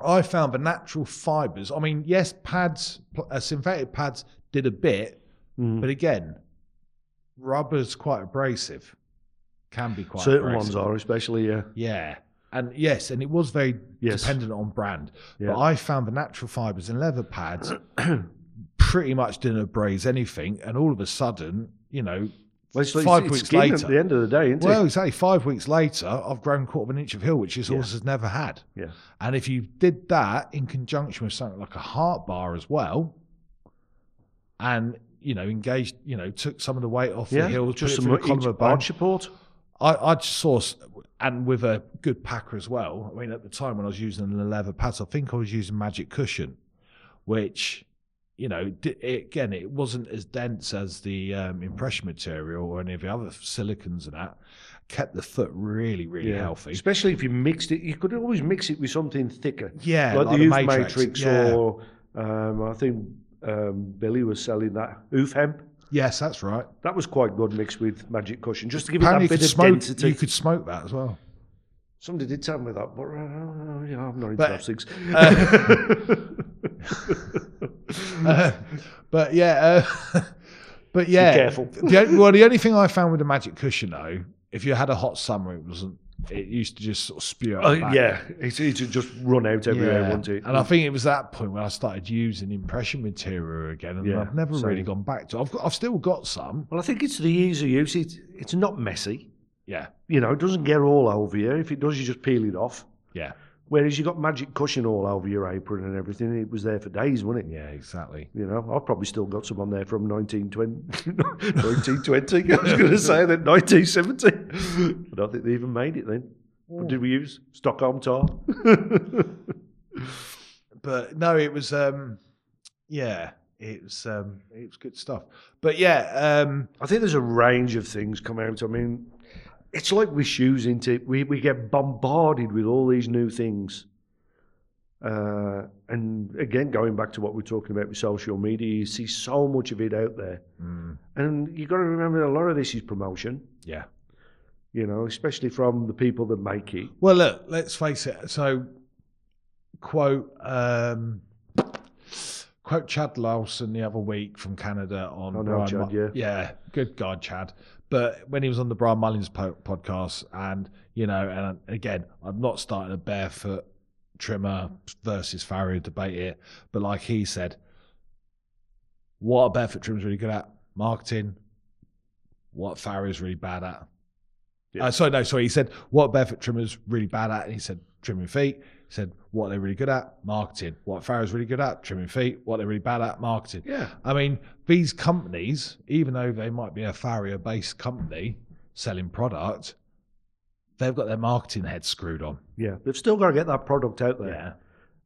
Speaker 1: I found the natural fibers. I mean, yes, pads, pl- uh, synthetic pads did a bit,
Speaker 8: it? Mm.
Speaker 1: but again, rubber's quite abrasive. Can be quite
Speaker 8: Certain
Speaker 1: abrasive.
Speaker 8: ones are, especially. uh, Yeah,
Speaker 1: Yeah. And yes, and it was very
Speaker 8: Yes.
Speaker 1: dependent on brand.
Speaker 8: Yeah.
Speaker 1: But I found the natural fibers and leather pads pretty much didn't abrade anything. And all of a sudden, you know,
Speaker 8: Well, it's, like-
Speaker 1: five
Speaker 8: it's
Speaker 1: weeks
Speaker 8: skin
Speaker 1: later.
Speaker 8: At the end of the day, isn't
Speaker 1: Well,
Speaker 8: it?
Speaker 1: exactly. Five weeks later, I've grown quarter of an inch of hill, which this
Speaker 8: Yeah.
Speaker 1: horse has never had.
Speaker 8: Yeah.
Speaker 1: And if you did that in conjunction with something like a heart bar as well, and you know, engaged, you know, took some of the weight off
Speaker 8: Yeah.
Speaker 1: the hill,
Speaker 8: just
Speaker 1: put
Speaker 8: some
Speaker 1: it through a column
Speaker 8: each
Speaker 1: of
Speaker 8: arch
Speaker 1: bone.
Speaker 8: support.
Speaker 1: I, I just saw, s- and with a good packer as well. I mean, at the time when I was using the leather pads, I think I was using Magic Cushion, which, you know, di it, again, it wasn't as dense as the um, impression material or any of the other silicons and that. Kept the foot really, really healthy.
Speaker 8: Especially if you mixed it, you could always mix it with something thicker.
Speaker 1: Yeah,
Speaker 8: like,
Speaker 1: like the
Speaker 8: the Hoof Matrix,
Speaker 1: Matrix, yeah.
Speaker 8: or um, I think um, Billy was selling that Hoof Hemp.
Speaker 1: Yes, that's right.
Speaker 8: That was quite good mixed with Magic Cushion, just to give
Speaker 1: Apparently,
Speaker 8: it
Speaker 1: you could,
Speaker 8: that bit of
Speaker 1: smoke,
Speaker 8: density.
Speaker 1: you could smoke that as well.
Speaker 8: Somebody did tell me that, but uh, yeah, I'm not into
Speaker 1: But-
Speaker 8: plastics.
Speaker 1: Uh, but yeah, uh, but yeah.
Speaker 8: careful.
Speaker 1: The only- well, the only thing I found with the magic cushion, though, if you had a hot summer, it wasn't. It used to just sort of spew out.
Speaker 8: Uh,
Speaker 1: the back.
Speaker 8: yeah, it, it'd just run out everywhere, wouldn't it?
Speaker 1: And I think it was that point when I started using impression material again, and
Speaker 8: Yeah,
Speaker 1: I've never
Speaker 8: same.
Speaker 1: really gone back to. I've got, I've still got some.
Speaker 8: well, I think it's the ease of use. It, it's not messy.
Speaker 1: Yeah,
Speaker 8: You know, it doesn't get all over you. If it does, you just peel it off.
Speaker 1: yeah,
Speaker 8: Whereas you got magic cushion all over your apron and everything. It was there for days, wasn't it?
Speaker 1: yeah, exactly.
Speaker 8: You know, I've probably still got some on there from 1920. 1920. I was going to say that 1970. I don't think they even made it then. What did we use? Stockholm tar.
Speaker 1: but no, it was um yeah, it was um it was good stuff. But yeah, um
Speaker 8: I think there's a range of things come out. I mean, it's like with shoes, isn't it? We, we get bombarded with all these new things. Uh, and again, going back to what we're talking about with social media, you see so much of it out there. And you've got to remember a lot of this is promotion,
Speaker 1: mm, yeah.
Speaker 8: you know, especially from the people that make it.
Speaker 1: Well, look, let's face it. So quote um quote Chad Lawson the other week from Canada on
Speaker 8: I know
Speaker 1: Brian
Speaker 8: Oh, Chad,
Speaker 1: Mu-
Speaker 8: yeah.
Speaker 1: yeah, good God, Chad. But when he was on the Brian Mullins po- podcast, and you know, and again, I'm not starting a barefoot trimmer versus Farrier debate here, but like he said, what a barefoot trimmer's really good at marketing, what Farrier's really bad at.
Speaker 8: Yeah.
Speaker 1: Uh, sorry, no, sorry. He said what barefoot trimmer's really bad at, and he said trimming feet. He said what they're really good at, marketing. What Farrier's really good at, trimming feet. What they're really bad at, marketing.
Speaker 8: Yeah.
Speaker 1: I mean, these companies, even though they might be a farrier based company selling product, they've got their marketing head screwed on.
Speaker 8: Yeah. They've still got to get that product out there.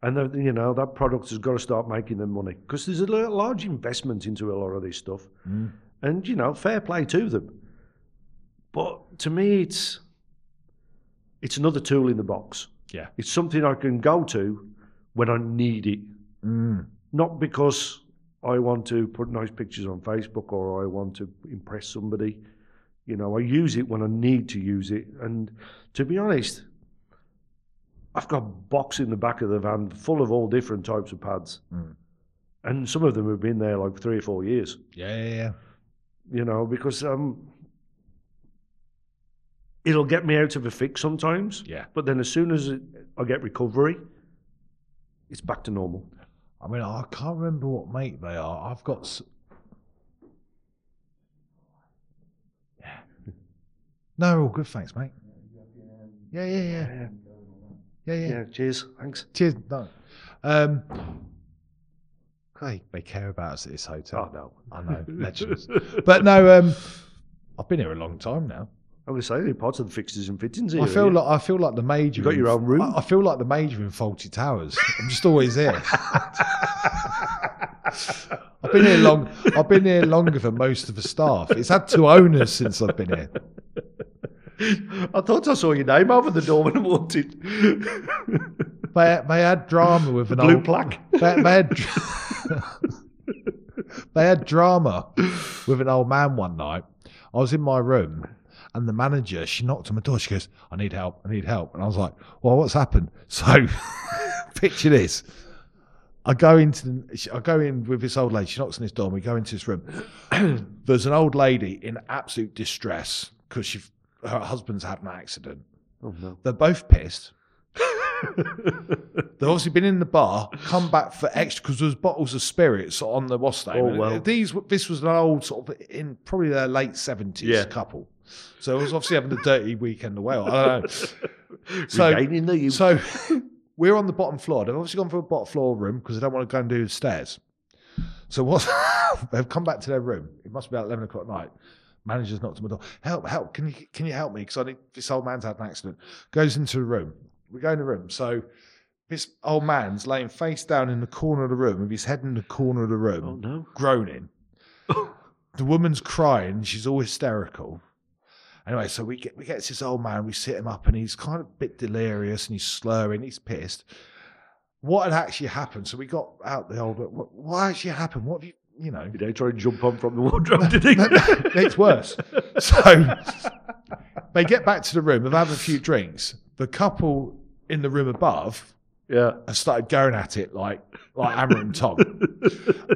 Speaker 8: And, they've- you know, that product has got to start making them money because there's a l- large investment into a lot of this stuff. And, you know, fair play to them. But to me, it's it's another tool in the box.
Speaker 1: Yeah.
Speaker 8: It's something I can go to when I need it,
Speaker 1: Mm.
Speaker 8: not because I want to put nice pictures on Facebook or I want to impress somebody. You know, I use it when I need to use it. And to be honest, I've got a box in the back of the van full of all different types of pads. And some of them have been there like three or four years,
Speaker 1: Yeah, yeah, yeah.
Speaker 8: you know, because um, it'll get me out of a fix sometimes.
Speaker 1: Yeah.
Speaker 8: But then as soon as it- I get recovery, it's back to normal.
Speaker 1: I mean, I can't remember what make they are. I've got. S- Yeah. No, all good, thanks, mate. Yeah, yeah, yeah. Yeah, yeah.
Speaker 8: Yeah, cheers. Thanks.
Speaker 1: Cheers. No. Um, they, they care about us at this hotel.
Speaker 8: Oh, no.
Speaker 1: I know, legends. But no, um, I've been here a long time now.
Speaker 8: I was saying, they're part of the fixtures and fittings here.
Speaker 1: I feel
Speaker 8: yeah.
Speaker 1: like I feel like the major.
Speaker 8: You got your
Speaker 1: in-
Speaker 8: own room?
Speaker 1: I, I feel like the major in Faulty Towers. I'm just always here. I've been here long. I've been here longer than most of the staff. It's had two owners since I've been here.
Speaker 8: I thought I saw your name over the door when I walked in.
Speaker 1: They, they had drama with an
Speaker 8: Blue
Speaker 1: old
Speaker 8: plaque.
Speaker 1: They, they had they had drama with an old man one night. I was in my room, and the manager she knocked on my door. She goes, "I need help. I need help." And I was like, "Well, what's happened?" So, picture this: I go into the, she- I go in with this old lady. She knocks on this door, and we go into this room. There's an old lady in absolute distress because she her husband's had an accident.
Speaker 8: Oh, no.
Speaker 1: They're both pissed. They've obviously been in the bar, come back for extra because there was bottles of spirits on the what's name.
Speaker 8: Oh,
Speaker 1: And
Speaker 8: well.
Speaker 1: These this was an old sort of in probably their late seventies
Speaker 8: Yeah.
Speaker 1: couple, so it was obviously having a dirty weekend away. I don't know. So-
Speaker 8: Regaining the youth.
Speaker 1: So we're on the bottom floor. They've obviously gone for a bottom floor room because they don't want to go and do the stairs. So what? they've come back to their room. It must be about eleven o'clock at night. Manager's knocked on my door. Help! Help! Can you can you help me? Because I need this old man's had an accident. Goes into the room. We go in the room. So this old man's laying face down in the corner of the room with his head in the corner of the room
Speaker 8: oh no.
Speaker 1: groaning. the woman's crying. She's all hysterical. Anyway, so we get we get this old man. We sit him up, and he's kind of a bit delirious, and he's slurring. He's pissed. What had actually happened? So we got out the old. What, what actually happened? What have you? You know,
Speaker 8: Did they try and jump on from the wardrobe? Did they?
Speaker 1: it's worse. So they get back to the room. They've had a few drinks. The couple in the room above
Speaker 8: yeah.
Speaker 1: have started going at it like like Hammer and Tom,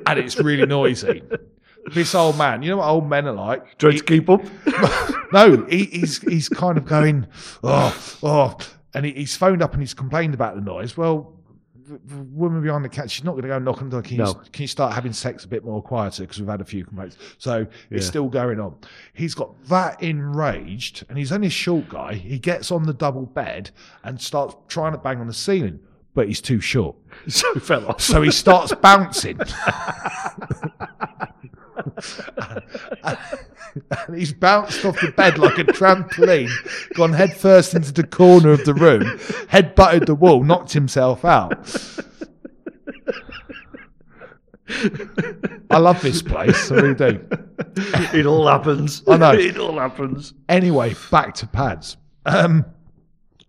Speaker 1: and it's really noisy. This old man, you know what old men are like.
Speaker 8: Trying to keep up.
Speaker 1: no, he, he's he's kind of going, oh, oh, and he, he's phoned up and he's complained about the noise. Well, the, the woman behind the cat, she's not going to go and knock on the door. Can,
Speaker 8: No.
Speaker 1: you, can you start having sex a bit more quieter? Because we've had a few complaints. So it's
Speaker 8: Yeah.
Speaker 1: still going on. He's got that enraged, and he's only a short guy. He gets on the double bed and starts trying to bang on the ceiling, but he's too short.
Speaker 8: so he fell off.
Speaker 1: So he starts bouncing. and he's bounced off the bed like a trampoline, gone headfirst into the corner of the room, head butted the wall, knocked himself out. I love this place. I really do.
Speaker 8: it all happens.
Speaker 1: I know.
Speaker 8: It all happens.
Speaker 1: Anyway, back to pads. Um,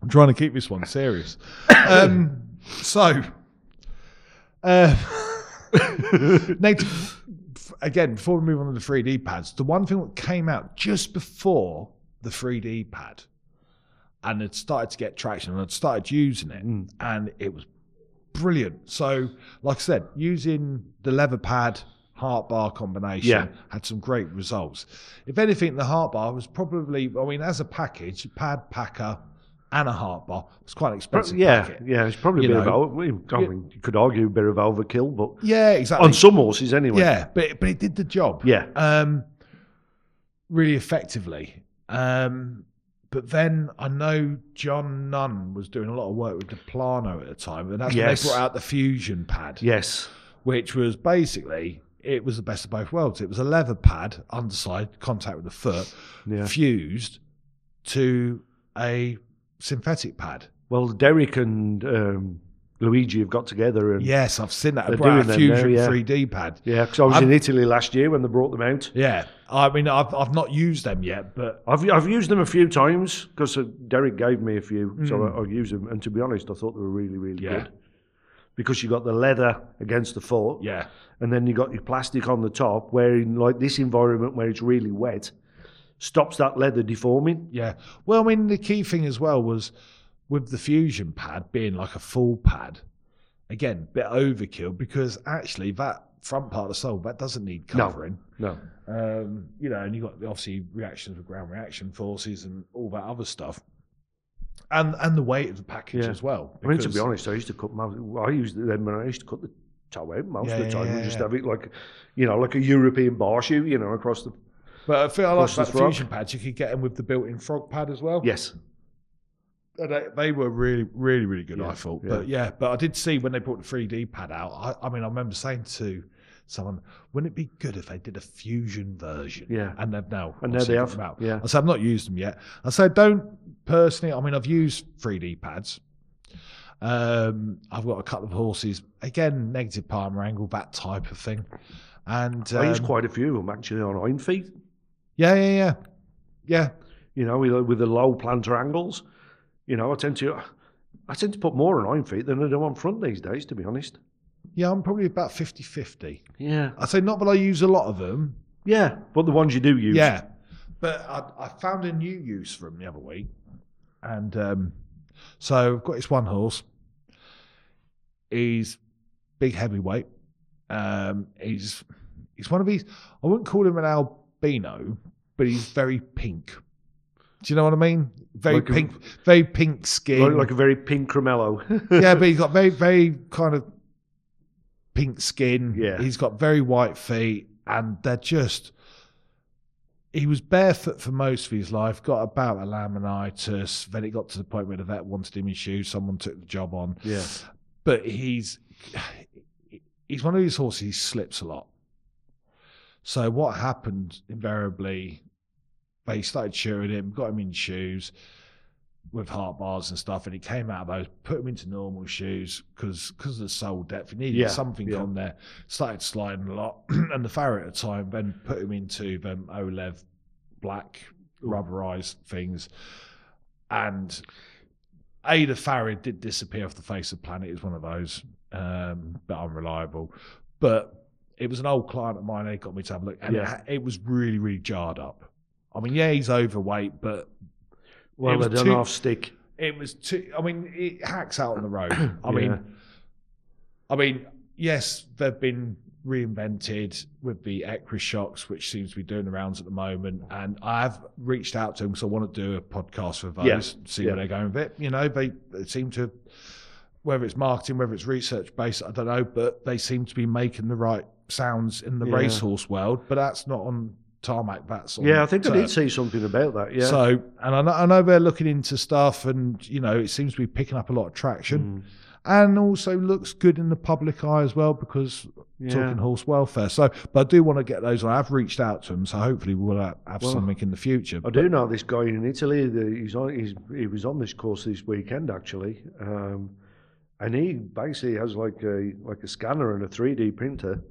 Speaker 1: I'm trying to keep this one serious. Um, so, uh, Nate, again, before we move on to the 3D pads, the one thing that came out just before the 3D pad and it started to get traction and I'd started using it and it was brilliant. So, like I said, using the leather pad heart bar combination
Speaker 8: Yeah.
Speaker 1: had some great results. If anything, the heart bar was probably, I mean, as a package, pad packer and a heart bar, it's quite an expensive.
Speaker 8: yeah,
Speaker 1: packet.
Speaker 8: yeah. It's probably a
Speaker 1: You
Speaker 8: bit
Speaker 1: know.
Speaker 8: of. over- I mean, you could argue a bit of overkill, but
Speaker 1: yeah, exactly.
Speaker 8: on some horses anyway.
Speaker 1: Yeah, but it, but it did the job.
Speaker 8: Yeah.
Speaker 1: um, really effectively. Um, but then I know John Nunn was doing a lot of work with the Plano at the time, and that's
Speaker 8: Yes.
Speaker 1: when they brought out the Fusion pad,
Speaker 8: Yes.
Speaker 1: which was basically it was the best of both worlds. It was a leather pad, underside contact with the foot,
Speaker 8: Yeah.
Speaker 1: fused to a synthetic pad.
Speaker 8: Well, Derek and um, Luigi have got together and
Speaker 1: Yes, I've seen that. They
Speaker 8: Mm. They're
Speaker 1: brought out a
Speaker 8: doing them now,
Speaker 1: Fusion
Speaker 8: yeah.
Speaker 1: 3D pad.
Speaker 8: yeah. Because I was
Speaker 1: I'm-
Speaker 8: in Italy last year when they brought them out.
Speaker 1: Yeah, I mean, I've I've not used them yet, but
Speaker 8: I've I've used them a few times because Derek gave me a few, so I, I used them. And to be honest, I thought they were really really
Speaker 1: Hmm. Yeah.
Speaker 8: good because you got the leather against the foot,
Speaker 1: yeah.
Speaker 8: and then you got your plastic on the top. Where in like this environment where it's really wet, stops that leather deforming.
Speaker 1: Yeah. Well, I mean, the key thing as well was with the fusion pad being like a full pad, again, bit overkill because actually that front part of the sole that doesn't need
Speaker 8: No.
Speaker 1: covering.
Speaker 8: No,
Speaker 1: Um, you know, and you got obviously reactions with ground reaction forces and all that other stuff, and and the weight of the package
Speaker 8: Yeah.
Speaker 1: as well.
Speaker 8: I mean to
Speaker 1: because-
Speaker 8: be honest, I used to cut my I used them when I used to cut the toe out most of
Speaker 1: Yeah,
Speaker 8: the time.
Speaker 1: yeah,
Speaker 8: and just
Speaker 1: yeah.
Speaker 8: have it like, you know, like a European bar shoe, you know, across the
Speaker 1: but I feel I like
Speaker 8: Cross
Speaker 1: that
Speaker 8: the frog.
Speaker 1: fusion pads. You could get them with the built-in frog pad as well.
Speaker 8: yes,
Speaker 1: And They, they were really, really, really good.
Speaker 8: Yeah,
Speaker 1: I thought,
Speaker 8: yeah.
Speaker 1: but yeah, but I did see when they brought the 3D pad out. I, I mean, I remember saying to someone, "Wouldn't it be good if they did a fusion version?"
Speaker 8: Yeah.
Speaker 1: and they've now.
Speaker 8: And now
Speaker 1: obviously
Speaker 8: they
Speaker 1: got
Speaker 8: have,
Speaker 1: them Out.
Speaker 8: yeah.
Speaker 1: I said I've not used them yet. I said don't personally. I mean, I've used 3D pads. Um, I've got a couple of horses again, negative palmer angle, that type of thing, and um,
Speaker 8: I used quite a few of them actually on hind feet.
Speaker 1: yeah, yeah, yeah, yeah.
Speaker 8: you know, with, with the low plantar angles. You know, I tend to, I tend to put more on hind feet than I do on front these days, to be honest.
Speaker 1: Yeah, I'm probably about 50 50.
Speaker 8: Yeah,
Speaker 1: I say, not that I use a lot of them,
Speaker 8: yeah, but the ones you do use,
Speaker 1: Yeah, but I, I found a new use for him the other week, and um, so I've got this one horse. He's big heavyweight. Um, he's he's one of these. I wouldn't call him an albino, but he's very pink. Do you know what I mean? Very
Speaker 8: Like a-
Speaker 1: pink, very pink skin.
Speaker 8: Like, like a very pink Cremello.
Speaker 1: yeah, but he's got very, very kind of pink skin.
Speaker 8: Yeah.
Speaker 1: He's got very white feet, and they're just. He was barefoot for most of his life, got about a laminitis. Then it got to the point where the vet wanted him in shoes. Someone took the job on.
Speaker 8: yeah.
Speaker 1: But he's he's one of these horses, he slips a lot. So what happened invariably, they started shoeing him, got him in shoes with heart bars and stuff, and he came out of those, put him into normal shoes because of the sole depth. He needed
Speaker 8: Yeah,
Speaker 1: something
Speaker 8: yeah.
Speaker 1: on there. Started sliding a lot, and the Farrow at the time then put him into them Olev black rubberized things, and. Ada Farid did disappear off the face of the planet. Is one of those, um, but unreliable. But it was an old client of mine. They got me to have a look, and it
Speaker 8: Yeah.
Speaker 1: ha- it, was really, really jarred up. I mean, yeah, he's overweight, but It
Speaker 8: Well,
Speaker 1: was
Speaker 8: I don't
Speaker 1: too-
Speaker 8: half stick.
Speaker 1: it was too. I mean, it hacks out on the road. I
Speaker 8: Yeah.
Speaker 1: mean, I mean, yes, they've been reinvented with the Equus shocks, which seems to be doing the rounds at the moment. And I have reached out to them because I want to do a podcast for those,
Speaker 8: Yeah.
Speaker 1: see
Speaker 8: Yeah.
Speaker 1: where they're going with it. You know, they, they seem to, whether it's marketing, whether it's research based, I don't know, but they seem to be making the right sounds in the
Speaker 8: Yeah.
Speaker 1: racehorse world. But that's not on tarmac. That's on
Speaker 8: Yeah, I think I
Speaker 1: turf.
Speaker 8: did say something about that. Yeah.
Speaker 1: So, and I know, I know they're looking into stuff, and you know, it seems to be picking up a lot of traction,
Speaker 8: Mm.
Speaker 1: and also looks good in the public eye as well because
Speaker 8: yeah.
Speaker 1: talking horse welfare. So, but I do want to get those. on. I've reached out to them, so hopefully we'll have, have
Speaker 8: Well, uh,
Speaker 1: something in the future.
Speaker 8: I do know this guy in Italy. The, he's on. He's, he was on this course this weekend actually, um, and he basically has like a like a scanner and a three D printer,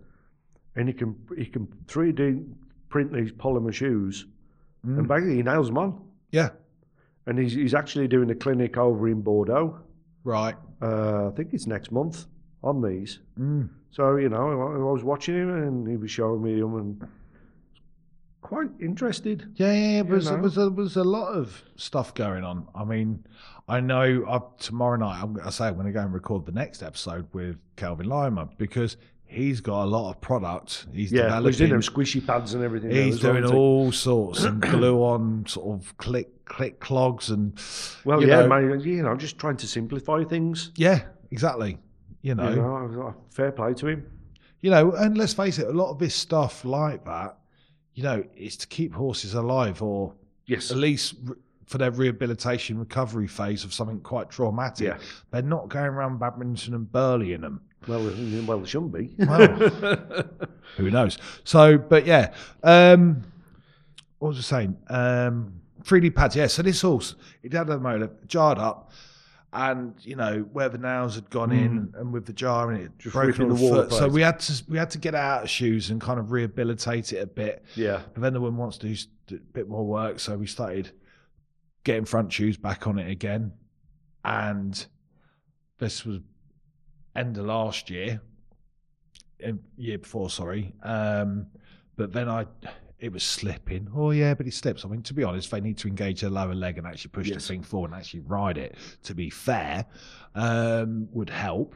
Speaker 8: and he can he can three D print these polymer shoes,
Speaker 1: Mm.
Speaker 8: and basically he nails them on.
Speaker 1: yeah,
Speaker 8: And he's he's actually doing a clinic over in Bordeaux.
Speaker 1: right.
Speaker 8: Uh, I think it's next month on these.
Speaker 1: Mm.
Speaker 8: So you know, I, I was watching him, and he was showing me them, and quite interested.
Speaker 1: Yeah, yeah, yeah. But was,
Speaker 8: know.
Speaker 1: was, there was a lot of stuff going on. I mean, I know i tomorrow night, I'm, I say I'm going to go and record the next episode with Calvin Lima because he's got a lot of product. He's
Speaker 8: Yeah, he
Speaker 1: developing.
Speaker 8: was doing them squishy pads and everything. there
Speaker 1: He's
Speaker 8: as well,
Speaker 1: doing
Speaker 8: wasn't he?
Speaker 1: all sorts and glue on sort of click click clogs and
Speaker 8: Well,
Speaker 1: you
Speaker 8: yeah,
Speaker 1: know,
Speaker 8: mate, you know, just trying to simplify things.
Speaker 1: yeah, exactly. You know,
Speaker 8: You know, fair play to him.
Speaker 1: you know, and let's face it, a lot of this stuff like that, you know, is to keep horses alive or
Speaker 8: Yes.
Speaker 1: at least re- for their rehabilitation recovery phase of something quite traumatic.
Speaker 8: Yeah.
Speaker 1: They're not going around badminton and burlying them.
Speaker 8: Well, uh, well, it shouldn't be.
Speaker 1: Who knows? So, but yeah, um, what was I saying? Um, 3D pads, yeah. So this horse, it had a molar jarred up, and you know where the nails had gone in, and with the jar and it
Speaker 8: Hmm. Just
Speaker 1: broken
Speaker 8: ripping
Speaker 1: all
Speaker 8: the
Speaker 1: the
Speaker 8: wall
Speaker 1: foot. So
Speaker 8: apart.
Speaker 1: we had to we had to get it out of shoes and kind of rehabilitate it a bit.
Speaker 8: yeah.
Speaker 1: But then the woman wants to do s- do a bit more work, so we started getting front shoes back on it again. And this was end of last year, eh, year before, sorry. Um, but then I, it was slipping. Oh yeah, but it slips. I mean, to be honest, they need to engage their lower leg and actually push
Speaker 8: Yes.
Speaker 1: the thing forward and actually ride it. To be fair, um, would help.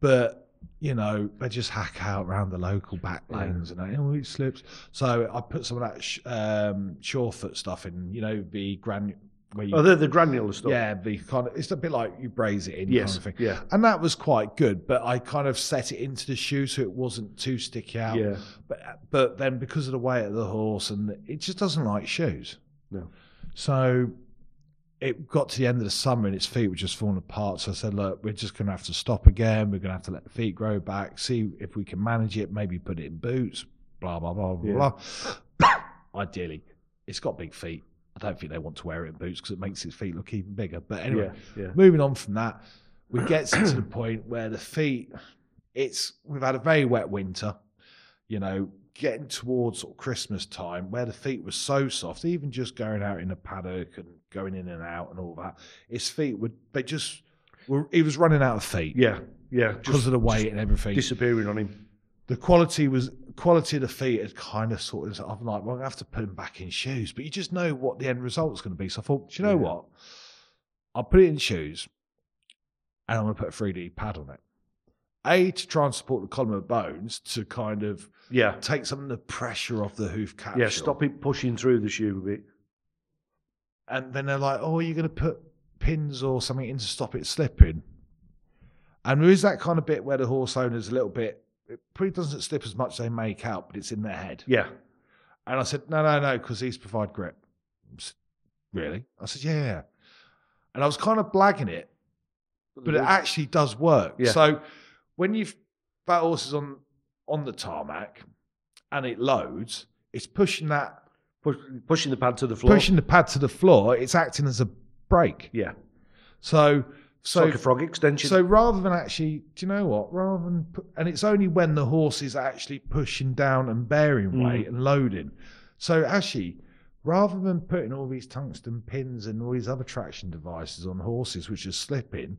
Speaker 1: But you know, they just hack out around the local back lanes and oh, it slips. So I put some of that sh- um, surefoot stuff in. You know, the gran where you
Speaker 8: Oh, they're the granular stuff.
Speaker 1: yeah, the kind of it's a bit like you braise it in
Speaker 8: Yes.
Speaker 1: kind of thing.
Speaker 8: Yeah.
Speaker 1: And that was quite good, but I kind of set it into the shoe so it wasn't too sticky out.
Speaker 8: Yeah.
Speaker 1: But uh, but then because of the weight of the horse and it just doesn't like shoes.
Speaker 8: No.
Speaker 1: So it got to the end of the summer and its feet were just falling apart. So I said, look, we're just going to have to stop again. We're going to have to let the feet grow back, see if we can manage it, maybe put it in boots, blah, blah, blah, blah,
Speaker 8: Yeah.
Speaker 1: blah. Ideally, it's got big feet. I don't think they want to wear it in boots because it makes its feet look even bigger. But anyway,
Speaker 8: Yeah. Yeah.
Speaker 1: moving on from that, we get to the point where the feet, it's we've had a very wet winter, you know, getting towards sort of Christmas time where the feet were so soft, even just going out in the paddock and going in and out and all that, his feet would they just were he was running out of feet
Speaker 8: Yeah. Yeah. Just
Speaker 1: because of the weight and everything
Speaker 8: disappearing on him.
Speaker 1: the quality was quality of the feet had kind of sort of I'm like, well, I have to put him back in shoes, but you just know what the end result's going to be. So I thought, do you know
Speaker 8: Yeah.
Speaker 1: what? I'll put it in shoes, and I'm going to put a 3D pad on it. A to try and support the column of bones to kind of
Speaker 8: Yeah.
Speaker 1: take some of the pressure off the hoof capsule.
Speaker 8: Yeah. Stop it pushing through the shoe a bit.
Speaker 1: and then they're like, "Oh, you're going to put pins or something in to stop it slipping." And there is that kind of bit where the horse owner's a little bit. It probably doesn't slip as much as they make out, but it's in their head.
Speaker 8: Yeah.
Speaker 1: And I said, no, no, no, because these provide grip. I said, really? I said, yeah, yeah. And I was kind of blagging it, but it actually does work.
Speaker 8: Yeah.
Speaker 1: So when you've that horse is on on the tarmac and it loads, it's pushing that
Speaker 8: Push, pushing the pad to the floor.
Speaker 1: pushing the pad to the floor. It's acting as a brake.
Speaker 8: Yeah.
Speaker 1: So
Speaker 8: So,
Speaker 1: so
Speaker 8: like a frog extension.
Speaker 1: so rather than actually, do you know what? Rather than, pu- and it's only when the horse is actually pushing down and bearing
Speaker 8: Mm.
Speaker 1: weight and loading. So actually, rather than putting all these tungsten pins and all these other traction devices on horses which are slipping,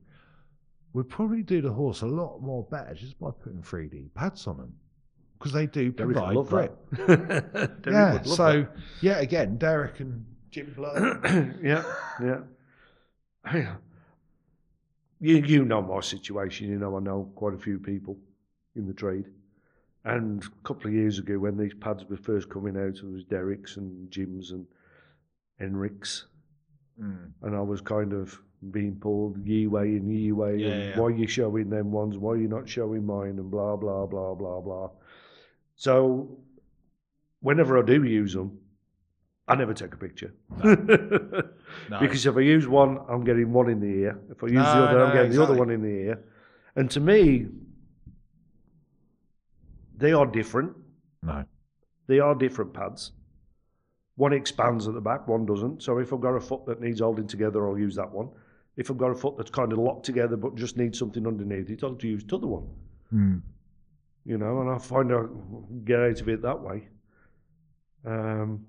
Speaker 1: we'd probably do the horse a lot more better just by putting 3D pads on them because they do
Speaker 8: Derek would
Speaker 1: provide
Speaker 8: love
Speaker 1: grip.
Speaker 8: that. Derek
Speaker 1: Yeah.
Speaker 8: would love
Speaker 1: So yeah, again, Derek and Jim Blood.
Speaker 8: that. yeah, yeah. you you know my situation. You know I know quite a few people in the trade. And a couple of years ago, when these pads were first coming out, it was Derek's and Jim's and Enric's.
Speaker 1: Mm.
Speaker 8: and I was kind of being pulled ye way and ye way,
Speaker 1: Yeah,
Speaker 8: and
Speaker 1: yeah.
Speaker 8: why you showing them ones, why you not showing mine, and blah blah blah blah blah. So, whenever I do use them, I never take a picture
Speaker 1: No.
Speaker 8: because if I use one, I'm getting one in the ear. If I use the
Speaker 1: No,
Speaker 8: other, I'm
Speaker 1: no,
Speaker 8: getting the
Speaker 1: exactly.
Speaker 8: other one in the ear. And to me, they are different.
Speaker 1: No.
Speaker 8: They are different pads. One expands at the back, one doesn't. So if I've got a foot that needs holding together, I'll use that one. If I've got a foot that's kind of locked together but just needs something underneath it, I'll use the other one.
Speaker 1: Mm.
Speaker 8: You know, and I find I get out of it that way. Um,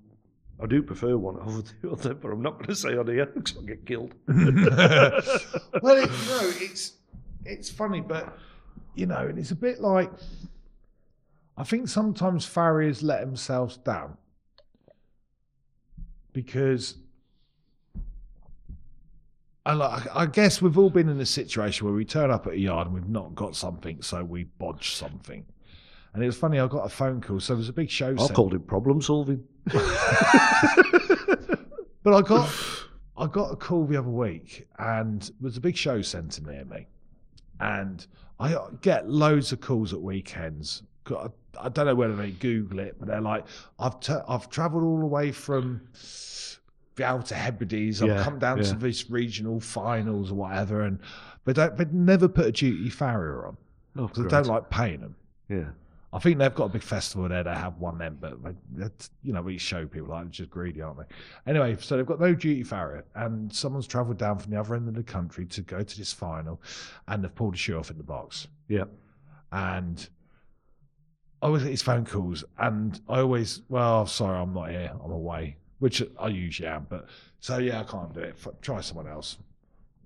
Speaker 8: I do prefer one over the other, but I'm not going to say on here because I'll get killed.
Speaker 1: well, it, no, it's it's funny, but you know, and it's a bit like I think sometimes farriers let themselves down because. I, like, I guess we've all been in a situation where we turn up at a yard and we've not got something, so we bodge something. And it was funny, I got a phone call. So there was a big show
Speaker 8: I
Speaker 1: set.
Speaker 8: called it problem solving.
Speaker 1: But I got I got a call the other week, and there was a big show centre near me, and I uh, get loads of calls at weekends. I, I don't know whether they Google it, but they're like, "I've t- I've travelled all the way from the Outer Hebrides. I've
Speaker 8: Yeah,
Speaker 1: come down to
Speaker 8: yeah.
Speaker 1: this regional finals or whatever," and they don't they never put a duty farrier on
Speaker 8: Oh,
Speaker 1: because they don't like paying them.
Speaker 8: Yeah.
Speaker 1: I think they've got a big festival there. They have one then, but they- that's, you know, we show people like they're just greedy, aren't they? Anyway, so they've got no duty farrier, and someone's travelled down from the other end of the country to go to this final, and they've pulled a shoe off in the box.
Speaker 8: Yeah.
Speaker 1: And I always get his phone calls, and I always, well, sorry, I'm not here. I'm away, which I usually am, but so yeah, I can't do it. F- try someone else.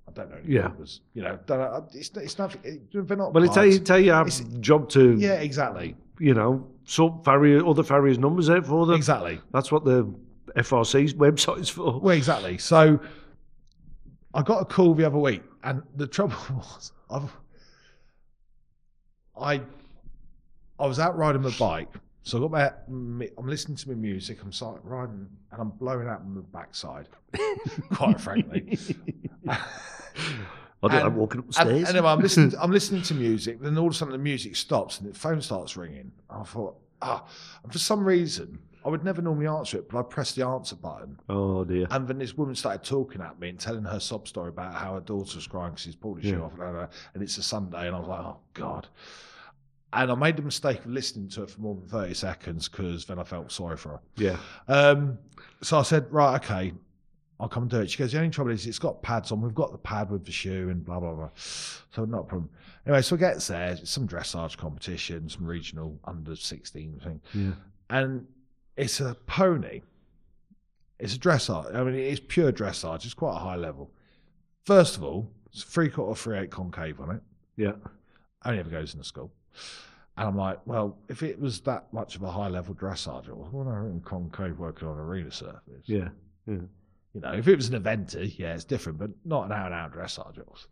Speaker 1: I don't know. Any
Speaker 8: Yeah.
Speaker 1: numbers. You know, don't know, it's, it's nothing. It, they're not.
Speaker 8: Well, it's a,
Speaker 1: clients.
Speaker 8: it's a uh,
Speaker 1: It's-
Speaker 8: job to,
Speaker 1: yeah, exactly.
Speaker 8: you know, sort farrier, other farriers' numbers out for them.
Speaker 1: Exactly.
Speaker 8: That's what the FRC's website is for.
Speaker 1: Well, exactly. So I got a call the other week, and the trouble was, I've, I, I was out riding my bike. So I got my, mi- I'm listening to my music. I'm sort of riding, and I'm blowing out my backside. quite frankly.
Speaker 8: I don't like
Speaker 1: And-
Speaker 8: walking up the
Speaker 1: And,
Speaker 8: stairs.
Speaker 1: and anyway, I'm listening. I'm listening to music. Then all of a sudden, the music stops and the phone starts ringing. I thought, ah, and for some reason, I would never normally answer it, but I pressed the answer button.
Speaker 8: oh, dear.
Speaker 1: And then this woman started talking at me and telling her sob story about how her daughter was crying because she's pulled her shoe
Speaker 8: Yeah.
Speaker 1: off, blah, blah, and it's a Sunday. And I was like, oh god. And I made the mistake of listening to it for more than thirty seconds because then I felt sorry for her.
Speaker 8: Yeah.
Speaker 1: Um, so I said, right, okay, I'll come and do it. She goes, the only trouble is it's got pads on. We've got the pad with the shoe and blah blah blah. So not a problem. Anyway, so I gets there. It's some dressage competition, some regional under sixteen thing
Speaker 8: Yeah.
Speaker 1: and it's a pony. It's a dressage. I mean, it's pure dressage. It's quite a high level. First of all, it's three quarter, three eight concave on it.
Speaker 8: Yeah.
Speaker 1: Only ever goes in the school. And I'm like, well, if it was that much of a high level dressage, well, well, I'm in concave working on arena surface.
Speaker 8: Yeah.
Speaker 1: You know, if it was an eventer, yeah, it's different, but not an hour and hour dressage horse.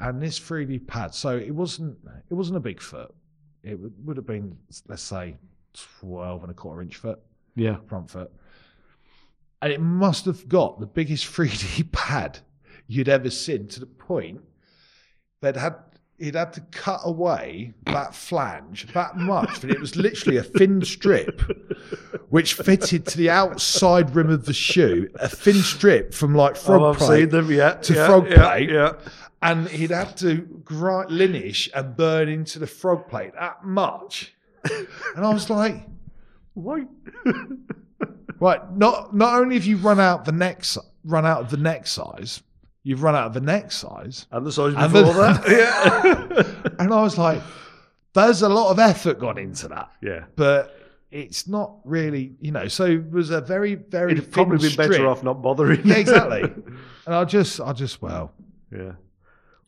Speaker 1: And this 3D pad, so it wasn't it wasn't a big foot. It would, would have been, let's say, 12 and a quarter inch foot
Speaker 8: Yeah.
Speaker 1: front foot. and it must have got the biggest 3D pad you'd ever seen to the point that had he'd had to cut away that flange that much that it was literally a thin strip which fitted to the outside rim of the shoe, a thin strip from like frog
Speaker 8: Oh, I've
Speaker 1: plate
Speaker 8: seen them, yeah.
Speaker 1: to
Speaker 8: yeah,
Speaker 1: frog
Speaker 8: yeah,
Speaker 1: plate.
Speaker 8: Yeah.
Speaker 1: and he'd had to grind, linish and burn into the frog plate that much. and I was like,
Speaker 8: Why?
Speaker 1: right, not not only have you run out the neck si- run out of the neck size, you've run out of the neck size.
Speaker 8: And the size
Speaker 1: And
Speaker 8: before
Speaker 1: then-
Speaker 8: that? Yeah.
Speaker 1: And I was like, there's a lot of effort gone into that,
Speaker 8: yeah.
Speaker 1: but it's not really, you know. So it was a very very
Speaker 8: It'd probably
Speaker 1: thin
Speaker 8: been better
Speaker 1: strip.
Speaker 8: off not bothering.
Speaker 1: Yeah, exactly. and I just, I just, well,
Speaker 8: yeah.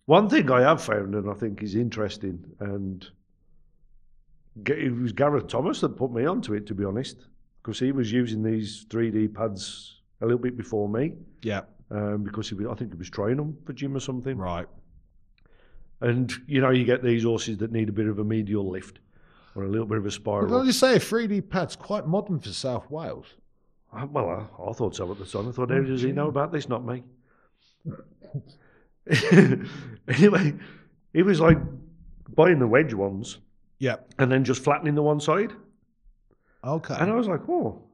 Speaker 8: One thing I have found and I think is interesting, and Ga- it was Gareth Thomas that put me onto it, to be honest, because he was using these 3D pads a little bit before me,
Speaker 1: yeah,
Speaker 8: um, because he was, I think he was trying them for gym or something.
Speaker 1: right,
Speaker 8: And, you know, you get these horses that need a bit of a medial lift or a little bit of a spiral.
Speaker 1: Well, can I just say, a 3D pad's quite modern for South Wales.
Speaker 8: I- Uh, Well, I, I thought so at the time. I thought, how does he know about this? Not me. anyway, he was like buying the wedge ones
Speaker 1: Yeah.
Speaker 8: and then just flattening the one side.
Speaker 1: Okay.
Speaker 8: And I was like, whoa,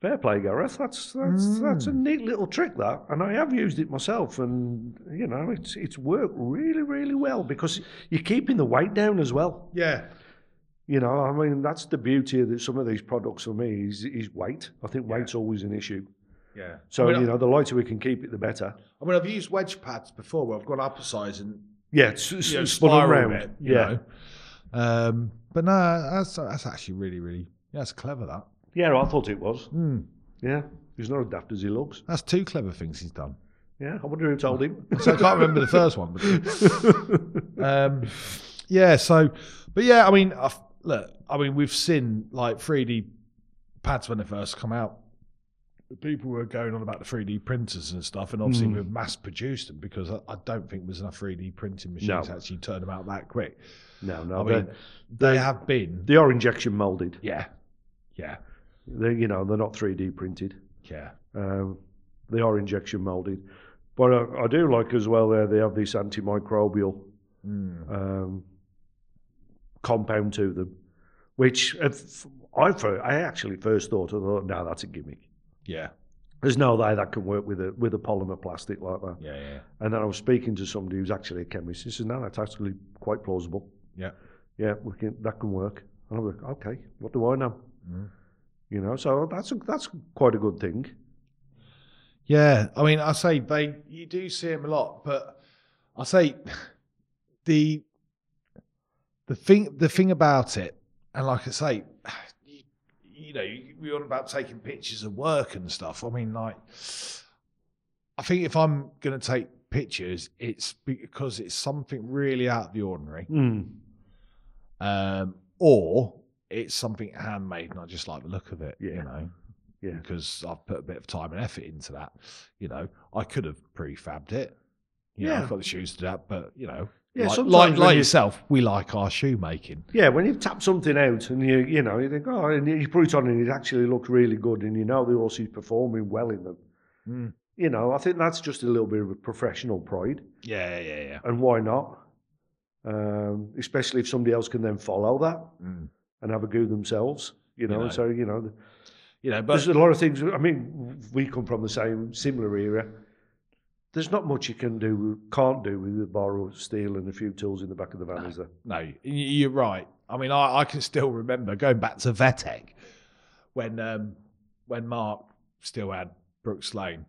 Speaker 8: fair play, Gareth. That's that's that's a neat little trick that, and I have used it myself, and you know, it's it's worked really really well because you're keeping the weight down as well.
Speaker 1: yeah.
Speaker 8: You know, I mean, that's the beauty of the, some of these products for me is, is weight. I think weight's always an issue.
Speaker 1: Yeah.
Speaker 8: So
Speaker 1: I mean,
Speaker 8: you know, the lighter we can keep it, the better.
Speaker 1: I mean, I've used wedge pads before where I've gone up a size and
Speaker 8: Yeah, it's,
Speaker 1: you know,
Speaker 8: spun
Speaker 1: spiral
Speaker 8: around.
Speaker 1: bit, you
Speaker 8: yeah,
Speaker 1: know. Um, but no, that's that's actually really, really yeah, that's clever. That
Speaker 8: yeah, I thought it was.
Speaker 1: Hmm.
Speaker 8: Yeah, he's not as daft as he looks.
Speaker 1: that's two clever things he's done.
Speaker 8: Yeah, I wonder who told him.
Speaker 1: So I can't remember the first one. But, um, yeah. So, but yeah, I mean, i look, I mean, we've seen like 3D pads when they first come out. People were going on about the 3D printers and stuff, and obviously we've mass produced them because I, I don't think there's enough 3D printing machines
Speaker 8: No.
Speaker 1: to actually turn them out that quick.
Speaker 8: no,
Speaker 1: I
Speaker 8: no,
Speaker 1: mean,
Speaker 8: they
Speaker 1: they have been.
Speaker 8: they are injection molded.
Speaker 1: Yeah. Yeah.
Speaker 8: They, you know, they're not three D printed.
Speaker 1: Yeah.
Speaker 8: Um, they are injection molded, but I, I do like as well there they have this antimicrobial
Speaker 1: Hmm.
Speaker 8: um, compound to them, which at f- I fir- I actually first thought I thought no that's a gimmick.
Speaker 1: Yeah.
Speaker 8: There's no way that can work with a with a polymer plastic like that.
Speaker 1: Yeah. Yeah.
Speaker 8: And then I was speaking to somebody who's actually a chemist. He says, "No, that's actually quite plausible.
Speaker 1: Yeah.
Speaker 8: Yeah, we can, that can work." And I'm like, "Okay, what do I know?" You know, so that's a, that's quite a good thing.
Speaker 1: Yeah, I mean, I say they you do see them a lot, but I say the the thing the thing about it, and like I say, you, you know, we're on about taking pictures of work and stuff. I mean, like, I think if I'm going to take pictures, it's because it's something really out of the ordinary, um, or it's something handmade, and I just like the look of it.
Speaker 8: Yeah.
Speaker 1: You know
Speaker 8: Yeah,
Speaker 1: because I've put a bit of time and effort into that. You know, I could have prefabbed it. You
Speaker 8: Yeah.
Speaker 1: know, I've got the shoes to that, but you know,
Speaker 8: Yeah,
Speaker 1: like,
Speaker 8: sometimes
Speaker 1: like,
Speaker 8: when
Speaker 1: like
Speaker 8: you-
Speaker 1: yourself, we like our shoemaking.
Speaker 8: yeah. When you tap something out and you you know you think oh and you put it on and it actually looks really good and you know the horse is performing well in them.
Speaker 1: Mm.
Speaker 8: You know, I think that's just a little bit of a professional pride.
Speaker 1: Yeah, yeah, yeah.
Speaker 8: and why not? Um, especially if somebody else can then follow that
Speaker 1: Mm.
Speaker 8: and have a go themselves, you know.
Speaker 1: know.
Speaker 8: So you know, th-
Speaker 1: You know,
Speaker 8: there's
Speaker 1: but
Speaker 8: a lot of things. I mean, we come from the same similar era. There's not much you can do, can't do with a bar of steel and a few tools in the back of the van, is there?
Speaker 1: no, y- you're right. I mean, I, I can still remember going back to Vetec when um, when Mark still had Brooks Lane.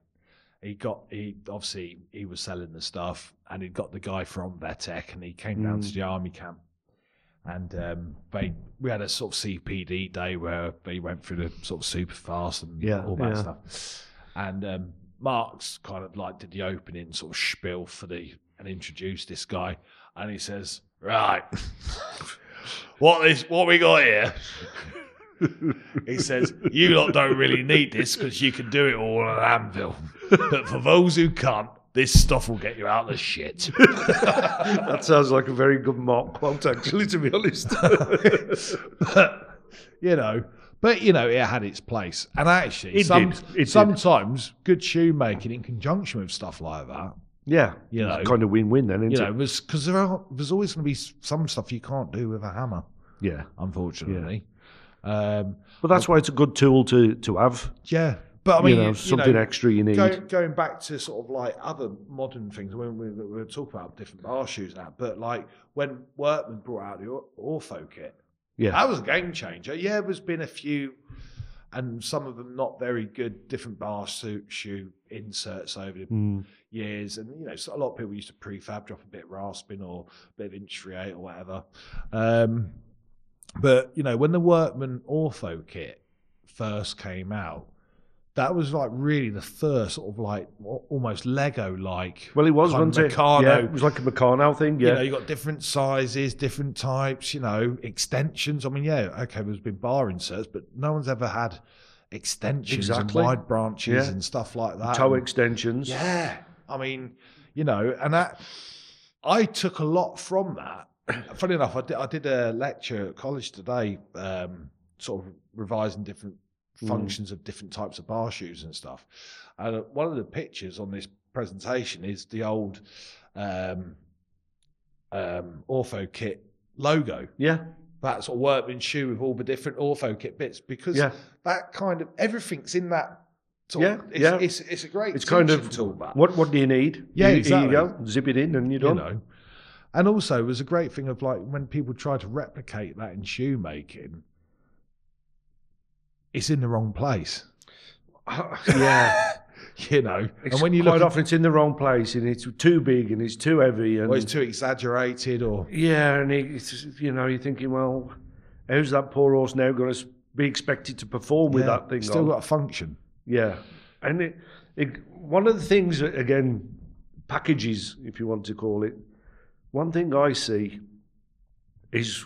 Speaker 1: He got he obviously he was selling the stuff, and he got the guy from Vetec, and he came down
Speaker 8: Mm.
Speaker 1: to the army camp and um, they we had a sort of CPD day where they went through the sort of super fast and
Speaker 8: Yeah,
Speaker 1: all that
Speaker 8: yeah.
Speaker 1: stuff. And um, Mark's kind of like did the opening sort of spiel for the and introduced this guy, and he says, "Right, what this what we got here?" He says, "You lot don't really need this because you can do it all on an anvil, but for those who can't, this stuff will get you out of the shit."
Speaker 8: that sounds like a very good mock quote, actually, to be honest.
Speaker 1: But, you know, But you know, it had its place, and actually,
Speaker 8: It
Speaker 1: some,
Speaker 8: did. It did.
Speaker 1: sometimes good shoemaking in conjunction with stuff like that,
Speaker 8: Yeah,
Speaker 1: You know.
Speaker 8: it's kind of win-win then, isn't
Speaker 1: you
Speaker 8: it?
Speaker 1: know, was because there are there's always going to be s- some stuff you can't do with a hammer,
Speaker 8: yeah,
Speaker 1: unfortunately. Um,
Speaker 8: but that's why it's a good tool to to have.
Speaker 1: yeah, but I mean,
Speaker 8: you know,
Speaker 1: you
Speaker 8: something
Speaker 1: know,
Speaker 8: extra you need.
Speaker 1: Go, going back to sort of like other modern things, when we, we were talking about different bar shoes and that, but like when Workman brought out the or- Ortho kit,
Speaker 8: yeah,
Speaker 1: that was a game changer. Yeah, there's been a few, and some of them not very good, different bar suit shoe inserts over the
Speaker 8: Mm,
Speaker 1: years. And, you know, so a lot of people used to prefab, drop a bit of rasping or a bit of intriate or whatever. Um, but, you know, when the Workman Ortho kit first came out, that was like really the first sort of like al- almost Lego like.
Speaker 8: well, it was
Speaker 1: Kind of
Speaker 8: wasn't it?
Speaker 1: Meccano.
Speaker 8: Yeah, it was like a Meccano thing. Yeah,
Speaker 1: You know, you got different sizes, different types, you know, extensions. I mean, yeah, okay, there's been bar inserts, but no one's ever had extensions
Speaker 8: Exactly.
Speaker 1: and wide branches
Speaker 8: Yeah.
Speaker 1: and stuff like that.
Speaker 8: toe
Speaker 1: And-
Speaker 8: extensions.
Speaker 1: um, yeah. I mean, you know, and that I took a lot from that. Funny enough, I did, I did a lecture at college today, um, sort of revising different
Speaker 8: Mm.
Speaker 1: functions of different types of bar shoes and stuff. And uh, one of the pictures on this presentation is the old um, um, Ortho Kit logo.
Speaker 8: yeah,
Speaker 1: That sort of workman shoe with all the different Ortho Kit bits because
Speaker 8: yeah.
Speaker 1: that kind of everything's in that. Sort
Speaker 8: Yeah,
Speaker 1: of, it's,
Speaker 8: yeah.
Speaker 1: It's, it's a great.
Speaker 8: It's kind of
Speaker 1: teaching tool, that.
Speaker 8: what what do you need?
Speaker 1: Yeah,
Speaker 8: Here-
Speaker 1: exactly.
Speaker 8: Here you go. Zip it in, and you're
Speaker 1: you
Speaker 8: done.
Speaker 1: know. And also, it was a great thing of like when people try to replicate that in shoemaking, it's in the wrong place,
Speaker 8: yeah,
Speaker 1: you know.
Speaker 8: it's
Speaker 1: and when you
Speaker 8: quite
Speaker 1: look,
Speaker 8: often it's in the wrong place, and it's too big, and it's too heavy, and
Speaker 1: well, "Oh, it's too exaggerated, or
Speaker 8: Yeah, and it- it's, you know, you're thinking, well, how's that poor horse now going to be expected to perform with
Speaker 1: Yeah,
Speaker 8: that thing
Speaker 1: it's still
Speaker 8: on?
Speaker 1: got a function.
Speaker 8: yeah, and it, it, one of the things that, again, packages, if you want to call it. One thing I see is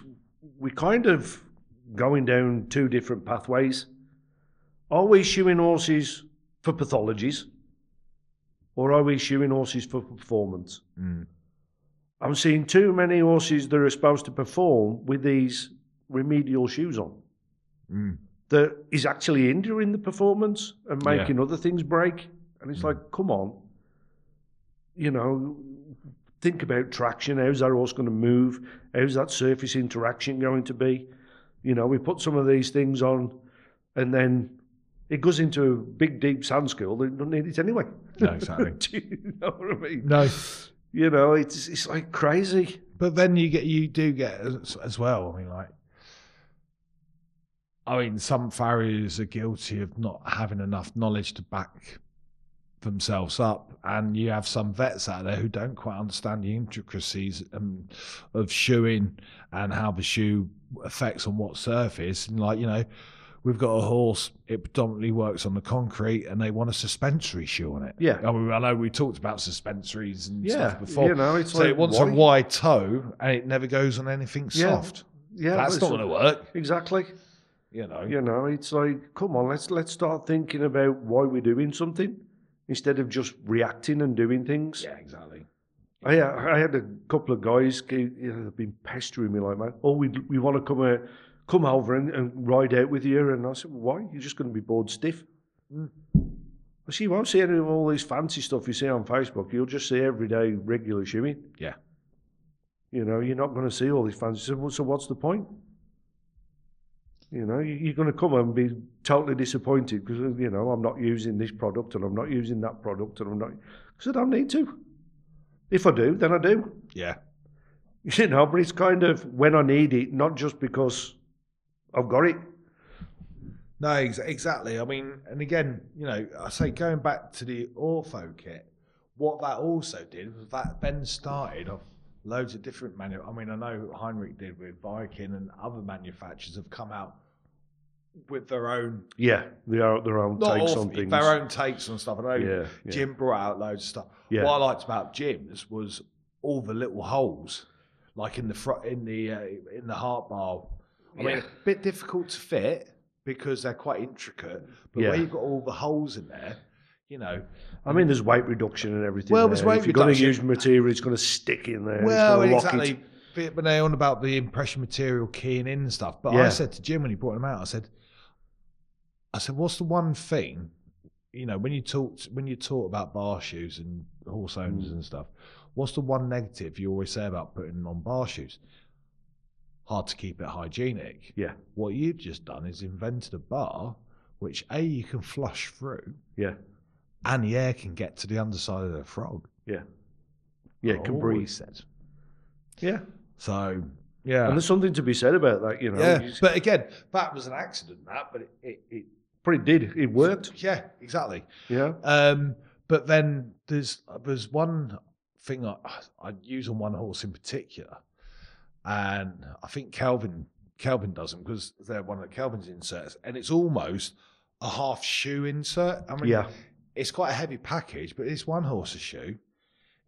Speaker 8: we kind of going down two different pathways. Are we shoeing horses for pathologies, or are we shoeing horses for performance?
Speaker 1: Mm,
Speaker 8: I'm seeing too many horses that are supposed to perform with these remedial shoes on.
Speaker 1: mm.
Speaker 8: That is actually hindering the performance and
Speaker 1: Yeah. Mm.
Speaker 8: making other things break. And it's like, come on, you know, think about traction. How's that horse going to move? How's that surface interaction going to be? You know, we put some of these things on, and then it goes into a big, deep sand school that doesn't need it anyway.
Speaker 1: No, exactly.
Speaker 8: Do you know what I mean?
Speaker 1: no,
Speaker 8: You know, it's it's like crazy.
Speaker 1: but then you get you do get as, as well. I mean, like, I mean, some farriers are guilty of not having enough knowledge to back themselves up, and you have some vets out there who don't quite understand the intricacies um, of shoeing and how the shoe affects on what surface, and like you know. We've got a horse. It predominantly works on the concrete, and they want a suspensory shoe on it.
Speaker 8: Yeah.
Speaker 1: I, mean, I know we talked about suspensories and stuff before.
Speaker 8: you know, it's
Speaker 1: So
Speaker 8: like
Speaker 1: it wants
Speaker 8: why?
Speaker 1: a wide toe and it never goes on anything
Speaker 8: Yeah.
Speaker 1: soft.
Speaker 8: Yeah,
Speaker 1: That's
Speaker 8: it's
Speaker 1: not going to work,
Speaker 8: exactly.
Speaker 1: you know.
Speaker 8: You know, it's like, come on, let's let's start thinking about why we're doing something instead of just reacting and doing things.
Speaker 1: exactly.
Speaker 8: I, Oh, I had a couple of guys who, you know, they've been pestering me like, man, oh, we we want to come uh, come over and, and ride out with you. And I said, why? You're just going to be bored stiff. I said, you won't see any of all this fancy stuff you see on Facebook. You'll just see everyday regular shoeing.
Speaker 1: Yeah.
Speaker 8: You know, you're not going to see all this fancy stuff. Well, So what's the point? You know, you- you're going to come and be totally disappointed because, you know, I'm not using this product and I'm not using that product and I'm not, because I don't need to. If I do, then I do.
Speaker 1: Yeah.
Speaker 8: You know, but it's kind of when I need it, not just because I've got it.
Speaker 1: No, ex- exactly. I mean, and again, you know, I say going back to the ortho kit, what that also did was that then started off loads of different manu. I mean, I know Heinrich did with Viking and other manufacturers have come out with their own
Speaker 8: Yeah, they are their own
Speaker 1: not
Speaker 8: takes
Speaker 1: off-
Speaker 8: on things.
Speaker 1: Their own takes on stuff. I know
Speaker 8: Yeah, yeah.
Speaker 1: Jim brought out loads of stuff.
Speaker 8: Yeah.
Speaker 1: What I liked about Jim's was all the little holes, like in the front, in the uh, in the heart bar. I mean, a bit difficult to fit because they're quite intricate. But
Speaker 8: Yeah.
Speaker 1: where you've got all the holes in there, you know.
Speaker 8: I mean, there's weight reduction and everything.
Speaker 1: Well,
Speaker 8: there.
Speaker 1: there's weight
Speaker 8: if you're going to
Speaker 1: reduction.
Speaker 8: use material, it's going to stick in there.
Speaker 1: well,
Speaker 8: it's gonna lock
Speaker 1: exactly. But- But they're on about the impression material keying in and stuff. But I
Speaker 8: Yeah.
Speaker 1: said to Jim when he brought them out, I said, I said, "What's the one thing?" You know, when you talk when you talk about bar shoes and horse
Speaker 8: Mm.
Speaker 1: owners and stuff, what's the one negative you always say about putting on bar shoes? Hard to keep it hygienic.
Speaker 8: Yeah.
Speaker 1: What you've just done is invented a bar which a you can flush through,
Speaker 8: Yeah.
Speaker 1: and the air can get to the underside of the frog.
Speaker 8: Yeah, it can
Speaker 1: Always
Speaker 8: breathe.
Speaker 1: Oh, Said.
Speaker 8: Yeah.
Speaker 1: So yeah,
Speaker 8: And Oh, there's something to be said about that, you know.
Speaker 1: yeah.
Speaker 8: It's-
Speaker 1: But again, that was an accident. That, but it, it, it
Speaker 8: But it did. It worked.
Speaker 1: Yeah, exactly.
Speaker 8: Yeah.
Speaker 1: Um, but then there's there's one thing I, I'd use on one horse in particular, and I think Calvin Calvin does them because they're one of the Calvin's inserts, and it's almost a half shoe insert. I mean,
Speaker 8: Yeah.
Speaker 1: it's quite a heavy package, but it's one horse's shoe.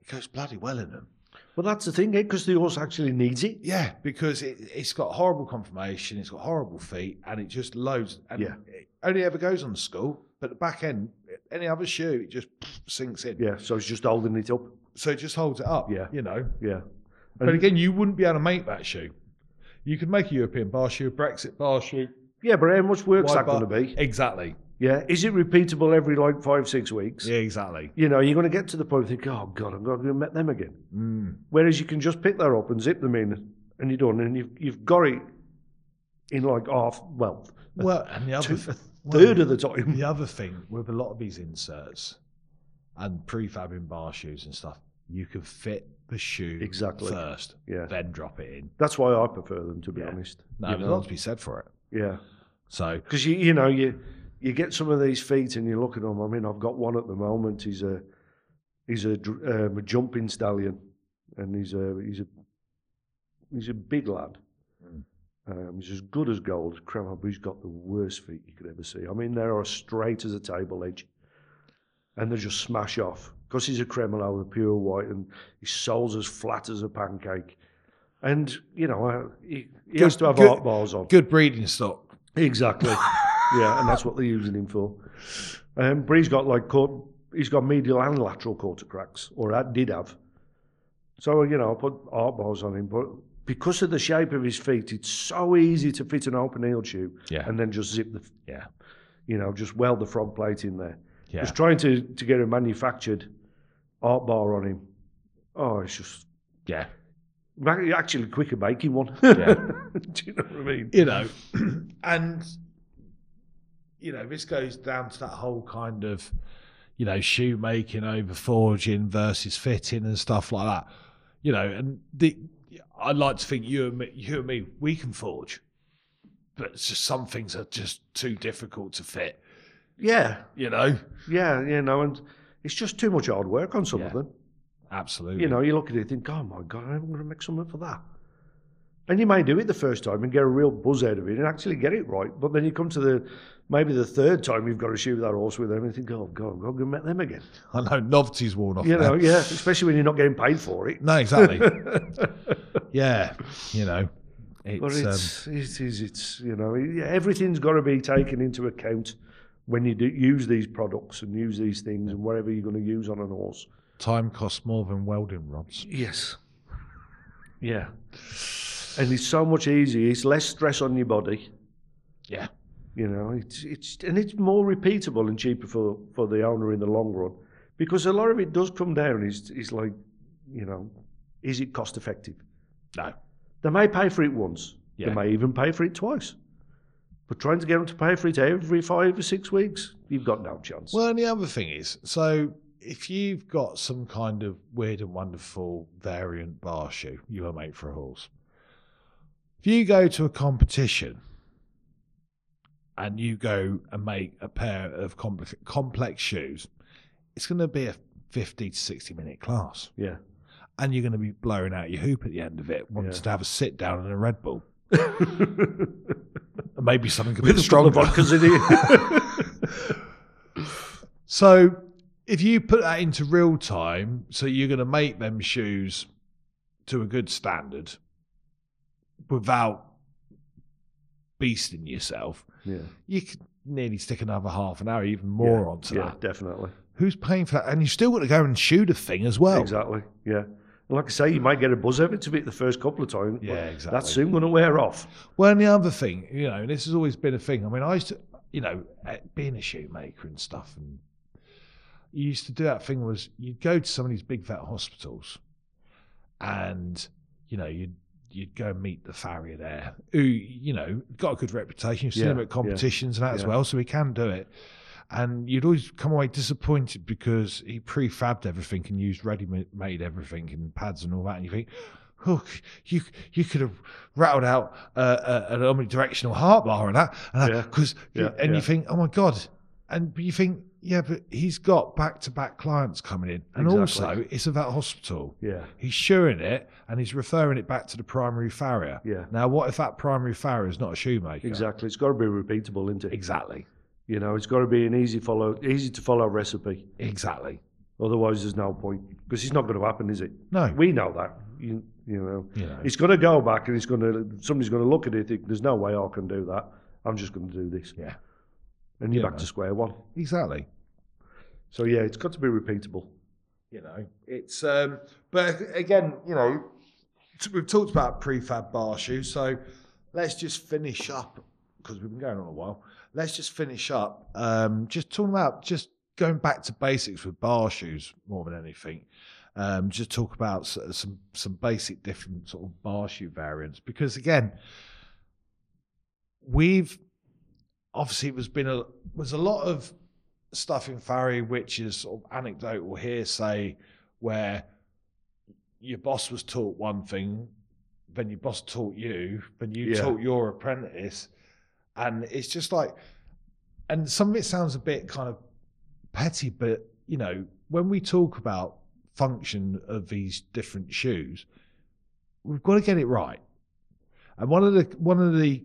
Speaker 1: It goes bloody well in them.
Speaker 8: Well, that's the thing, because the horse actually needs it.
Speaker 1: Yeah, because it, it's got horrible conformation, it's got horrible feet, and it just loads. And
Speaker 8: Yeah.
Speaker 1: It only ever goes on school, but the back end, any other shoe, it just sinks in.
Speaker 8: Yeah. So it's just holding it up.
Speaker 1: So it just holds it up.
Speaker 8: Yeah.
Speaker 1: You know.
Speaker 8: Yeah.
Speaker 1: But
Speaker 8: And-
Speaker 1: again, you wouldn't be able to make that shoe. You could make a European bar shoe, a Brexit bar shoe.
Speaker 8: Yeah, but how much work's
Speaker 1: wide
Speaker 8: that going to
Speaker 1: bar-
Speaker 8: be?
Speaker 1: Exactly.
Speaker 8: Yeah. Is it repeatable every like five, six weeks?
Speaker 1: Yeah, exactly.
Speaker 8: You know, you're going to get to the point where you think, oh, God, I'm going to met them again.
Speaker 1: Mm.
Speaker 8: Whereas you can just pick that up and zip them in and you're done. And you've, you've got it in like half, well, a
Speaker 1: Well, and the other
Speaker 8: two-
Speaker 1: th-
Speaker 8: third
Speaker 1: well,
Speaker 8: of the time.
Speaker 1: the other thing with a lot of these inserts and prefab in bar shoes and stuff, you can fit the shoe
Speaker 8: Exactly.
Speaker 1: first,
Speaker 8: Yeah.
Speaker 1: then drop it in.
Speaker 8: That's why I prefer them, to be
Speaker 1: Yeah.
Speaker 8: honest.
Speaker 1: No,
Speaker 8: You
Speaker 1: there's a
Speaker 8: know?
Speaker 1: lot to be said for it.
Speaker 8: Yeah.
Speaker 1: So
Speaker 8: Because you you know you you get some of these feet and you look at them. I mean, I've got one at the moment. He's a he's a, dr- um, a jumping stallion, and he's a he's a he's a big lad.
Speaker 1: Hmm.
Speaker 8: Um, he's as good as gold, Crammer, but he's got the worst feet you could ever see. I mean, they are straight as a table edge, and they just smash off. Because he's a Kremlin with pure white, and his sole's as flat as a pancake. And, you know, uh, he, he has to have
Speaker 1: good-
Speaker 8: art bars on.
Speaker 1: good breeding stock.
Speaker 8: Exactly. yeah, and that's what they're using him for. Um, but he's got like cort he's got medial and lateral quarter cracks, or that did have. So you know, I put art balls on him, but because of the shape of his feet, it's so easy to fit an open heel shoe
Speaker 1: Yeah.
Speaker 8: and then just zip the
Speaker 1: Yeah.
Speaker 8: you know, just weld the frog plate in there.
Speaker 1: Yeah.
Speaker 8: I was trying to to get a manufactured art bar on him. Oh, it's just
Speaker 1: Yeah.
Speaker 8: ma- actually quicker making one.
Speaker 1: Yeah.
Speaker 8: Do you know what I mean?
Speaker 1: you know, and you know, this goes down to that whole kind of you know shoemaking over forging versus fitting and stuff like that. You know, and the I like to think you and me, you and me, we can forge, but it's just some things are just too difficult to fit.
Speaker 8: Yeah.
Speaker 1: You know,
Speaker 8: Yeah, you know, and it's just too much hard work on some of
Speaker 1: Yeah.
Speaker 8: them.
Speaker 1: absolutely.
Speaker 8: You know, you look at it and think, oh my God, I'm going to make something for that. And you may do it the first time and get a real buzz out of it and actually get it right. But then you come to the maybe the third time you've got to shoot that horse with them and think, oh God, I'm going to met them again.
Speaker 1: I know novelty's worn off.
Speaker 8: You
Speaker 1: now.
Speaker 8: know, yeah, especially when you're not getting paid for it.
Speaker 1: No, exactly. yeah, you know, it's,
Speaker 8: But
Speaker 1: um,
Speaker 8: it's, it is, it's, you know, yeah, everything's got to be taken into account when you do use these products and use these things and whatever you're going to use on an horse.
Speaker 1: um, time costs more than welding rods.
Speaker 8: Yes. Yeah. And it's so much easier. It's less stress on your body.
Speaker 1: Yeah.
Speaker 8: You know, it's it's and it's more repeatable and cheaper for for the owner in the long run, because a lot of it does come down. Is is like, you know, is it cost effective?
Speaker 1: No.
Speaker 8: They may pay for it once.
Speaker 1: Yeah.
Speaker 8: They may even pay for it twice. But trying to get them to pay for it every five or six weeks, you've got no chance.
Speaker 1: Well, and the other thing is, so if you've got some kind of weird and wonderful variant bar shoe you will make for a horse, if you go to a competition and you go and make a pair of complex, complex shoes, it's going to be a 50 to 60 minute class.
Speaker 8: yeah.
Speaker 1: And you're going to be blowing out your hoop at the end of it, wanting
Speaker 8: Yeah.
Speaker 1: to have a sit down and a Red Bull. and maybe something a
Speaker 8: With
Speaker 1: bit
Speaker 8: the
Speaker 1: stronger.
Speaker 8: vodkas in it.
Speaker 1: So if you put that into real time, so you're going to make them shoes to a good standard without beasting yourself,
Speaker 8: yeah.
Speaker 1: you could nearly stick another half an hour, even more onto
Speaker 8: yeah,
Speaker 1: that.
Speaker 8: definitely.
Speaker 1: Who's paying for that? And you still got to go and shoot a thing as well.
Speaker 8: Exactly. Yeah. And like I say, you might get a buzz out of it to be the first couple of times. but
Speaker 1: Yeah, exactly.
Speaker 8: That's soon going to wear off.
Speaker 1: Well, and the other thing, you know, and this has always been a thing. I mean, I used to, you know, eh, being a shoemaker and stuff, and you used to do that thing was you'd go to some of these big vet hospitals, and you know you'd you'd go and meet the farrier there, who you know got a good reputation. You've seen
Speaker 8: Yeah,
Speaker 1: him at
Speaker 8: yeah,
Speaker 1: competitions and that as
Speaker 8: yeah.
Speaker 1: well, so he can do it. And you'd always come away disappointed because he prefabbed everything and used ready-made everything and pads and all that, and you think. Hook, you you could have rattled out uh, uh, an omnidirectional heart bar and that, and
Speaker 8: Yeah.
Speaker 1: that, 'cause
Speaker 8: Yeah,
Speaker 1: and
Speaker 8: yeah.
Speaker 1: you think, oh my god, and but you think, yeah, but he's got back to back clients coming in, and
Speaker 8: Exactly.
Speaker 1: also it's about hospital.
Speaker 8: Yeah.
Speaker 1: He's shoeing it and he's referring it back to the primary farrier.
Speaker 8: Yeah.
Speaker 1: Now, what if that primary farrier is not a shoemaker?
Speaker 8: Exactly. It's got to be repeatable, isn't it?
Speaker 1: Exactly.
Speaker 8: You know, it's got to be an easy follow, easy to follow recipe.
Speaker 1: Exactly.
Speaker 8: Otherwise, there's no point because it's not going to happen, is it?
Speaker 1: No.
Speaker 8: We know that. You, you know,
Speaker 1: You know.
Speaker 8: it's going to go back, and it's going to somebody's going to look at it. and Think, There's no way I can do that. I'm just going to do this.
Speaker 1: Yeah.
Speaker 8: And you're
Speaker 1: Yeah,
Speaker 8: back
Speaker 1: man.
Speaker 8: to square one.
Speaker 1: Exactly.
Speaker 8: So yeah, it's got to be repeatable.
Speaker 1: you know it's um but again you know t- we've talked about prefab bar shoes so let's just finish up because we've been going on a while let's just finish up um just talking about just going back to basics with bar shoes more than anything um just talk about s- some some basic different sort of bar shoe variants because again we've obviously it was been a was a lot of stuff in Farry, which is sort of anecdotal hearsay, where your boss was taught one thing, then your boss taught you, then you
Speaker 8: Yeah.
Speaker 1: taught your apprentice, and it's just like, and some of it sounds a bit kind of petty, but you know, when we talk about function of these different shoes, we've got to get it right. And one of the one of the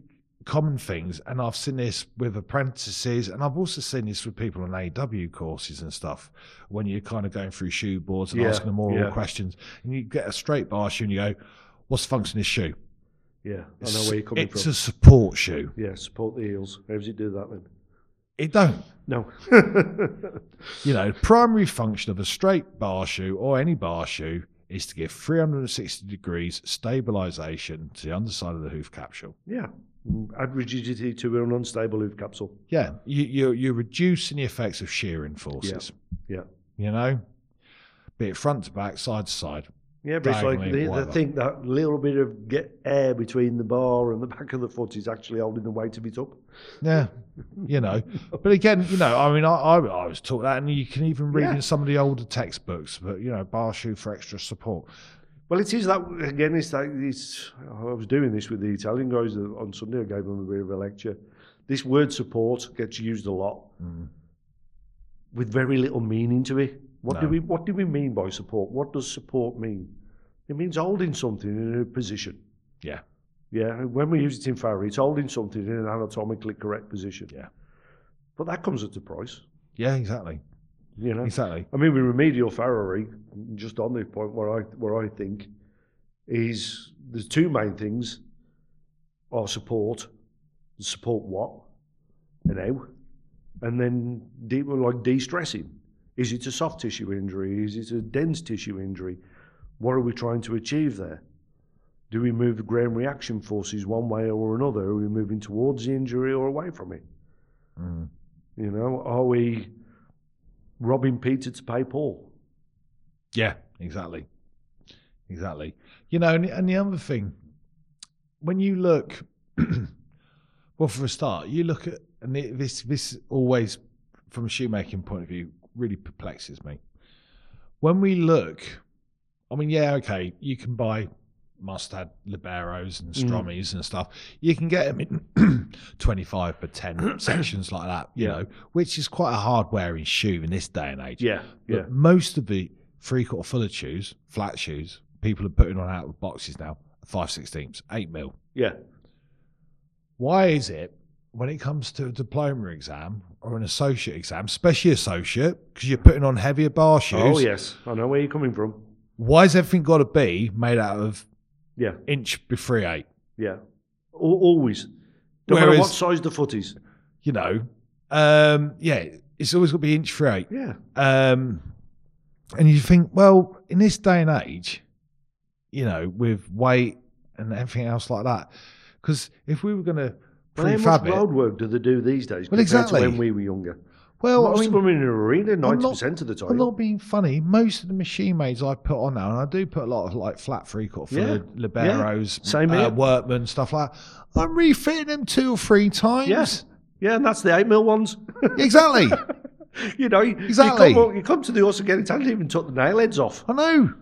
Speaker 1: common things, and I've seen this with apprentices, and I've also seen this with people on AW courses and stuff, when you're kind of going through shoe boards and
Speaker 8: Yeah,
Speaker 1: asking them oral
Speaker 8: yeah.
Speaker 1: questions, and you get a straight bar shoe and you go, What's the function of this shoe?
Speaker 8: Yeah, I know where you're coming
Speaker 1: it's
Speaker 8: from.
Speaker 1: a support shoe.
Speaker 8: Yeah, support the heels. How does it do that then?
Speaker 1: It don't.
Speaker 8: No.
Speaker 1: You know, the primary function of a straight bar shoe or any bar shoe is to give 360 degrees stabilization to the underside of the hoof capsule.
Speaker 8: yeah. Add rigidity to an unstable hoof capsule.
Speaker 1: Yeah, you, you're, you're reducing the effects of shearing forces.
Speaker 8: Yeah.
Speaker 1: You know, be it front to back, side to side.
Speaker 8: Yeah, but it's like
Speaker 1: Diagonally,
Speaker 8: they, they
Speaker 1: whatever.
Speaker 8: think that little bit of get air between the bar and the back of the foot is actually holding the weight of it up.
Speaker 1: Yeah, you know. But again, you know, I mean, I, I, I was taught that, and you can even read
Speaker 8: Yeah.
Speaker 1: in some of the older textbooks, but, you know, bar shoe for extra support.
Speaker 8: Well, it is that again. It's that it's. I was doing this with the Italian guys on Sunday. I gave them a bit of a lecture. This word support gets used a lot
Speaker 1: Mm.
Speaker 8: with very little meaning to it. What do
Speaker 1: No.
Speaker 8: we What do we mean by support? What does support mean? It means holding something in a position.
Speaker 1: Yeah.
Speaker 8: Yeah, and when we use it in Farry, it's holding something in an anatomically correct position.
Speaker 1: Yeah.
Speaker 8: But that comes at a price,
Speaker 1: Yeah, exactly.
Speaker 8: you know.
Speaker 1: Exactly.
Speaker 8: I mean, with remedial farrowing, just on the point where I where I think is the two main things are support, support what, and how, and then de- like de-stressing. Is it a soft tissue injury? Is it a dense tissue injury? What are we trying to achieve there? Do we move gram reaction forces one way or another? Are we moving towards the injury or away from it? You know, are we robbing Peter to pay Paul.
Speaker 1: Yeah, exactly. Exactly. You know, and, and the other thing, when you look, well, for a start, you look at, and it- this, this always, from a shoemaking point of view, really perplexes me. When we look, I mean, yeah, okay, you can buy Mustad Liberos and Strommies and stuff. You can get them in 25 by 10 sections like that, you
Speaker 8: Yeah.
Speaker 1: know, which is quite a hard wearing shoe in this day and age.
Speaker 8: Yeah,
Speaker 1: But
Speaker 8: yeah,
Speaker 1: most of the three quarter fuller shoes, flat shoes, people are putting on out of boxes now, five sixteenths, eight mil.
Speaker 8: yeah,
Speaker 1: Why is it when it comes to a diploma exam or an associate exam, especially associate, because you're putting on heavier bar shoes?
Speaker 8: Oh yes, I know where you're coming from.
Speaker 1: Why is everything got to be made out of
Speaker 8: Yeah,
Speaker 1: inch by three eight?
Speaker 8: yeah, Al- always. No matter what
Speaker 1: Whereas-
Speaker 8: size the foot is.
Speaker 1: You know, um, yeah, it's always got to be inch three eight.
Speaker 8: Yeah,
Speaker 1: Um, and you think, well, in this day and age, you know, with weight and everything else like that, because if we were going to
Speaker 8: Well, how much
Speaker 1: prefab it.
Speaker 8: road work do they do these days
Speaker 1: Well,
Speaker 8: compared
Speaker 1: exactly.
Speaker 8: to when we were younger?
Speaker 1: Well,
Speaker 8: Most
Speaker 1: I mean,
Speaker 8: of them in an arena
Speaker 1: not-
Speaker 8: 90% of the time.
Speaker 1: I'm not being funny. Most of the machine maids I put on now, and I do put a lot of like flat three quarter
Speaker 8: Yeah.
Speaker 1: fluid liberos,
Speaker 8: Same
Speaker 1: uh,
Speaker 8: here.
Speaker 1: workmen, stuff like that. I'm refitting them two or three times.
Speaker 8: Yes. Yeah, and that's the 8 mil ones.
Speaker 1: Exactly.
Speaker 8: you know, you-
Speaker 1: Exactly.
Speaker 8: You come, you come to the horse and get it, hadn't even took the nail heads off.
Speaker 1: I know.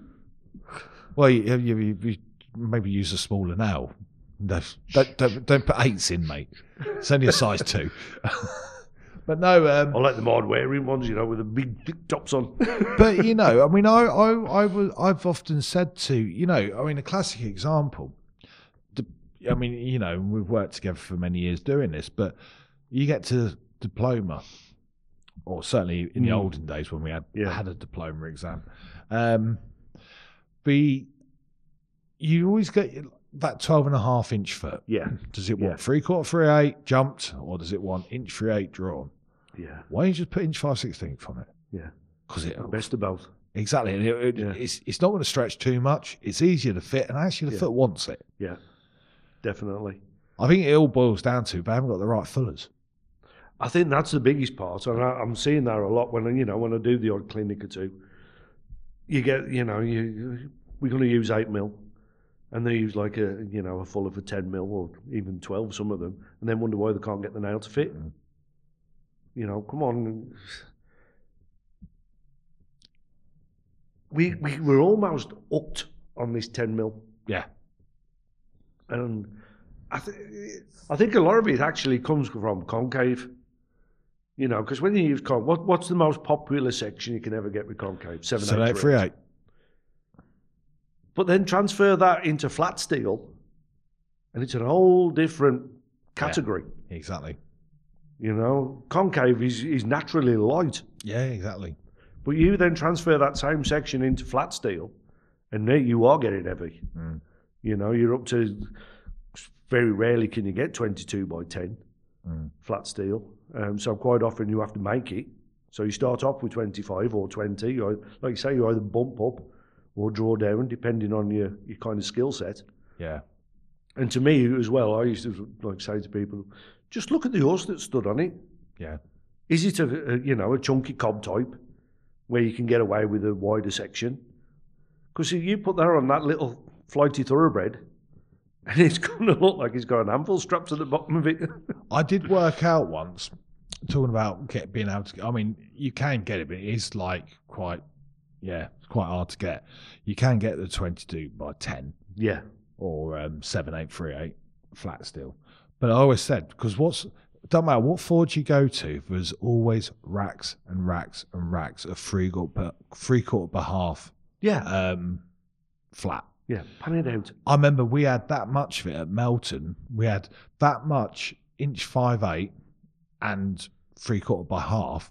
Speaker 1: Well, you, you, you, you maybe use a smaller nail. No, don't, don't, don't put eights in, mate. It's only a size two. but no, um,
Speaker 8: I like the mod wearing ones, you know, with the big dick tops on.
Speaker 1: but you know, I mean, I, I, I was, I've often said to you know, I mean, a classic example. The, I mean, you know, we've worked together for many years doing this, but you get to diploma, or certainly in the
Speaker 8: Mm.
Speaker 1: olden days when we had
Speaker 8: Yeah.
Speaker 1: had a diploma exam, um, the you always get that 12 and a half inch foot.
Speaker 8: yeah.
Speaker 1: Does it
Speaker 8: Yeah.
Speaker 1: want three quarter, three eight jumped, or does it want inch three eight drawn?
Speaker 8: Yeah.
Speaker 1: Why don't you just put inch five sixteenth on it?
Speaker 8: Yeah.
Speaker 1: because it
Speaker 8: Best of both.
Speaker 1: Exactly. And it, it-
Speaker 8: Yeah.
Speaker 1: it's, it's not going to stretch too much. It's easier to fit, and actually, the
Speaker 8: Yeah.
Speaker 1: foot wants it.
Speaker 8: Yeah. Definitely.
Speaker 1: I think it all boils down to they haven't got the right fullers.
Speaker 8: I think that's the biggest part, and I, I'm seeing that a lot when I- you know when I do the odd clinic or two. You get, you know, you- you we're going to use eight mil, and they use like a you know a fuller for ten mil or even twelve, some of them, and then wonder why they can't get the nail to fit. You know, come on. We, we we're almost hooked on this ten mil,
Speaker 1: Yeah.
Speaker 8: and I, th- I think a lot of it actually comes from concave. You know, because when you use concave, what, what's the most popular section you can ever get with concave? Seven,
Speaker 1: So
Speaker 8: eight,
Speaker 1: eight
Speaker 8: three.
Speaker 1: three eight.
Speaker 8: But then transfer that into flat steel, and it's an whole different category.
Speaker 1: Exactly.
Speaker 8: You know, concave is, is naturally light,
Speaker 1: Yeah, exactly.
Speaker 8: but you then transfer that same section into flat steel, and there you are getting heavy.
Speaker 1: Mm.
Speaker 8: You know, you're up to very rarely can you get 22 by 10
Speaker 1: Mm.
Speaker 8: flat steel. Um, so quite often you have to make it. So you start off with 25 or 20. Or, like you say, you either bump up or draw down, depending on your, your kind of skill set.
Speaker 1: Yeah.
Speaker 8: And to me as well, I used to like say to people, just look at the horse that stood on it.
Speaker 1: Yeah.
Speaker 8: Is it a, a you know a chunky cob type where you can get away with a wider section? Because if you put that on that little flighty thoroughbred, and it's going to look like it's got an anvil strapped to the bottom of it.
Speaker 1: I did work out once, talking about get, being able to. I mean, you can get it, but it is like quite, yeah, it's quite hard to get. You can get the 22 by 10
Speaker 8: yeah,
Speaker 1: or um, 7838 flat steel. But I always said, because what's, don't matter what forge you go to, there's always racks and racks and racks of three quarter per, three quarter per half
Speaker 8: yeah,
Speaker 1: um, flat.
Speaker 8: yeah. Pan it out.
Speaker 1: I remember we had that much of it at Melton. We had that much inch five eight and three quarter by half.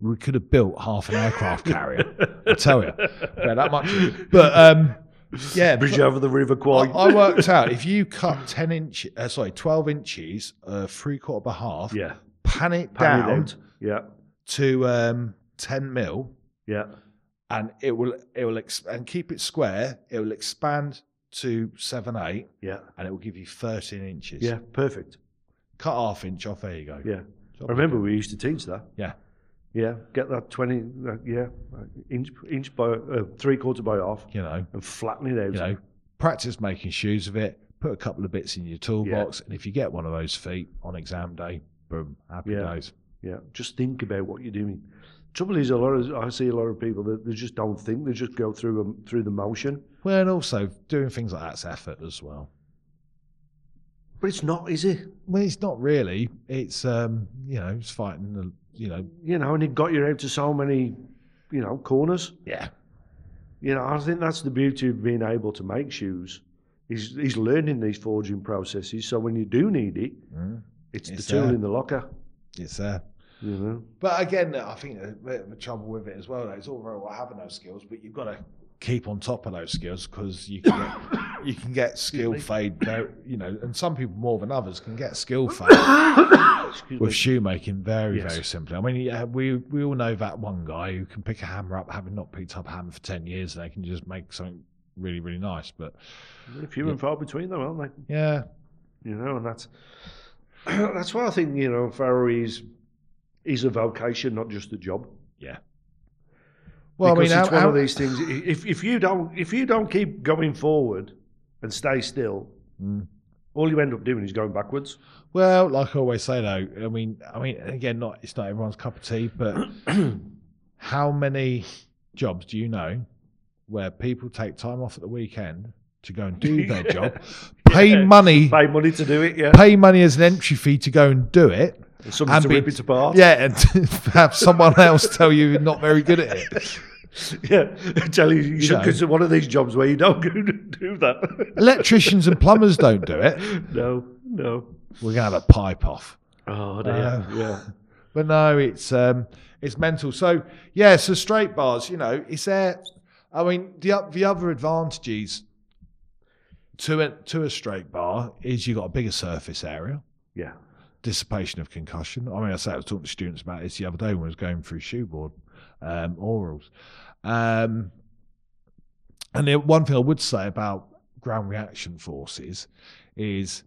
Speaker 1: We could have built half an aircraft carrier. I tell you, yeah, that much. of it. But um, yeah,
Speaker 8: Bridge over the River
Speaker 1: I,
Speaker 8: Kwai.
Speaker 1: I worked out if you cut ten inch, uh, sorry, twelve inches, uh, three quarter by half,
Speaker 8: yeah,
Speaker 1: pan it
Speaker 8: pan
Speaker 1: down
Speaker 8: it out. Yeah,
Speaker 1: to um, ten mil,
Speaker 8: yeah,
Speaker 1: and it will it will ex- and keep it square. It will expand to seven eight,
Speaker 8: yeah,
Speaker 1: and it will give you thirteen inches.
Speaker 8: yeah. Perfect.
Speaker 1: cut half inch off. There you go.
Speaker 8: Yeah.
Speaker 1: So-
Speaker 8: I remember we used to teach that.
Speaker 1: Yeah.
Speaker 8: Yeah, get that 20, uh, yeah, uh, inch, inch by, uh, three quarter by half
Speaker 1: you know,
Speaker 8: and flatten it out.
Speaker 1: you know, practice making shoes of it. Put a couple of bits in your toolbox, and if you get one of those feet on exam day, boom, happy
Speaker 8: Yeah.
Speaker 1: days.
Speaker 8: Yeah, just think about what you're doing. Trouble is, a lot of, I see a lot of people that they just don't think, they just go through um, through the motion.
Speaker 1: Well, and also doing things like that's effort as well.
Speaker 8: But it's not, is it?
Speaker 1: Well, it's not really. It's um, you know, it's fighting the you know.
Speaker 8: You know, and it got you out to so many, you know, corners.
Speaker 1: Yeah.
Speaker 8: You know, I think that's the beauty of being able to make shoes. Is is learning these forging processes, so when you do need it, it's,
Speaker 1: Mm. It's uh,
Speaker 8: the tool
Speaker 1: there.
Speaker 8: in the locker.
Speaker 1: It's there.
Speaker 8: You know,
Speaker 1: But again, I think the, the- the trouble with it as well, though, it's all very well having those skills, but you've got to keep on top of those skills because you can get, you can get skill fade, ver- you know, and some people more than others can get skill fade
Speaker 8: Excuse
Speaker 1: with shoemaking very,
Speaker 8: Yes.
Speaker 1: very simply. I mean, yeah, we we all know that one guy who can pick a hammer up, having not picked up a hammer for ten years, and they can just make something really, really nice. But
Speaker 8: me. Few and far between, though, aren't they?
Speaker 1: yeah,
Speaker 8: You know, and that's That's why I think you know Ferrari is is a vocation, not just a job.
Speaker 1: Well,
Speaker 8: because
Speaker 1: I mean,
Speaker 8: it's
Speaker 1: how,
Speaker 8: one
Speaker 1: how,
Speaker 8: of these things. i- If if you don't if you don't keep going forward and stay still, Hmm.
Speaker 1: Mm.
Speaker 8: all you end up doing is going backwards.
Speaker 1: Well, like I always say though, I mean, I mean, again, not it's not everyone's cup of tea, but how many jobs do you know where people take time off at the weekend to go and do their job, pay
Speaker 8: Yeah.
Speaker 1: money,
Speaker 8: Pay money to do it, yeah.
Speaker 1: pay money as an entry fee to go and do it,
Speaker 8: And something to
Speaker 1: and be-
Speaker 8: rip it apart.
Speaker 1: yeah, and have someone else tell you you're not very good at it.
Speaker 8: yeah. Tell you, you should
Speaker 1: know.
Speaker 8: consider one of these jobs where you don't go to do that.
Speaker 1: Electricians and plumbers don't do it.
Speaker 8: no, no.
Speaker 1: We're gonna have a pipe off.
Speaker 8: Oh dear.
Speaker 1: Uh,
Speaker 8: yeah.
Speaker 1: But no, it's um, it's mental. So yeah, so straight bars, you know, is there? I mean, the o- the other advantages to a to a straight bar is you have got a bigger surface area,
Speaker 8: Yeah.
Speaker 1: dissipation of concussion. I mean, I say I was talking to students about this the other day when I was going through shoeboard um, orals, um, and the one thing I would say about ground reaction forces is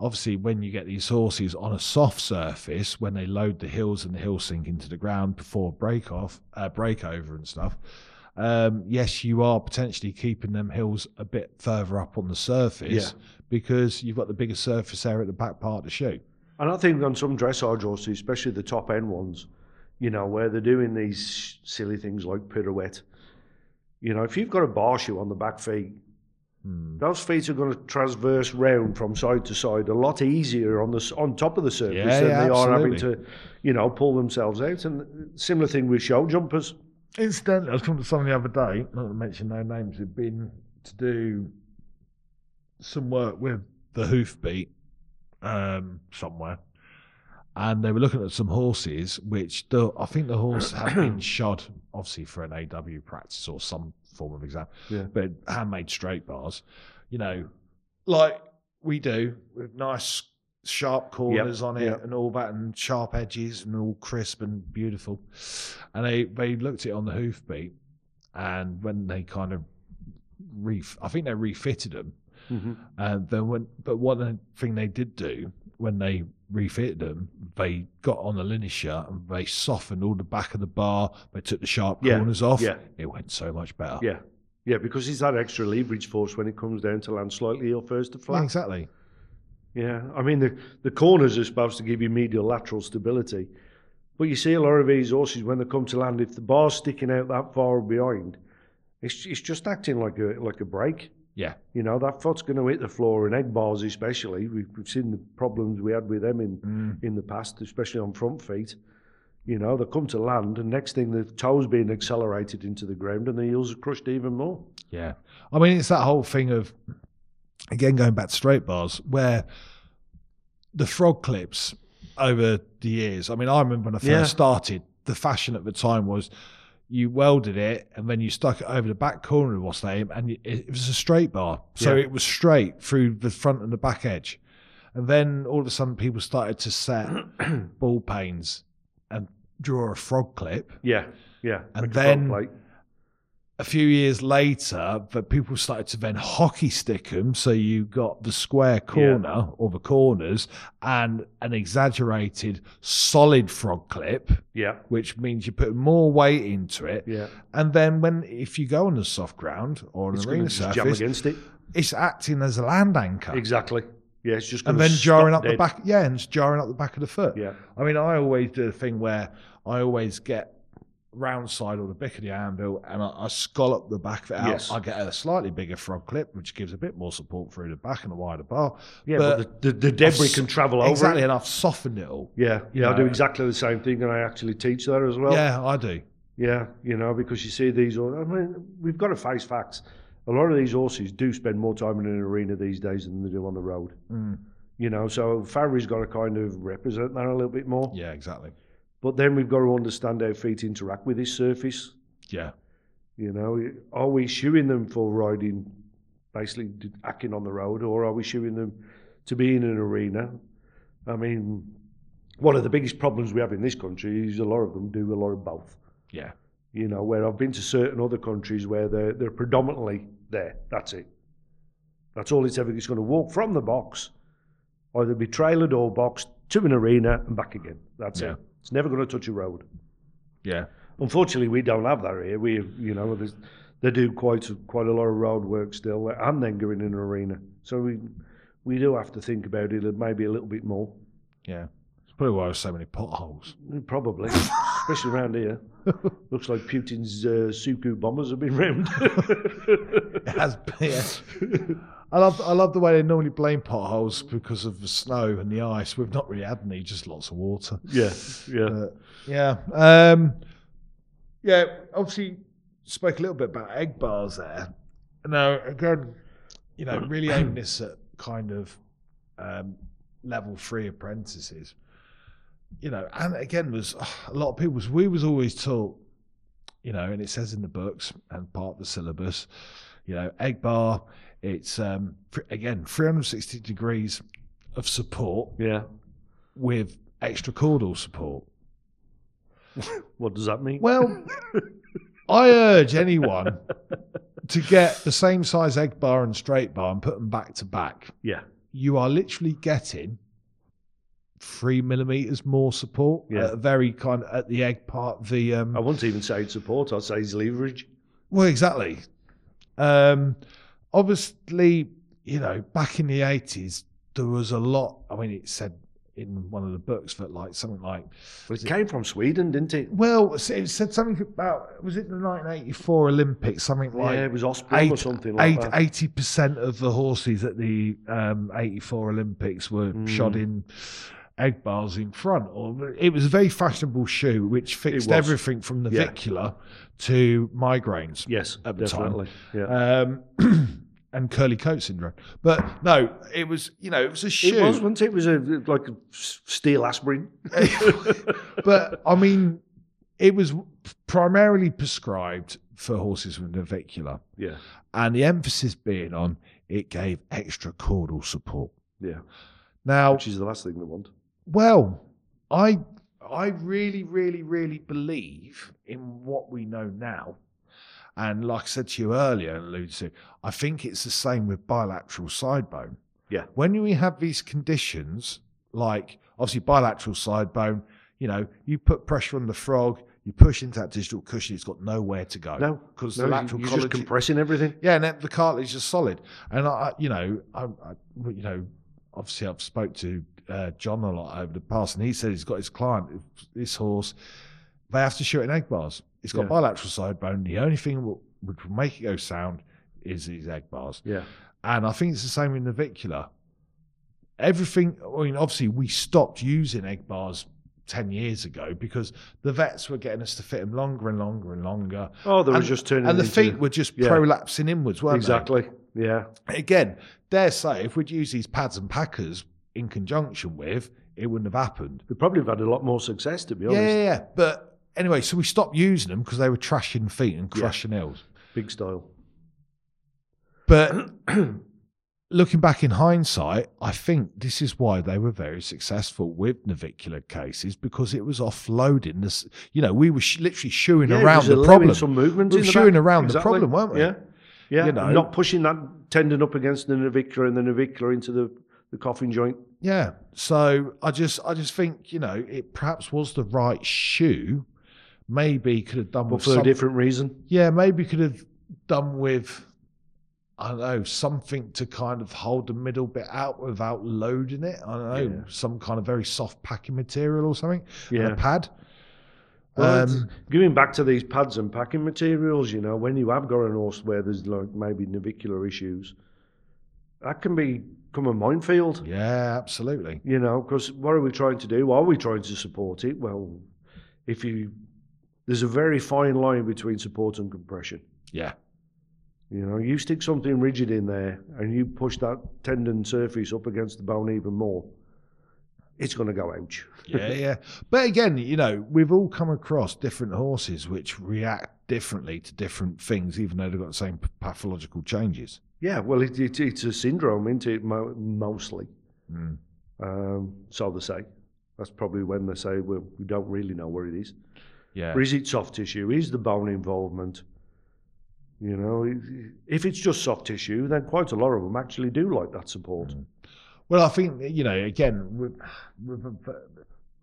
Speaker 1: obviously when you get these horses on a soft surface, when they load the hills and the hills sink into the ground before break off, uh, break over and stuff. Um, yes, you are potentially keeping them hills a bit further up on the surface because you've got the bigger surface area at the back part of the shoe.
Speaker 8: And I think on some dressage horses, especially the top end ones, you know, where they're doing these silly things like pirouette, you know, if you've got a bar shoe on the back feet,
Speaker 1: Hmm.
Speaker 8: those feet are going to transverse round from side to side a lot easier on the s- on top of the surface
Speaker 1: Yeah,
Speaker 8: than
Speaker 1: yeah,
Speaker 8: they are having
Speaker 1: absolutely.
Speaker 8: to, you know, pull themselves out. And similar thing with show jumpers.
Speaker 1: Incidentally, I was talking to someone the other day, not to mention no names, who'd been to do some work with the hoofbeat um, somewhere. And they were looking at some horses, which the, I think the horse had been shod, obviously for an AW practice or some form of exam,
Speaker 8: Yeah.
Speaker 1: but handmade straight bars, you know, like we do with nice sharp corners on it
Speaker 8: yep.
Speaker 1: and all that and sharp edges and all crisp and beautiful. And they, they looked at it on the hoofbeat and when they kind of ref I think they refitted them.
Speaker 8: Mm-hmm.
Speaker 1: And then when but one thing they did do when they refitted them, they got on a linisher and they softened all the back of the bar, they took the sharp
Speaker 8: Yeah,
Speaker 1: corners off.
Speaker 8: yeah.
Speaker 1: It went so much better.
Speaker 8: Yeah. Yeah, because it's that extra leverage force when it comes down to land slightly or first to
Speaker 1: Yeah,
Speaker 8: flat.
Speaker 1: exactly.
Speaker 8: Yeah, I mean the the corners are supposed to give you medial lateral stability, but you see a lot of these horses when they come to land, if the bar's sticking out that far behind, it's it's just acting like a like a brake.
Speaker 1: Yeah.
Speaker 8: You know that foot's going to hit the floor, and egg bars especially. We've, we've seen the problems we had with them in
Speaker 1: Mm.
Speaker 8: in the past, especially on front feet. You know they come to land, and next thing the toes being accelerated into the ground, and the heels are crushed even more.
Speaker 1: Yeah. I mean, it's that whole thing of, again, going back to straight bars, where the frog clips over the years. I mean, I remember when I first
Speaker 8: Yeah.
Speaker 1: started, the fashion at the time was you welded it and then you stuck it over the back corner of what's name, and it, it was a straight bar. So
Speaker 8: Yeah.
Speaker 1: it was straight through the front and the back edge. And then all of a sudden, people started to set ball panes and draw a frog clip.
Speaker 8: Yeah, yeah.
Speaker 1: And
Speaker 8: Like a front
Speaker 1: then-
Speaker 8: plate.
Speaker 1: a few years later, but people started to then hockey stick them. So you got the square corner or the corners and an exaggerated solid frog clip,
Speaker 8: yeah,
Speaker 1: which means you put more weight into it.
Speaker 8: yeah.
Speaker 1: And then when if you go on the soft ground or on
Speaker 8: It's
Speaker 1: an
Speaker 8: going
Speaker 1: arena
Speaker 8: to just jam
Speaker 1: surface,
Speaker 8: against it.
Speaker 1: it's acting as a land anchor.
Speaker 8: Exactly. Yeah, it's just
Speaker 1: And
Speaker 8: gonna
Speaker 1: then jarring
Speaker 8: stop
Speaker 1: up the
Speaker 8: dead.
Speaker 1: back, yeah, and it's jarring up the back of the foot.
Speaker 8: Yeah,
Speaker 1: I mean, I always do the thing where I always get round side or the back of the anvil and I, I scallop the back of it out.
Speaker 8: Yes.
Speaker 1: I get a slightly bigger frog clip, which gives a bit more support through the back and a wider bar.
Speaker 8: yeah. But, the, the, the debris
Speaker 1: I've s-
Speaker 8: can travel over.
Speaker 1: Exactly,
Speaker 8: It.
Speaker 1: and I've softened it all.
Speaker 8: Yeah, yeah. I do
Speaker 1: Yeah.
Speaker 8: exactly the same thing, and I actually teach there as well.
Speaker 1: yeah, I do.
Speaker 8: yeah. You know, because you see these. hor- I mean, we've got to face facts. A lot of these horses do spend more time in an arena these days than they do on the road.
Speaker 1: Mm.
Speaker 8: You know, so Farry's got to kind of represent that a little bit more.
Speaker 1: Yeah, exactly.
Speaker 8: But then we've got to understand how feet interact with this surface.
Speaker 1: Yeah,
Speaker 8: You know, are we shoeing them for riding, basically d- acting on the road, or are we shoeing them to be in an arena? I mean, one of the biggest problems we have in this country is a lot of them do a lot of both.
Speaker 1: yeah,
Speaker 8: You know, where I've been to certain other countries where they're, they're predominantly there. That's it. That's all it's ever. It's going to walk from the box, either be trailered or boxed to an arena and back again. That's
Speaker 1: Yeah.
Speaker 8: it. It's never going to touch a road.
Speaker 1: Yeah.
Speaker 8: Unfortunately, we don't have that here. We, you know, there's- they do quite a, quite a lot of road work still, and then going in an arena. So we we do have to think about it maybe a little bit more,
Speaker 1: Yeah. It's probably why there's so many potholes.
Speaker 8: probably, especially around here. Looks like Putin's uh, Suku bombers have been rammed.
Speaker 1: That's yes. I love I love the way they normally blame potholes because of the snow and the ice. We've not really had any, just lots of water.
Speaker 8: yeah, yeah,
Speaker 1: But, yeah. Um, yeah. Obviously, spoke a little bit about egg bars there. Now, again, you know, really aim this at kind of um, level three apprentices. You know, and again, was a lot of people. was- We was always taught, you know, and it says in the books and part of the syllabus, you know, egg bar. It's um, fr- again 360 degrees of support
Speaker 8: yeah.
Speaker 1: with extra caudal support.
Speaker 8: What does that mean?
Speaker 1: Well, I urge anyone to get the same size egg bar and straight bar and put them back to back.
Speaker 8: yeah,
Speaker 1: You are literally getting three millimeters more support
Speaker 8: Yeah. Oh.
Speaker 1: at a very kind of, at the egg part. The um,
Speaker 8: I wouldn't even say it's support. I'd say it's leverage.
Speaker 1: well, exactly. Um, obviously, you know, back in the eighties, there was a lot. I mean, it said in one of the books that like something like
Speaker 8: But it came from Sweden, didn't it?
Speaker 1: well, it said something about was it the nineteen eighty four Olympics? Something like
Speaker 8: yeah, it was Osprey or something like that.
Speaker 1: eighty percent of the horses at the um, eighty-four Olympics were
Speaker 8: Mm.
Speaker 1: shod in egg bars in front. Or it was a very fashionable shoe, which fixed
Speaker 8: was.
Speaker 1: everything from the
Speaker 8: Yeah.
Speaker 1: vicula to migraines
Speaker 8: Yes,
Speaker 1: at the time.
Speaker 8: definitely. Yeah.
Speaker 1: um, and curly coat syndrome. But no, it was you know it was a shoe.
Speaker 8: It was, wasn't it? It was a, like a s- steel aspirin.
Speaker 1: but I mean, it was primarily prescribed for horses with navicular.
Speaker 8: Yeah.
Speaker 1: and the emphasis being on it gave extra caudal support.
Speaker 8: Yeah.
Speaker 1: Now,
Speaker 8: Which is the last thing they want.
Speaker 1: well, I I really, really, really believe in what we know now. And like I said to you earlier and alluded to, I think it's the same with bilateral side bone.
Speaker 8: Yeah.
Speaker 1: When we have these conditions, like obviously bilateral side bone, you know, you put pressure on the frog, you push into that digital cushion, it's got nowhere to go.
Speaker 8: No,
Speaker 1: because
Speaker 8: no,
Speaker 1: the
Speaker 8: you-
Speaker 1: lateral
Speaker 8: you're just
Speaker 1: collagen-
Speaker 8: compressing everything.
Speaker 1: yeah, and that, the cartilage is solid. And I, I- you know, I, I, you know, obviously I've spoke to uh, John a lot over the past, and he said he's got his client, this horse, they have to shoot in egg bars. It's got
Speaker 8: Yeah.
Speaker 1: bilateral side bone. The only thing wh- which will make it go sound is these egg bars.
Speaker 8: Yeah.
Speaker 1: And I think it's the same in navicular. Everything, I mean, obviously, we stopped using egg bars 10 years ago because the vets were getting us to fit them longer and longer and longer.
Speaker 8: Oh, they were
Speaker 1: And-
Speaker 8: just turning
Speaker 1: And the
Speaker 8: into-
Speaker 1: feet were just
Speaker 8: yeah.
Speaker 1: prolapsing inwards, weren't
Speaker 8: Exactly. Yeah.
Speaker 1: they? Again, dare say, if we'd used these pads and packers in conjunction with, it wouldn't have happened.
Speaker 8: They probably have had a lot more success, to be
Speaker 1: Yeah,
Speaker 8: honest.
Speaker 1: yeah, yeah. But anyway, so we stopped using them because they were trashing feet and
Speaker 8: Yeah.
Speaker 1: crushing hills.
Speaker 8: Big style.
Speaker 1: But looking back in hindsight, I think this is why they were very successful with navicular cases because it was offloading this. You know, we were sh- literally shooing
Speaker 8: Yeah, it
Speaker 1: around
Speaker 8: was
Speaker 1: the
Speaker 8: allowing
Speaker 1: problem.
Speaker 8: Some movement.
Speaker 1: We
Speaker 8: in
Speaker 1: were
Speaker 8: the
Speaker 1: shooing
Speaker 8: back.
Speaker 1: around the
Speaker 8: Exactly.
Speaker 1: problem, weren't we?
Speaker 8: Yeah. Yeah.
Speaker 1: You know.
Speaker 8: Not pushing that tendon up against the navicular and the navicular into the, the coffin joint.
Speaker 1: Yeah. So I just, I just think you know, it perhaps was the right shoe. Maybe could have done
Speaker 8: But
Speaker 1: with
Speaker 8: for a
Speaker 1: some-
Speaker 8: different reason.
Speaker 1: Yeah, maybe could have done with. I don't know something to kind of hold the middle bit out without loading it. I don't know
Speaker 8: Yeah.
Speaker 1: some kind of very soft packing material or something. and
Speaker 8: Yeah.
Speaker 1: a pad.
Speaker 8: Well,
Speaker 1: Um,
Speaker 8: it's- going back to these pads and packing materials, you know, when you have got an horse where there's like maybe navicular issues, that can be- become a minefield,
Speaker 1: yeah, absolutely.
Speaker 8: you know, because what are we trying to do? Are we trying to support it? Well, if you, there's a very fine line between support and compression.
Speaker 1: Yeah,
Speaker 8: You know, you stick something rigid in there and you push that tendon surface up against the bone even more, it's going to go ouch.
Speaker 1: yeah, yeah. But again, you know, we've all come across different horses which react differently to different things, even though they've got the same p- pathological changes.
Speaker 8: Yeah, well, it, it, it's a syndrome, isn't it? Mo- mostly.
Speaker 1: Mm.
Speaker 8: Um, so they say. That's probably when they say well, we don't really know what it is.
Speaker 1: Yeah,
Speaker 8: Or is it soft tissue? Is the bone involvement? You
Speaker 1: Hmm.
Speaker 8: know, if- if it's just soft tissue, then quite a lot of them actually do like that support.
Speaker 1: Well, I think you know. Again, we, we, uh,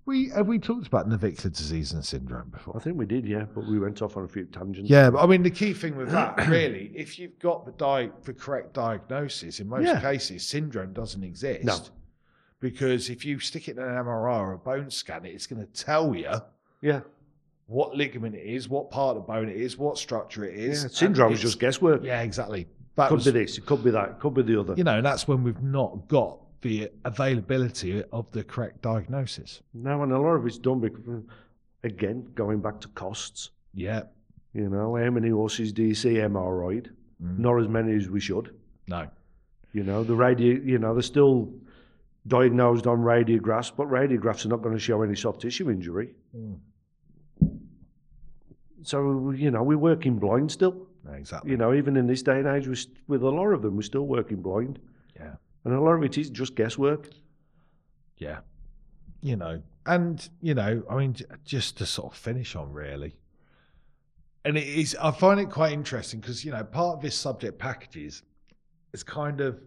Speaker 1: we have we talked about navicular disease and syndrome
Speaker 8: I
Speaker 1: before.
Speaker 8: think we did, yeah, but we went off on a few tangents.
Speaker 1: Yeah, but I mean, the key thing with that really, if you've got the di- the correct diagnosis, in most
Speaker 8: Yeah.
Speaker 1: cases, syndrome doesn't exist.
Speaker 8: No.
Speaker 1: Because if you stick it in an MRI or a bone scan, it's going to tell you
Speaker 8: yeah.
Speaker 1: what ligament it is, what part of the bone it is, what structure it is.
Speaker 8: yeah.
Speaker 1: and
Speaker 8: Syndrome's
Speaker 1: it's-
Speaker 8: just guesswork.
Speaker 1: yeah, exactly. That
Speaker 8: could
Speaker 1: was
Speaker 8: be this, it could be that, it could be the other.
Speaker 1: you know, and that's when we've not got the availability of the correct diagnosis.
Speaker 8: No, and a lot of it's done because, again, going back to costs.
Speaker 1: Yeah,
Speaker 8: You know, how many horses do you see MRI'd?
Speaker 1: Mm.
Speaker 8: Not as many as we should.
Speaker 1: no.
Speaker 8: You know, the radio, you know, they're still diagnosed on radiographs, but radiographs are not going to show any soft tissue injury.
Speaker 1: Mm.
Speaker 8: So, you know, we work in blind still.
Speaker 1: No, exactly.
Speaker 8: You know, even in this day and age, we, st- with a lot of them, we're still working blind.
Speaker 1: Yeah.
Speaker 8: And a lot of it is just guesswork.
Speaker 1: Yeah. You know, and, you know, I mean, j- just to sort of finish on really. And it is, I find it quite interesting because, you know, part of this subject packages is kind of,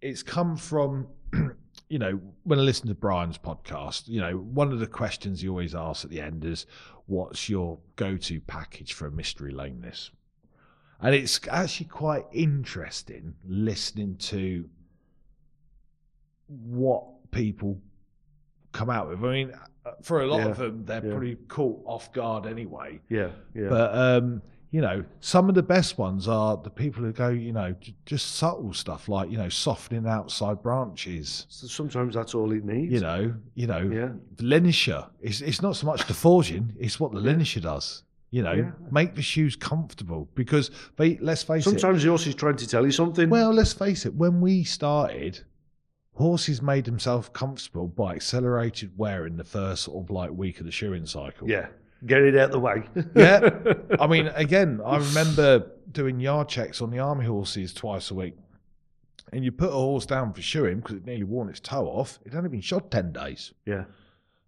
Speaker 1: it's come from, you know, when I listen to Brian's podcast, you know, one of the questions he always asks at the end is, what's your go to package for a mystery lameness? And it's actually quite interesting listening to what people come out with. I mean, uh, for a lot
Speaker 8: Yeah,
Speaker 1: of them, they're
Speaker 8: yeah.
Speaker 1: pretty caught off guard anyway.
Speaker 8: Yeah. Yeah.
Speaker 1: But um, you know, some of the best ones are the people who go, you know, j- just subtle stuff like you know softening outside branches.
Speaker 8: so sometimes that's all it needs.
Speaker 1: You know, you know,
Speaker 8: Yeah.
Speaker 1: the linisher. It's it's not so much the forging; it's what the linisher does. You know,
Speaker 8: Yeah.
Speaker 1: make the shoes comfortable because they. Let's face it.
Speaker 8: Sometimes the horse is trying to tell you something.
Speaker 1: Well, let's face it, when we started, horses made themselves comfortable by accelerated wear in the first sort of like week of the shoeing cycle.
Speaker 8: yeah. Get it out the way.
Speaker 1: Yeah. I mean, again, I remember doing yard checks on the army horses twice a week. And you put a horse down for shoeing because it nearly worn its toe off. It hadn't been shod 10 days.
Speaker 8: yeah.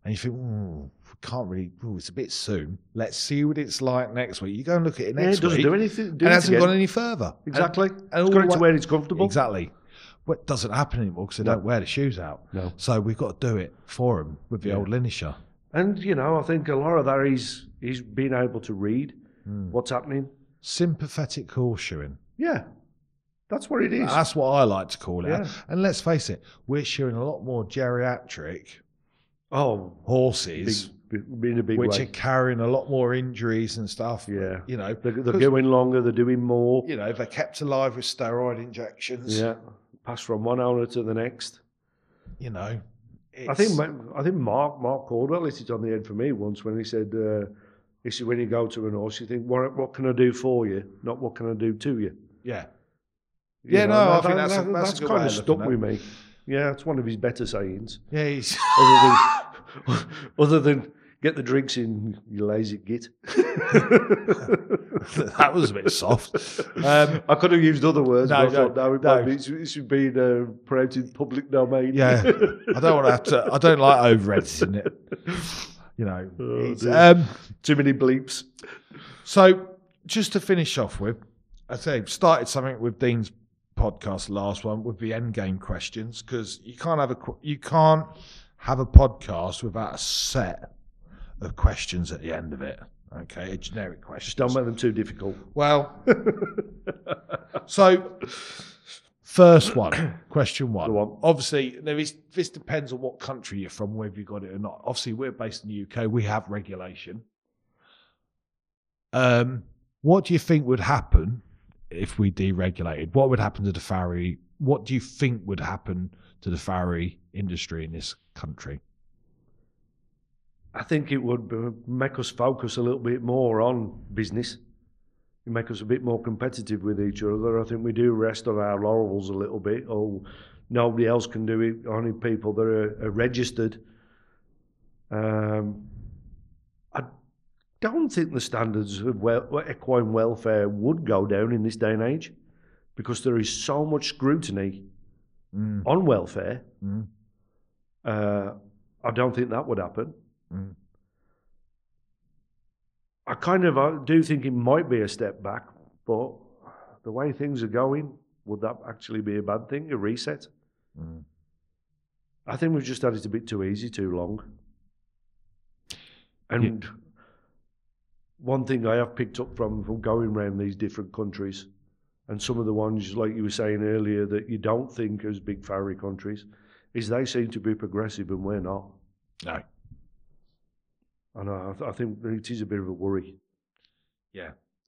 Speaker 1: And you think, "Ooh, we can't really, ooh, it's a bit soon. Let's see what it's like next week. You go and look at it
Speaker 8: Yeah,
Speaker 1: next
Speaker 8: it doesn't
Speaker 1: week.
Speaker 8: do anything. Do
Speaker 1: and it
Speaker 8: it
Speaker 1: hasn't
Speaker 8: again.
Speaker 1: gone any further.
Speaker 8: Exactly.
Speaker 1: And, and
Speaker 8: It's
Speaker 1: all
Speaker 8: got it to
Speaker 1: wa-
Speaker 8: where it's comfortable.
Speaker 1: Exactly. Well, it doesn't happen anymore because they
Speaker 8: No.
Speaker 1: don't wear the shoes out.
Speaker 8: No.
Speaker 1: So we've got to do it for them with the
Speaker 8: Yeah.
Speaker 1: old linisher.
Speaker 8: And you know, I think a lot of that is is being able to read
Speaker 1: Hmm.
Speaker 8: what's happening.
Speaker 1: Sympathetic horseshoeing.
Speaker 8: Yeah, that's what it is.
Speaker 1: That's what I like to call it.
Speaker 8: Yeah.
Speaker 1: And let's face it, we're shoeing a lot more geriatric
Speaker 8: oh, big,
Speaker 1: horses,
Speaker 8: big- being a big
Speaker 1: which
Speaker 8: way.
Speaker 1: are carrying a lot more injuries and stuff.
Speaker 8: Yeah.
Speaker 1: You know,
Speaker 8: They're, they're
Speaker 1: 'cause,
Speaker 8: going longer. They're doing more.
Speaker 1: you know, they're kept alive with steroid injections.
Speaker 8: Yeah, pass from one owner to the next.
Speaker 1: You know,
Speaker 8: I think Ma- I think Mark Mark Caldwell hit it on the head for me once when he said, uh, "He said when you go to an horse, you think what what can I do for you, not what can I do to you."
Speaker 1: yeah.
Speaker 8: You
Speaker 1: Yeah, no, I think that's a- that's a good
Speaker 8: kind
Speaker 1: way
Speaker 8: of
Speaker 1: of looking
Speaker 8: stuck
Speaker 1: at
Speaker 8: with me. Yeah, it's one of his better sayings.
Speaker 1: Yeah, he's.
Speaker 8: other than other than get the drinks in, you lazy git.
Speaker 1: that was a bit soft. Um,
Speaker 8: I could have used other words,
Speaker 1: No,
Speaker 8: but I thought
Speaker 1: no,
Speaker 8: no, it,
Speaker 1: no.
Speaker 8: might be- it should- it should be in uh, promoted public domain.
Speaker 1: Yeah, I don't want to have to. I don't like over editing it. You know.
Speaker 8: Oh,
Speaker 1: it's,
Speaker 8: dear.
Speaker 1: um,
Speaker 8: Too many bleeps.
Speaker 1: so just to finish off with, I say we started something with Dean's podcast last one with the end game questions because you can't have a qu- you can't have a podcast without a set of questions at the end of it. Okay, a generic
Speaker 8: Just
Speaker 1: question.
Speaker 8: don't make them too difficult.
Speaker 1: Well, so first one, question one.
Speaker 8: Go on.
Speaker 1: Obviously, there is this depends on what country you're from, whether you got it or not. Obviously, we're based in the UK. We have regulation. Um, what do you think would happen if we deregulated? What would happen to the farrier? What do you think would happen to the farrier industry in this country?
Speaker 8: I think it would b- make us focus a little bit more on business. It make us a bit more competitive with each other. I think we do rest on our laurels a little bit. Oh, nobody else can do it. Only people that are, are registered. Um, I don't think the standards of wel- equine welfare would go down in this day and age because there is so much scrutiny
Speaker 1: Mm,
Speaker 8: on welfare.
Speaker 1: mm,
Speaker 8: Uh, I don't think that would happen.
Speaker 1: Mm.
Speaker 8: I kind of uh, do think it might be a step back, but the way things are going, would that actually be a bad thing? A reset?
Speaker 1: Mm-hmm.
Speaker 9: Mm.
Speaker 8: I think we've just had it a bit too easy, too long. And one thing I have picked up from from going around these different countries, and some of the ones like you were saying earlier that you don't think as big furry countries, is they seem to be progressive and we're not.
Speaker 9: No.
Speaker 8: And I, I think it is a bit of a worry.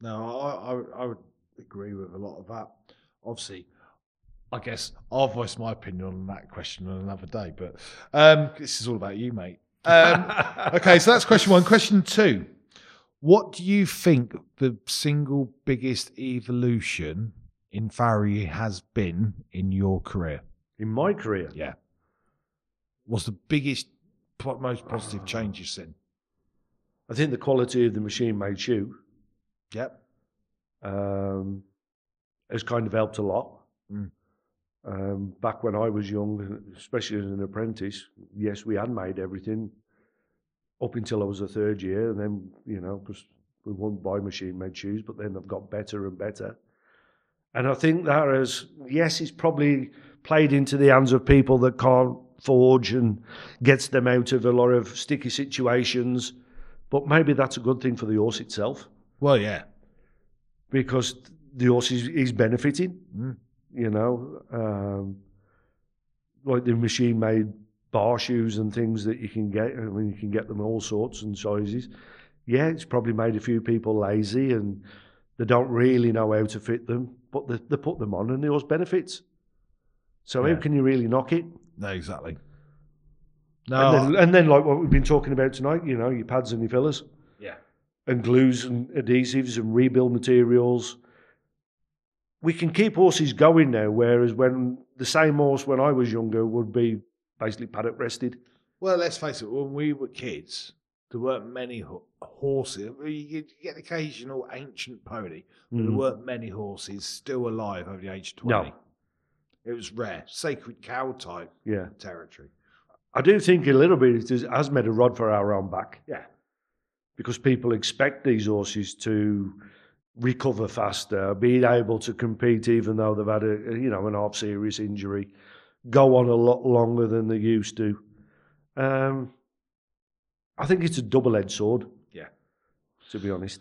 Speaker 1: No, I, I, I would agree with a lot of that. Obviously, I guess I'll voice my opinion on that question on another day, but um, this is all about you, mate. Um, okay, so that's question one. Question two What do you think the single biggest evolution in Farry has been in your career?
Speaker 8: In my career,
Speaker 1: Yeah. What's the biggest, po- most positive change you've seen?
Speaker 8: I think the quality of the machine made shoe
Speaker 1: Yep.
Speaker 8: um, has kind of helped a lot.
Speaker 1: Mm.
Speaker 8: Um, back when I was young, especially as an apprentice, yes, we had made everything up until I was a third year, and then you know because we won't buy machine-made shoes, but then they've got better and better. And I think that has yes, it's probably played into the hands of people that can't forge and gets them out of a lot of sticky situations. But maybe that's a good thing for the horse itself
Speaker 1: Well, yeah.
Speaker 8: because the horse is, is benefiting.
Speaker 1: Mm.
Speaker 8: You know, um, like the machine made bar shoes and things that you can get. I mean, you can get them all sorts and sizes. Yeah, it's probably made a few people lazy and they don't really know how to fit them, but they, they put them on and the horse benefits. So
Speaker 1: Yeah.
Speaker 8: how can you really knock it?
Speaker 1: No, exactly.
Speaker 8: and, then, and then, like what we've been talking about tonight, you know, your pads and your fillers.
Speaker 1: Yeah.
Speaker 8: And glues and adhesives and rebuild materials. We can keep horses going now, whereas when the same horse when I was younger would be basically paddock rested.
Speaker 1: Well, let's face it, when we were kids, there weren't many ho- horses. You could get an occasional ancient pony, but there
Speaker 8: Mm.
Speaker 1: weren't many horses still alive over the age of 20.
Speaker 8: No.
Speaker 1: It was rare, sacred cow type
Speaker 8: Yeah.
Speaker 1: territory.
Speaker 8: I do think a little bit it has- has made a rod for our own back.
Speaker 1: Yeah.
Speaker 8: Because people expect these horses to recover faster, be able to compete even though they've had a a, you know an half serious injury, go on a lot longer than they used to. Um, I think it's a double edged sword.
Speaker 1: Yeah.
Speaker 8: To be honest.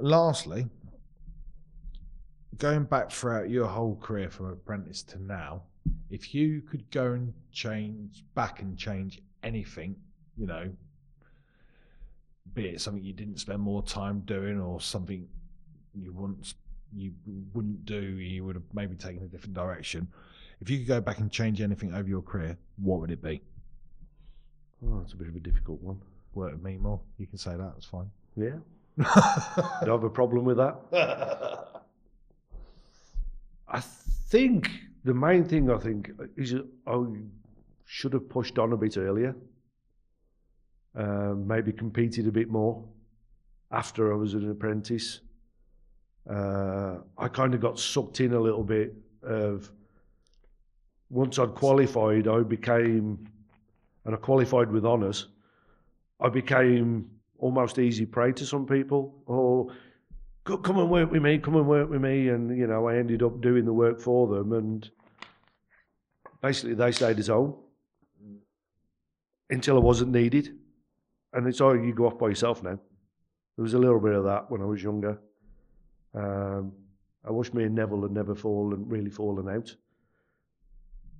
Speaker 1: Lastly, going back throughout your whole career from apprentice to now, if you could go and change back and change anything, you know, be it something you didn't spend more time doing or something you wouldn't you wouldn't do, you would have maybe taken a different direction. If you could go back and change anything over your career, what would it be?
Speaker 8: Oh, it's a bit of a difficult one.
Speaker 1: Work with me more. You can say that. It's fine.
Speaker 8: Yeah. Do I have a problem with that? I think the main thing I think is I should have pushed on a bit earlier. Um, maybe competed a bit more after I was an apprentice. Uh, I kind of got sucked in a little bit of once I'd qualified, I became, and I qualified with honours. I became almost easy prey to some people. Or "Co- come and work with me, come and work with me, and you know I ended up doing the work for them, and basically they stayed at home until I wasn't needed, and it's oh you go off by yourself now. There was a little bit of that when I was younger. Um, I wish me and Neville had never fallen really fallen out.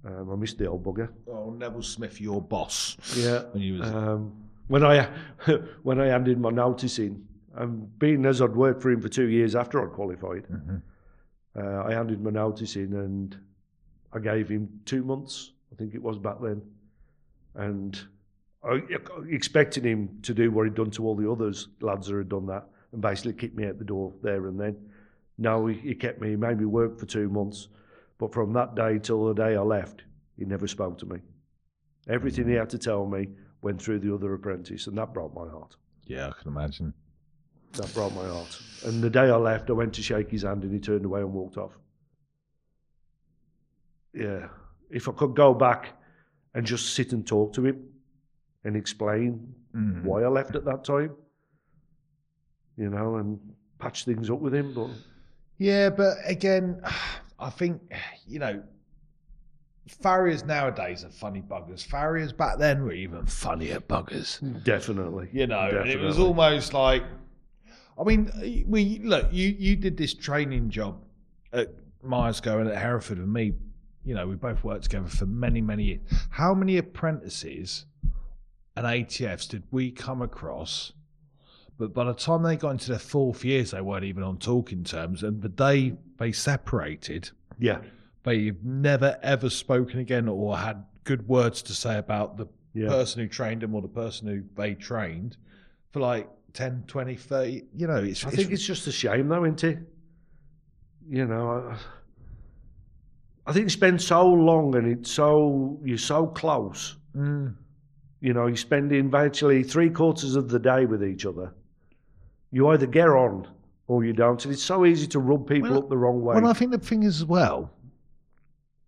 Speaker 8: Um, I missed the old bugger.
Speaker 1: Oh, Neville Smith, your boss.
Speaker 8: Yeah.
Speaker 1: When he was
Speaker 8: Um, when I when I handed my notice in, and being as I'd worked for him for two years after I'd qualified,
Speaker 1: Mm-hmm.
Speaker 8: uh, I handed my notice in and I gave him two months. I think it was back then, and I expected him to do what he'd done to all the others lads that had done that, and basically kick me out the door there and then. No, he, he kept me, he made me work for two months, but from that day till the day I left, he never spoke to me. Everything he had to tell me went through the other apprentice, and that broke my heart.
Speaker 1: Yeah, I can imagine.
Speaker 8: That broke my heart. And the day I left, I went to shake his hand, and he turned away and walked off. Yeah. If I could go back and just sit and talk to him and explain
Speaker 1: mm. Mm-hmm.
Speaker 8: why I left at that time, you know, and patch things up with him, but
Speaker 1: Yeah, but again, I think you know Farriers nowadays are funny buggers. Farriers back then were even funnier buggers.
Speaker 8: Definitely.
Speaker 1: You know, and it was
Speaker 8: Definitely.
Speaker 1: almost like, I mean, we look. You you did this training job at Myersco and at Hereford, and me. You know, we both worked together for many many years. How many apprentices and ATFs did we come across? But by the time they got into their fourth years, they weren't even on talking terms. And the day they separated,
Speaker 8: Yeah.
Speaker 1: they've never ever spoken again or had good words to say about the
Speaker 8: Yeah.
Speaker 1: person who trained them or the person who they trained for like 10 20 30 you know it's,
Speaker 8: I think it's just a shame, though, isn't it? You know, I, I think you spend so long and it's so you're so close.
Speaker 1: Mm,
Speaker 8: You know, you're spending virtually three quarters of the day with each other. You either get on or you don't, and it's so easy to rub people
Speaker 1: Well,
Speaker 8: up the wrong way.
Speaker 1: well i think the thing is as well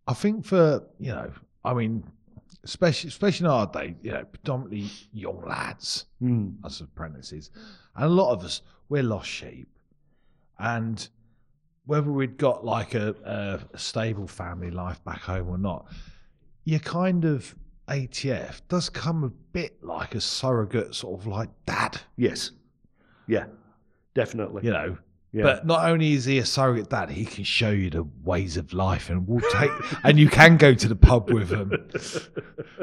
Speaker 1: i think for you know i mean especially especially in our day you know predominantly young lads
Speaker 8: Mm.
Speaker 1: us apprentices. And a lot of us, we're lost sheep. And whether we'd got like a, a stable family life back home or not, your kind of ATF does come a bit like a surrogate sort of like dad,
Speaker 8: Yes. Yeah. Definitely.
Speaker 1: you know.
Speaker 8: Yeah.
Speaker 1: But not only is he a surrogate dad, he can show you the ways of life and will take and you can go to the pub with him.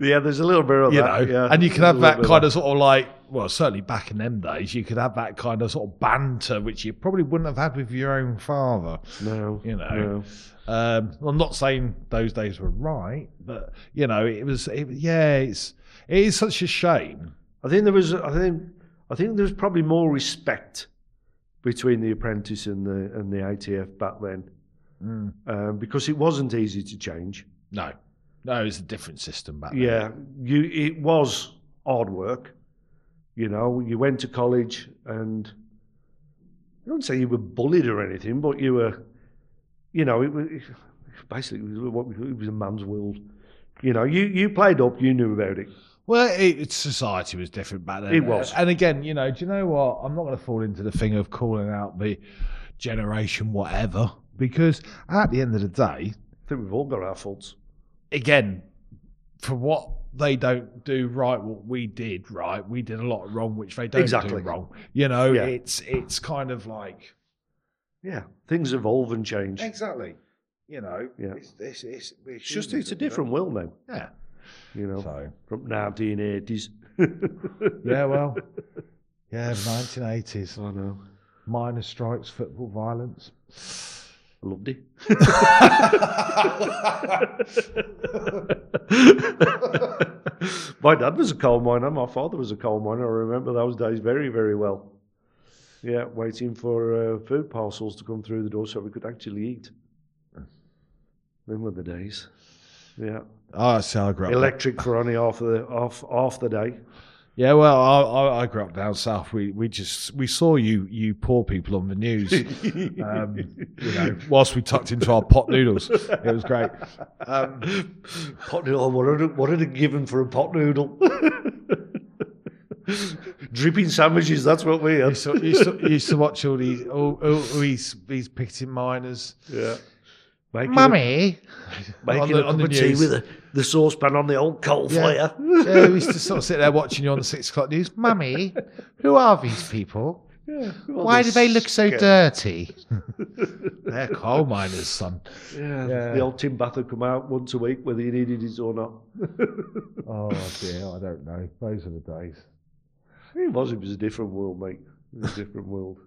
Speaker 8: yeah, there's a little bit of
Speaker 1: you know,
Speaker 8: that. yeah.
Speaker 1: and you can
Speaker 8: There's
Speaker 1: have
Speaker 8: a
Speaker 1: that
Speaker 8: little bit
Speaker 1: kind of sort of like, well, certainly back in them days, you could have that kind of sort of banter which you probably wouldn't have had with your own father.
Speaker 8: No.
Speaker 1: you know.
Speaker 8: no.
Speaker 1: Um, I'm not saying those days were right, but you know, it was, it, yeah, it's it is such a shame.
Speaker 8: I think there was. I think. I think there was probably more respect between the apprentice and the and the ATF back then, um, because it wasn't easy to change.
Speaker 1: No, no, it's a different system back then.
Speaker 8: Yeah, you. It was hard work. You know, you went to college, and I don't say you were bullied or anything, but you were. You know, it was basically it was what we- it was a man's world. You know, you you played up, you knew about it.
Speaker 1: Well, it, it's- society was different back then.
Speaker 8: It was.
Speaker 1: And again, you know, do you know what? I'm not going to fall into the thing of calling out the generation whatever because at the end of the day,
Speaker 8: I think we've all got our faults.
Speaker 1: again, for what they don't do right, what we did right, we did a lot wrong, which they don't
Speaker 8: Exactly.
Speaker 1: do wrong. You know,
Speaker 8: Yeah.
Speaker 1: it's it's kind of like
Speaker 8: Yeah, things evolve and change.
Speaker 1: exactly. You know,
Speaker 8: Yeah.
Speaker 1: it's, it's, it's, we're
Speaker 8: It's just
Speaker 1: humans,
Speaker 8: it's a
Speaker 1: isn't it?
Speaker 8: different world now,
Speaker 1: Yeah.
Speaker 8: you know,
Speaker 1: So
Speaker 8: from now to in eighties.
Speaker 1: yeah, well, yeah, 1980s
Speaker 8: I know.
Speaker 1: minor strikes, football violence.
Speaker 8: I loved it. my dad was a coal miner. My father was a coal miner. I remember those days very, very well. Yeah, waiting for uh, food parcels to come through the door so we could actually eat. Remember the days? Yeah,
Speaker 1: Oh, see, I grew up.
Speaker 8: electric for only half of the half half the day.
Speaker 1: yeah, well, I, I, I grew up down south. We we just we saw you you poor people on the news. um, you know, whilst we tucked into our pot noodles, it was great.
Speaker 8: Um, pot noodle. What had, it- what had it given for a pot noodle? Dripping sandwiches. That's what we had.
Speaker 1: So used to, used to watch all these all, all these these picketing miners.
Speaker 8: Yeah. Making
Speaker 1: Mummy,
Speaker 8: a, making
Speaker 1: on the-
Speaker 8: a
Speaker 1: on
Speaker 8: cup
Speaker 1: the
Speaker 8: of tea
Speaker 1: news.
Speaker 8: with a, the saucepan on the old coal
Speaker 1: Yeah.
Speaker 8: flare.
Speaker 1: yeah, we used to sort of sit there watching you on the six o'clock news. Mummy, who are these people? Why do they look so dirty? They're coal miners, son.
Speaker 8: Yeah.
Speaker 1: Yeah.
Speaker 8: The old Tim Bath would come out once a week, whether he needed it or not.
Speaker 1: Oh dear, I don't know. Those are the days.
Speaker 8: It was. It was a different world, mate. It was a different world.